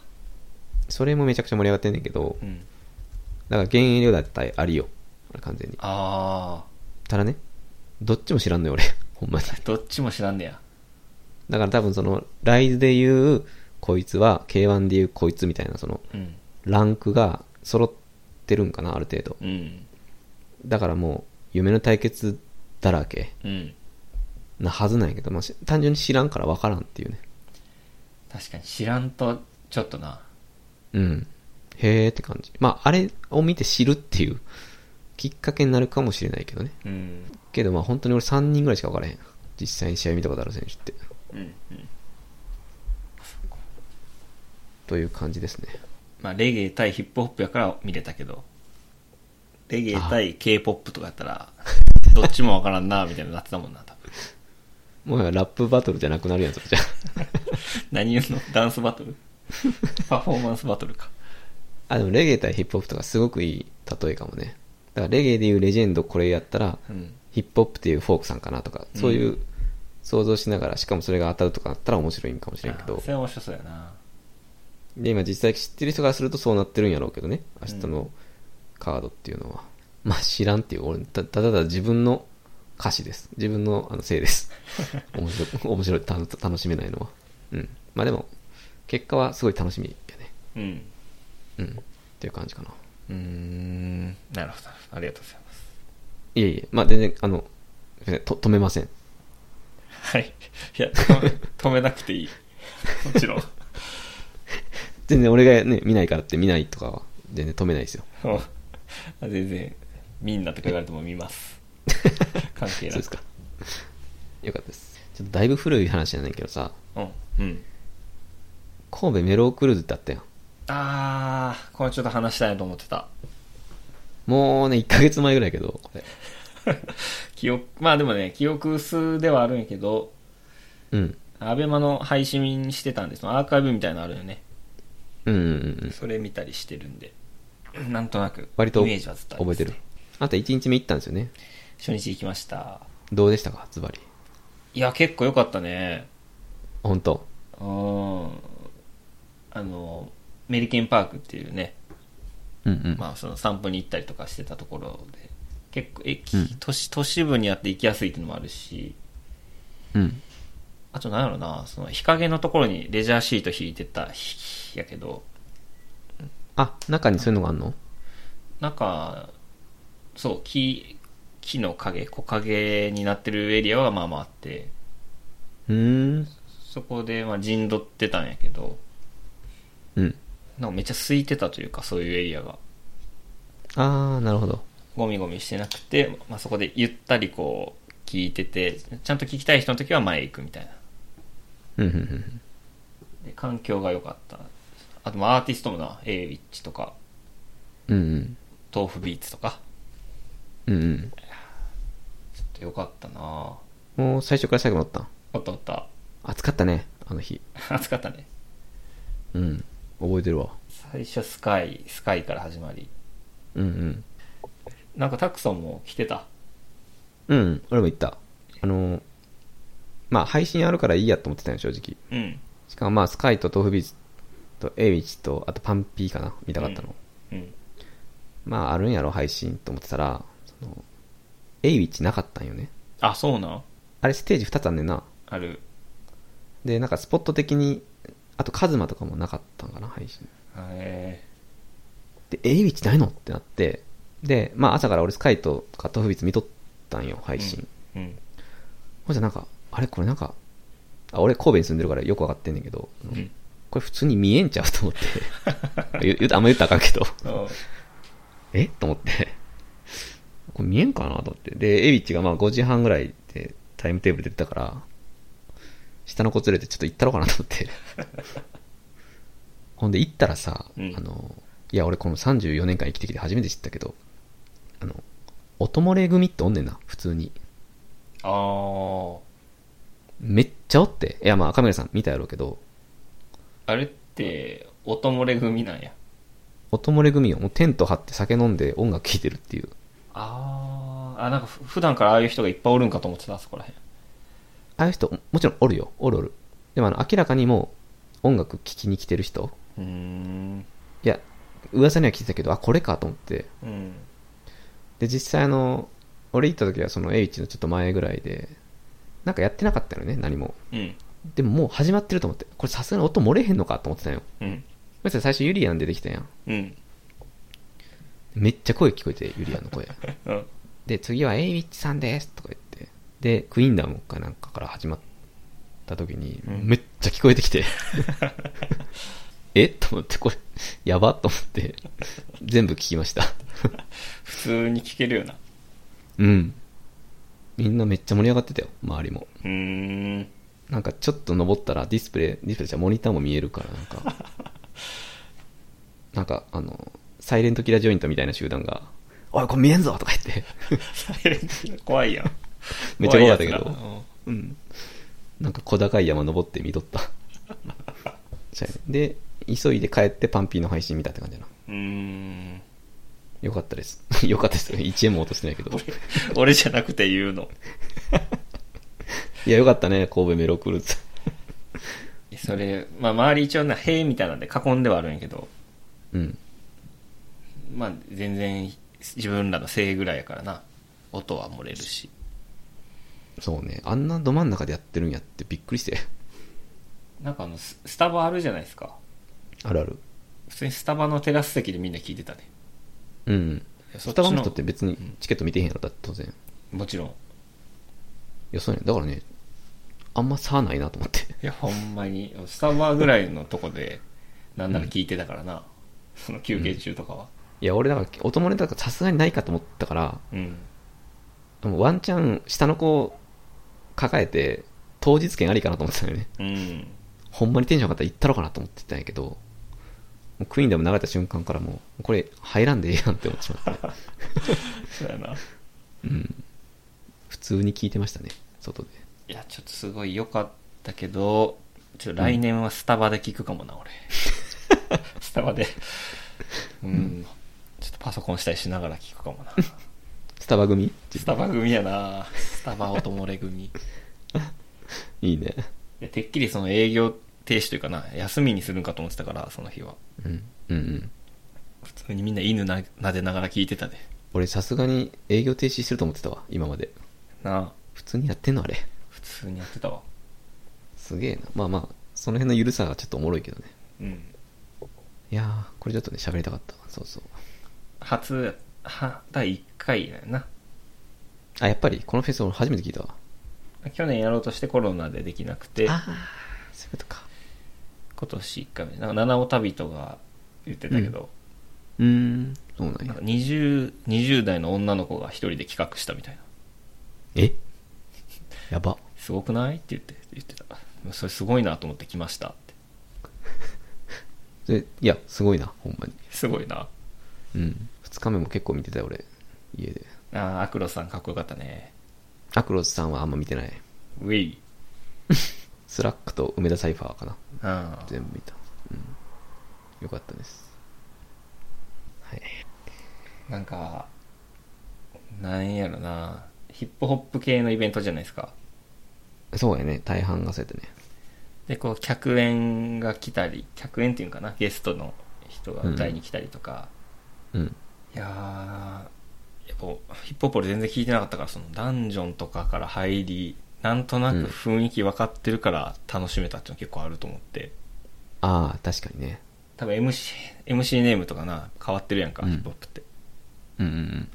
S1: それもめちゃくちゃ盛り上がってんねんけど、
S2: うん。
S1: だから現役量だったらありよ。あれ完全に。
S2: あ
S1: ただね、どっちも知らんのよ、俺。 ほんまに。
S2: ー、どっちも知らんねや。
S1: だから多分その、ライズで言う、こいつは、K1 で言うこいつみたいな、その、
S2: うん。
S1: ランクが揃ってるんかな、ある程度。
S2: うん。
S1: だからもう、夢の対決だらけ
S2: うん。
S1: なはずなんやけど、まあ、し単純に知らんから分からんっていうね。
S2: 確かに知らんと、ちょっとな。
S1: うん。へーって感じ。まあ、あれを見て知るっていう、きっかけになるかもしれないけどね。
S2: うん。
S1: けどまあ、本当に俺3人ぐらいしか分からへん。実際に試合見たことある選手って。
S2: うん。うん。
S1: という感じですね。
S2: まあ、レゲエ対ヒップホップやから見れたけど、レゲエ対 K-POP とかやったら、 どっちもわからんな、みたいになってたもんな、多分。
S1: も うラップバトルじゃなくなるやん、そ れじゃ。
S2: 何言うのダンスバト ルパフォーマンスバトルか。
S1: あ、でもレゲエ対ヒップホップとかすごくいい例えかもね。だからレゲエでいうレジェンドこれやったら、
S2: うん。
S1: ヒップホップっていうフォークさんかなとか、そういうう想像しながら、しかもそれが当たるとかだったら面白いんかもしれんけ
S2: あ
S1: ど
S2: そ、れ面白そうやな。
S1: で、今実際知ってる人からするとそうなってるんやろうけどね、明日のカードっていうのは。まあ知らんっていう、俺、たただただ自分の歌詞です。自分のあのせい です。面白い、面白い、たの楽しめないのは。うん。まあでも、結果はすごい楽しみやね。
S2: うん。
S1: うん。っていう感じかな。
S2: うーん。なるほど。ありがとうございます。
S1: いえいえ、まあ全然、あの、すいませんと止めません。
S2: はい。いや、止め止めなくていい。もちろん。
S1: 全然俺がね、見ないからって見ないとかは、全然止めないですよ。
S2: もうあ 全然、みんなとか言われても見ます。 関係
S1: そう
S2: な
S1: です
S2: く。
S1: か。 よかったです。ちょっとだいぶ古い話じゃないけどさ、
S2: うん。うん。
S1: 神戸メロークルーズってあったやん。
S2: あー、これちょっと話したいなと思ってた。
S1: もうね、1ヶ月前ぐらいやけど、これ。
S2: 記憶、まあでもね、記憶薄ではあるんやけど、
S1: うん。
S2: アベマの配信してたんです。アーカイブみたいなのあるよね。
S1: うんうんうん。
S2: それ見たりしてるんで。なんとなく、
S1: 割と
S2: イメージはずっとありま
S1: 覚え
S2: す
S1: て
S2: ね
S1: る。あんた1日目行ったんですよね。
S2: 初日行きました。
S1: どうでしたか、ズバリ。
S2: いや、結構良かったね。
S1: 本当
S2: うん。あの、メリケンパークっていうね、
S1: うんうん。
S2: まあその散歩に行ったりとかしてたところで、結構駅、
S1: うん
S2: 都市、都市部にあって行きやすいっていうのもあるし、
S1: うん。
S2: あとなんやろな、その日陰のところにレジャーシート引いてた日やけど、
S1: あ、中にそういうのがあんの
S2: なんか、そう、木、木の影、木陰になってるエリアはまあまああって、
S1: うーん。
S2: そこでまあ陣取ってたんやけど、
S1: うん。
S2: なんかめっちゃ空いてたというか、そういうエリアが。
S1: あー、なるほど。
S2: ゴミゴミしてなくて、まあ、そこでゆったりこう、聞いてて、ちゃんと聞きたい人の時は前へ行くみたいな。
S1: うんうんうん。
S2: で環境が良かった。あと、まあアーティストもな、エイウィッチとか、
S1: うんうん。
S2: 豆腐ビーツとか、
S1: うんうん。
S2: ちょっと良かったなぁ
S1: もう最初から最後までおったん
S2: おったおった。
S1: 暑かったね、あの日。
S2: 暑かったね。
S1: うん。覚えてるわ。
S2: 最初スカイ、スカイから始まり。
S1: うんうん。
S2: なんかタクソンも来てた。
S1: うん、俺も行った。あのー、まあ、配信あるからいいやと思ってたよ、正直。
S2: うん。
S1: しかもまあ、スカイと豆腐ビーズとエイウィッチと、あとパンピーかな、見たかったの。
S2: うん。
S1: まあ、あるんやろ、配信と思ってたら、その、エイウィッチなかったんよね。
S2: あ、そうなん
S1: あれ、ステージ2つあんねんな。
S2: ある。
S1: で、なんかスポット的に、あとカズマとかもなかったんかな、配信。
S2: へ
S1: で、エイウィッチないのってなって、で、まあ、朝から俺スカイとか豆腐ビーズ見とったんよ、
S2: え
S1: 配信。。
S2: うん。
S1: ほんじゃなんか、あれこれなんか、あ俺神戸に住んでるからよくわかってんねんけど、
S2: うん。
S1: これ普通に見えんちゃうと思って。 言言うあんま言ったらあかんけど。
S2: うん
S1: えと思って。これ見えんかなと思って。で、エビッチがまあ5時半ぐらいでタイムテーブル出てたから、下の子連れてちょっと行ったろうかなと思って。 ほんで行ったらさ、
S2: うん
S1: あの、いや俺この34年間生きてきて初めて知ったけど、あの、音漏れ組っておんねんな、普通に。
S2: あー
S1: めっちゃおって。いやまあカメラさん見たやろうけど、
S2: あれって音漏れ組なんや
S1: 音漏れ組をもうテント張って酒飲んで音楽聴いてるっていう。
S2: あーあなんかふ普段からああいう人がいっぱいおるんかと思ってたそこらへん
S1: ああいう人、もちろんおるよ。おるおる。でもあの、明らかにもう音楽聴きに来てる人。
S2: うーん
S1: いや、噂には聞いてたけど、あ、これかと思って。
S2: うん
S1: で、実際あの、俺行った時はその H のちょっと前ぐらいで、なんかやってなかったよね、何も。
S2: うん
S1: でももう始まってると思って。これさすがに音漏れへんのかと思ってたよ。
S2: うん
S1: そしたら最初ユリアン出てきたやん。
S2: うん
S1: めっちゃ声聞こえて、ユリアンの声。
S2: うん
S1: で、次は A ウィッチさんですとか言って。で、クイーンダムかなんかから始まった時に、
S2: うん
S1: めっちゃ聞こえてき て。えと思って、これ、やばと思って、全部聞きま した。
S2: 普通に聞けるよな
S1: うん。みんなめっちゃ盛り上がってたよ、周りも。
S2: うーん
S1: なんかちょっと登ったらディスプレイ、ディスプレイじゃモニターも見えるから、なんか。 なんか、あの、サイレントキラージョイントみたいな集団が、おい、これ見えんぞとか 言って。
S2: サイレントキラー怖いやん
S1: めっちゃ怖かったけど
S2: 怖いやつら
S1: うん。なんか小高い山登って見とった。 そうやねで、急いで帰ってパンピーの配信見たって感じだな。
S2: うんうーん
S1: よかったです。 よかったです。1円も落としてないけど。
S2: 俺じゃなくて言うの
S1: いや、よかったね、神戸メロクル ーズ。
S2: それまあ周り一応な塀みたいなんで囲んではあるんやけど
S1: うん。
S2: まあ全然自分らのせいぐらいやからな音は漏れるし
S1: そうね。あんなど真ん中でやってるんやってびっくりして。
S2: なんかあのススタバあるじゃないですか
S1: あるある。
S2: 普通にスタバのテラス席でみんな聞いてたね
S1: うん。
S2: いやそ
S1: ス
S2: っちの
S1: タバの人って別にチケット見てへんやろ、だって当然。い
S2: もちろんい
S1: や、そうね。だからね、あんま差ないなと思って。
S2: やほんまにスタバぐらいのとこでなんなら聞いてたからな、その休憩中とかは、
S1: いや、俺だから、お友達だからさすがにないかと思ったから、
S2: うん、
S1: でもワンチャン、下の子を抱えて、当日券ありかなと思ってたよね。
S2: うん。
S1: ほんまにテンション上がったら行ったろかなと思ってたんやけど、もうクイーンでも流れた瞬間からもう、これ入らんでええやんって思ってしまって、
S2: そうやな。
S1: うん。普通に聞いてましたね、外で。
S2: いや、ちょっとすごい良かったけど、ちょっと来年はスタバで聞くかもな、俺。 スタバで。うん。ちょっとパソコンしたりしながら聞くかもな。
S1: スタバ組
S2: スタバ組やな。スタバ音漏れ組。い
S1: いいね。
S2: やてっきりその営業停止というかな、休みにするんかと思ってたから、その日は。
S1: うん。うんうん。
S2: 普通にみんな犬な撫でながら聞いてたで。
S1: 俺さすがに営業停止すると思ってたわ、今まで。
S2: なあ、
S1: 普通にやってんのあれ。
S2: 普通にやってたわ。
S1: すげえな。まあまあ、その辺のゆるさがちょっとおもろいけどね。
S2: うん。
S1: いやー、これちょっとね、喋りたかったわ。そうそう。
S2: 初、は、第1回だよな。
S1: あ、やっぱり、このフェス俺初めて聞いたわ。
S2: 去年やろうとしてコロナでできなくて、
S1: ああ、そういうことか。
S2: 今年1回目。なんか七尾旅人が言ってたけど、
S1: うーん、そうなん
S2: なん
S1: や
S2: か。20、20代の女の子が一人で企画したみたいな。
S1: え やば。
S2: すごくないって言って、言ってた。それすごいなと思って来ましたって。
S1: それいや、すごいな、ほんまに。
S2: すごいな。
S1: うん。二日目も結構見てたよ、俺。家で。
S2: ああ、アクロさんかっこよかったね。
S1: アクロスさんはあんま見てない。
S2: ウェイ。
S1: スラックと梅田サイファーかな。
S2: うん。
S1: 全部見た。うん。よかったです。はい。
S2: なんか、なんやろな。ヒップホップ系のイベントじゃないですか。
S1: そうやね、大半がそうやってね。
S2: で、こう、客演が来たり、客演っていうんかな、ゲストの人が歌いに来たりとか、
S1: うん。
S2: いやー、やっぱヒップホップ俺全然聞いてなかったから、そのダンジョンとかから入り、なんとなく雰囲気分かってるから楽しめたっていうの結構あると思って。
S1: ああ、確かにね。
S2: 多分 MC、MC ネームとかな、変わってるやんか、
S1: うん
S2: ヒップホップって。
S1: うんうんうん。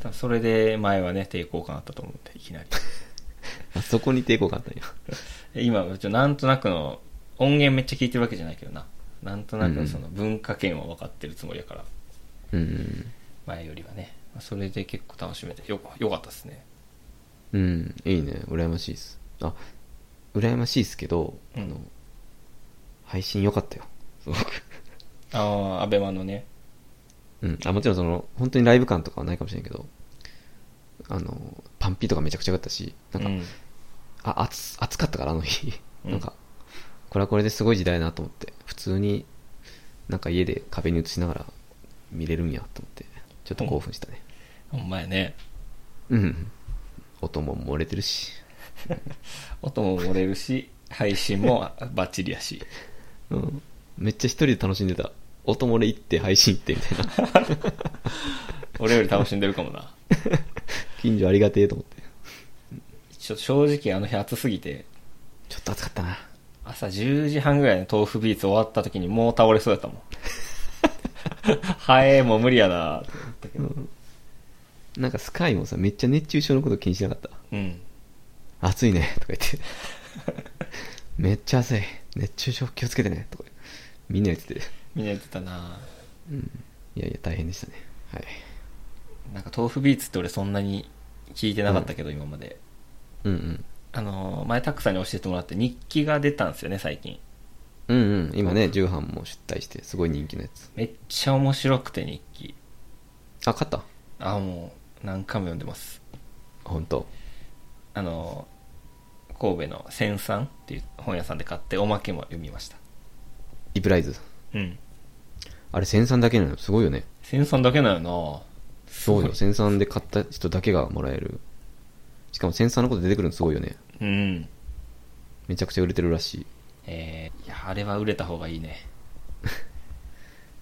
S2: 多分それで前はね、抵抗感あったと思って、いきなり。
S1: あそこに抵抗があったんや。
S2: で今、ちょなんとなくの、音源めっちゃ聞いてるわけじゃないけどな。なんとなくのその文化圏は分かってるつもりやから、
S1: うんうんうん。
S2: 前よりはね。まあそれで結構楽しめて、よ、よかったですね。
S1: うん、いいね。羨ましいです。あ、羨ましいですけど、
S2: うん
S1: あの、配信良かったよ。すごく。
S2: ああ、アベマのね。
S1: うん。あ、もちろんその、本当にライブ感とかはないかもしれんけど、あの、パンピーとかめちゃくちゃ良かったし、なんか、
S2: うん、
S1: あ、暑、暑かったから、あの日。
S2: う ん
S1: なんか、これはこれですごい時代だなと思って、普通に、なんか家で壁に映しながら見れるんやと思って、ちょっと興奮したね。
S2: ほんまやね。
S1: うん。音も漏れてるし。
S2: 音も漏れるし、配信もバッチリやし。
S1: うん。めっちゃ一人で楽しんでた。音漏れ行って配信行ってみたいな。
S2: 俺より楽しんでるかもな。
S1: 近所ありがてえと思って。
S2: ちょ正直あの日暑すぎて、
S1: ちょっと暑かったな。
S2: 朝10時半ぐらいの豆腐ビーツ終わった時にもう倒れそうやったもん。はえ、もう無理やなって思ったけど。
S1: なんかスカイもさ、めっちゃ熱中症のこと気にしなかった。
S2: うん。
S1: 暑いね、とか言って。めっちゃ暑い。熱中症気をつけてね、とか。みんな言ってて。
S2: みんな言ってたな
S1: うん。いやいや、大変でしたね。はい。
S2: なんか豆腐ビーツって俺そんなに聞いてなかったけど、今まで。
S1: うんうん。
S2: あのー、前タックさんに教えてもらって日記が出たんですよね、最近。
S1: うんうん。今ね、重版も出退して、すごい人気のやつ。
S2: めっちゃ面白くて日記。
S1: あ、勝った
S2: あ、もう何回も読んでます。
S1: 本当
S2: あのー、神戸の千三っていう本屋さんで買っておまけも読みました。
S1: リプライズ。
S2: うん。
S1: あれ、千三だけなのすごいよね。
S2: 千三だけなよな
S1: そうよ。千三で買った人だけがもらえる。しかも千三のこと出てくるのすごいよね。
S2: うん。
S1: めちゃくちゃ売れてるらしい。
S2: えー、いや、あれは売れた方がいいね。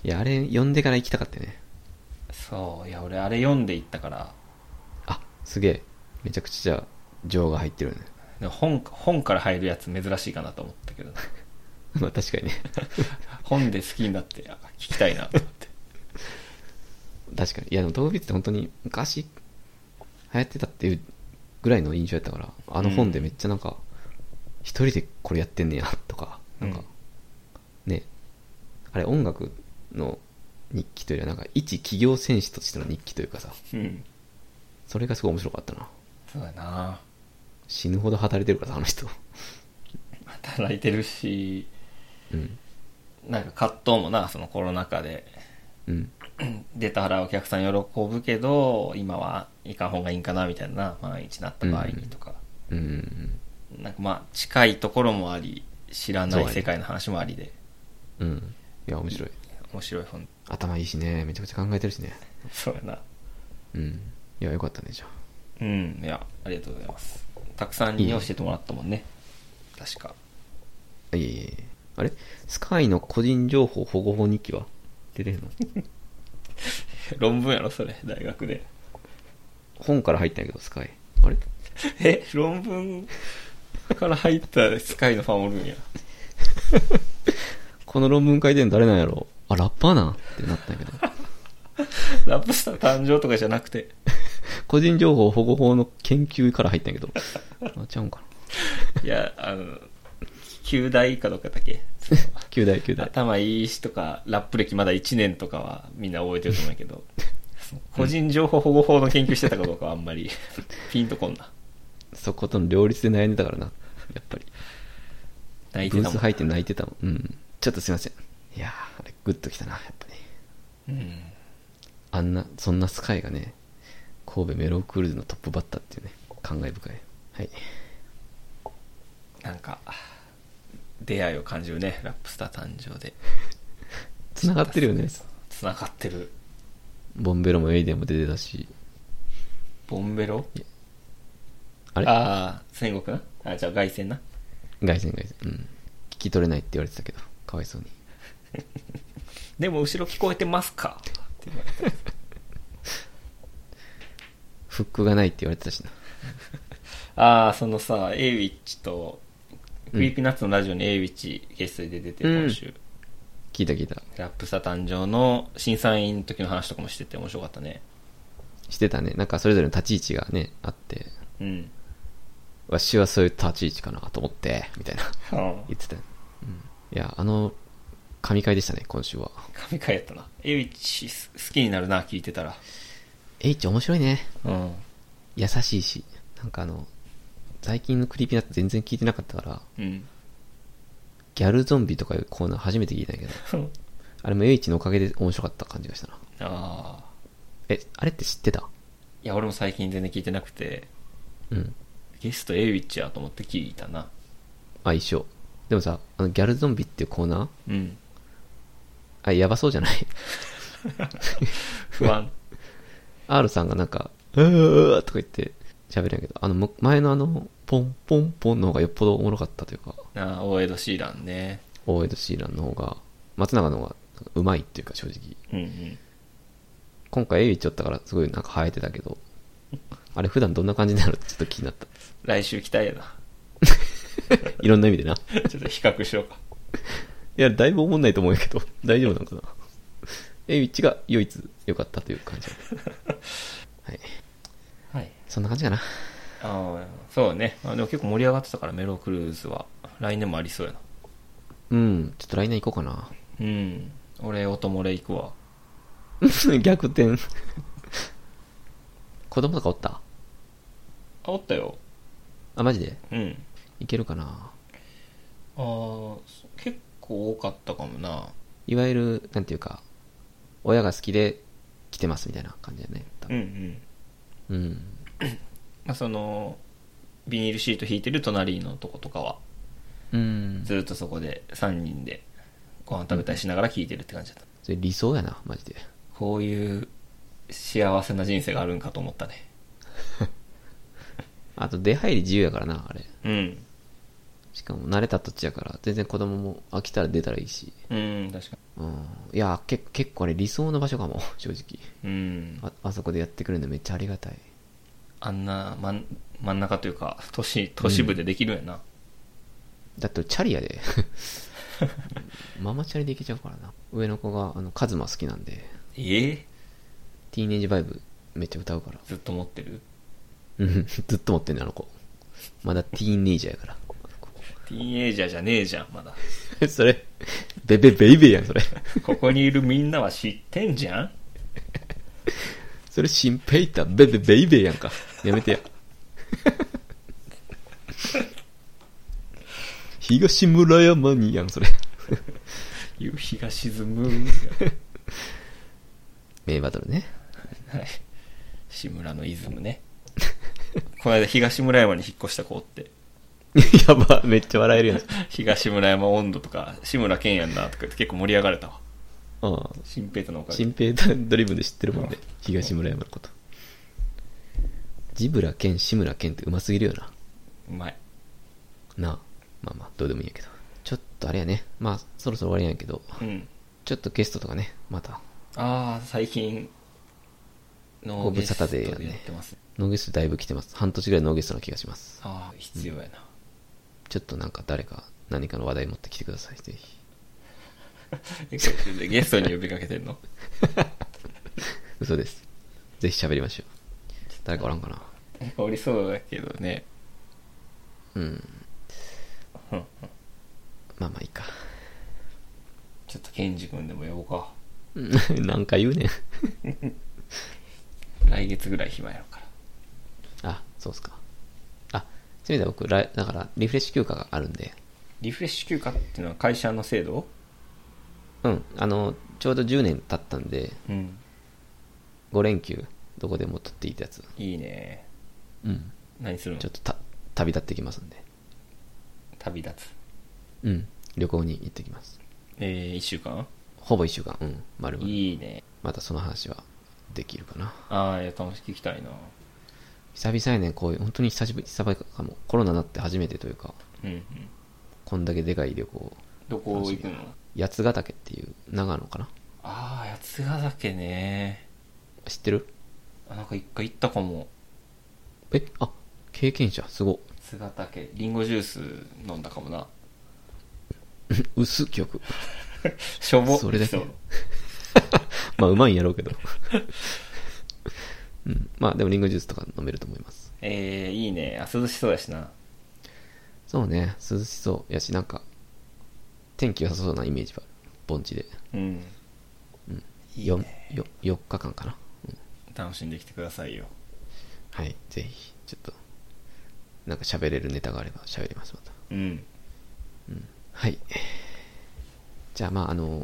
S1: いや、あれ、読んでから行きたかったよね。
S2: そう、いや、俺あれ読んでいったから、
S1: あ、すげえ。めちゃくちゃ、情が入ってるよね。
S2: でも本、本から入るやつ珍しいかなと思ったけど、
S1: まあ確かにね。
S2: 本で好きになって、あ聞きたいなと思って。
S1: 確かに。いや、でも動物って本当に昔、流行ってたっていうぐらいの印象やったから、あの本でめっちゃなんか、一人でこれやってんねや、とか、なんか、ね、あれ音楽の日記というよりは、なんか、一企業選手としての日記というかさ、
S2: うん。
S1: それがすごい面白かったな。
S2: そうだな
S1: 死ぬほど働いてるからさ、あの人。
S2: 働いてるし、
S1: うん。
S2: なんか葛藤もな、そのコロナ禍で、
S1: うん。
S2: 出たらお客さん喜ぶけど、今はいかん方がいいんかな、みたいな、万一なった場合にとか、
S1: うんうんうん。
S2: なんかまあ、近いところもあり、知らない世界の話もありで、
S1: うん。いや、面白い。
S2: 面白い本。
S1: 頭いいしね、めちゃくちゃ考えてるしね。
S2: そうやな。
S1: うん。いや、よかったね、じゃあ。
S2: うん、いや、ありがとうございます。たくさんに教えてもらったもんね。確か。
S1: いえいえいえあれスカイの個人情報保護法日記は出てへんの
S2: 論文やろ、それ、大学で。
S1: 本から入ったんやけど、スカイ。あれ
S2: え、論文から入ったスカイのファンおるんや。
S1: この論文書いてんの誰なんやろあ、ラッパーなんってなったんやけど。
S2: ラップスター誕生とかじゃなくて。
S1: 個人情報保護法の研究から入ったんやけど。あ、ちゃうんか
S2: いや、あの、旧大かどうかだっけ
S1: な。9代9代。
S2: 頭いいしとか、ラップ歴まだ1年とかはみんな覚えてると思うけど、その個人情報保護法の研究してたかどうかはあ んまりピンとこんな。
S1: そことの両立で悩んでたからな。やっぱり。
S2: 泣い
S1: ブ
S2: て
S1: ー
S2: た
S1: ス
S2: もん。
S1: 入って泣いてたもん。うん。ちょっとすいません。いやー、あれグッときたな、やっぱり。
S2: うん
S1: あんな、そんなスカイがね、神戸メロークールズのトップバッターっていうね、感慨深い。はい。
S2: なんか、出会いを感じるね、ラップスター誕生で。
S1: 繋がってるよね。
S2: 繋がってる。
S1: ボンベロもエイデンも出てたし、
S2: ボンベロ
S1: あれ
S2: あー、戦国なあ、じゃあ外線な。
S1: 外線外線。うん。聞き取れないって言われてたけど、かわいそうに。
S2: でも後ろ聞こえてますかって言われた
S1: フックがないって言われてたしな。
S2: ああ、そのさ、エイウィッチと、クリーピーナッツのラジオにエイウィッチゲストで出てて、
S1: うん
S2: 今週、
S1: 聞いた聞いた。
S2: ラップスター誕生の審査員の時の話とかもしてて面白かったね。
S1: してたね。なんかそれぞれの立ち位置がね、あって、
S2: うん。
S1: わしはそういう立ち位置かなと思って、みたいな。言ってた。うん。いや、あの、神回でしたね、今週は。
S2: 神回やったな。エイウィッチす好きになるな、聞いてたら。
S1: H 面白いね。
S2: うん。
S1: 優しいし、なんかあの、最近のクリーピーナッツ全然聞いてなかったから、
S2: うん。
S1: ギャルゾンビとかいうコーナー初めて聞いたんやけど、あれも唯一のおかげで面白かった感じがしたな。
S2: ああ。
S1: え、あれって知ってた
S2: いや、俺も最近全然聞いてなくて、
S1: うん。
S2: ゲスト A ウィッチやと思って聞いたな。
S1: あ、一緒。でもさ、あの、ギャルゾンビっていうコーナー
S2: うん。
S1: あ、やばそうじゃない
S2: 不 安。
S1: ?R さんがなんか、うーとか言って喋るんやけど、あの、む前のあの、ポンポンポンの方がよっぽどおもろかったというか、
S2: なあ、大江戸シーランね。
S1: オーエド・シーランの方が、松永の方がうまいっていうか正直。
S2: うんうん。
S1: 今回エビちょったからすごいなんか生えてたけど、あれ普段どんな感じになるちょっと気になった。
S2: 来週来たいやな。
S1: いろんな意味でな。い
S2: ちょっと比較しようか。
S1: や、だいぶ思んないと思うけど、大丈夫なのかな。エビチが唯一良かったという感じ。はい。
S2: はい。
S1: そんな感じかな。
S2: ああ、そうね。あでも結構盛り上がってたから、メロークルーズは。来年もありそうやな。
S1: うん、ちょっと来年行こうかな。
S2: うん。俺、音漏れ行くわ。
S1: 逆転。子供とかおった
S2: あ、おったよ。
S1: あ、マジで
S2: うん。
S1: いけるかな。
S2: ああ、結構多かったかもな。
S1: いわゆる、なんていうか、親が好きで来てますみたいな感じだね。多
S2: うんう
S1: 分
S2: ん。
S1: うん。
S2: まあ、その、ビニールシート引いてる隣のとことかは、
S1: うん。
S2: ずっとそこで3人でご飯食べたりしながら聞いてるって感じだった。
S1: それ理想やな、マジで。
S2: こういう幸せな人生があるんかと思ったね。
S1: あと出入り自由やからな、あれ。
S2: うん。
S1: しかも慣れた土地やから、全然子供も飽きたら出たらいいし。
S2: うん、確か
S1: うん。いや、け結構あれ理想の場所かも、正直。
S2: に。うん。
S1: あ、あそこでやってくれるのめっちゃありがたい。
S2: あんな真ん真ん中というか、都市、都市部でできるんやな。
S1: だって俺チャリやで。 ママチャリで行けちゃうからな。上の子が、あの、カズマ好きなんで、
S2: ええ
S1: ティーネージバイブめっちゃ歌うから。
S2: ずっと持ってる
S1: うん、 ずっと持ってんね、あの子。まだティーンエイジャーやから。
S2: ティーンエイジャーじゃねえじゃん、まだ。
S1: それ、ベベベイベーやん、それ。
S2: ここにいるみんなは知ってんじゃん
S1: それ、シンペイタ、ベベベイベーやんか。やめてや。 東村山にやん、それ。
S2: 夕日が沈む。
S1: 名バトルね。
S2: はい。志村のイズムね。この間東村山に引っ越した子おって、
S1: やば、めっちゃ笑えるやん。
S2: 東村山温度とか、志村けんやんなとか言って結構盛り上がれたわ。
S1: ああ、
S2: 新平太のおかげ
S1: シ
S2: で。
S1: ンペイタドリブンで知ってるもんね。東村山のこと。ジブラ兼志村けんってうますぎるよな。
S2: うまい。
S1: なあ。まあまあ、どうでもいいんやけど。ちょっとあれやね。まあ、そろそろ終わりなんやけど。
S2: うん。
S1: ちょっとゲストとかね、また、
S2: ああ、最近
S1: ご
S2: の
S1: 無
S2: ゲ
S1: 沙
S2: ス
S1: 汰
S2: ト
S1: で
S2: で
S1: や
S2: や
S1: んね
S2: ってます。
S1: ノーゲストだいぶ来てます。半年ぐらいノーゲストな気がします。
S2: ああ、必要やな。
S1: ちょっとなんか誰か、何かの話題持ってきてください、ぜひ。
S2: えこれでゲストに呼びかけてんの
S1: 嘘です。ぜひ喋りましょう。誰かおらんかな。
S2: なんかおりそうだけどね。
S1: うん。
S2: うんうん
S1: まあまあいいか。
S2: ちょっとケンジ君でも呼ぼうか。
S1: うん なんか言うねん。
S2: 来月ぐらい暇やろから。
S1: あ、そうっすか。あ、そういう意味では僕、来だから、リフレッシュ休暇があるんで、
S2: リフレッシュ休暇っていうのは会社の制度
S1: うん、あの、ちょうど10年経ったんで、
S2: うん。
S1: 5連休、どこでも取っていいってやつ。
S2: いいね。
S1: うん。
S2: 何するの
S1: ちょっとた、旅立ってきますんで。
S2: 旅立つ。
S1: うん。旅行に行ってきます。
S2: えー、一週間
S1: ほぼ1週間、うん、丸々。
S2: いいね。
S1: またその話はできるかな。
S2: ああ、いや、楽しく聞きたいな。
S1: 久々やね、こういう、本当に久しぶり、久々かも。コロナになって初めてというか、
S2: うんうん。
S1: こんだけでかい旅行、
S2: どこ行くの
S1: 八ヶ岳っていう、長野かな
S2: ああ、八ヶ岳ね。
S1: 知ってる
S2: あ、なんか一回行ったかも。
S1: え、あ、経験者、すご。
S2: 八ヶ岳、リンゴジュース飲んだかもな。
S1: 薄記憶。
S2: しょぼ
S1: それだけ
S2: そう
S1: まあ、うまいんやろうけど。 うん。まあ、でもリンゴジュースとか飲めると思います。
S2: えー、いいね。あ、涼しそうやしな。
S1: そうね、涼しそうやし、なんか、天気良さそうなイメージは、盆地で。
S2: うん。いい
S1: よ
S2: ね。
S1: よ4日間かな。うん
S2: 楽しんできてくださいよ。
S1: はい、ぜひ、ちょっと、なんか喋れるネタがあれば喋ります、また。
S2: うん。
S1: はい。じゃあ、まあ、あの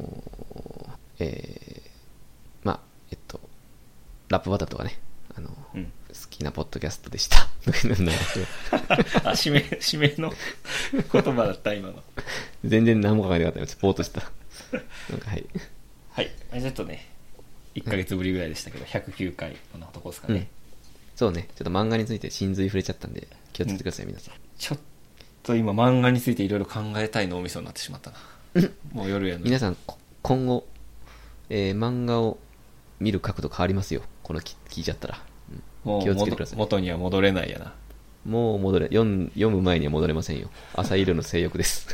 S1: ーえーまあ、えっと、ラップバターとかね、あのー
S2: うん。
S1: 好きなポッドキャストでした。
S2: あ、締め、締めの言葉だった、今の。
S1: 全然何も考えなかったです。ぼーっとした。 なんか、はい。
S2: はい。ちょっとね、1ヶ月ぶりぐらいでしたけど、109回、こんなとこですか
S1: う
S2: ね。
S1: ん。そうね、ちょっと漫画について真髄触れちゃったんで、気をつけてください、皆さん。
S2: ちょっと今、漫画についていろいろ考えたい脳みそになってしまったな。もう夜やのに
S1: 皆さん、こ今後、えー漫画を見る角度変わりますよ。このき聞いちゃったら。うん
S2: も
S1: 気
S2: う
S1: をつけて
S2: 元
S1: ください
S2: 元には戻れないやな。
S1: もう戻れ、読ん読む前には戻れませんよ。朝色の性欲です。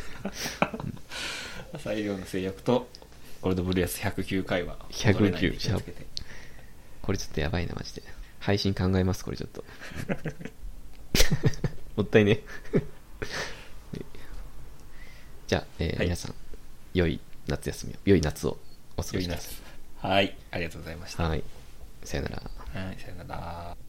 S2: 最良の制約と、ゴールドブリアス109回は
S1: 109
S2: 戻れないんで気をつけて
S1: これちょっとやばいな、マジで。配信考えます、これちょっと。 もったいね。 じゃあ、えー
S2: はい
S1: 皆さん、良い夏休みを、良い夏をお過ご
S2: 良
S1: し
S2: い
S1: くだ
S2: な
S1: さい。
S2: はい。ありがとうございました。
S1: はい。さよなら。
S2: はい、さよなら。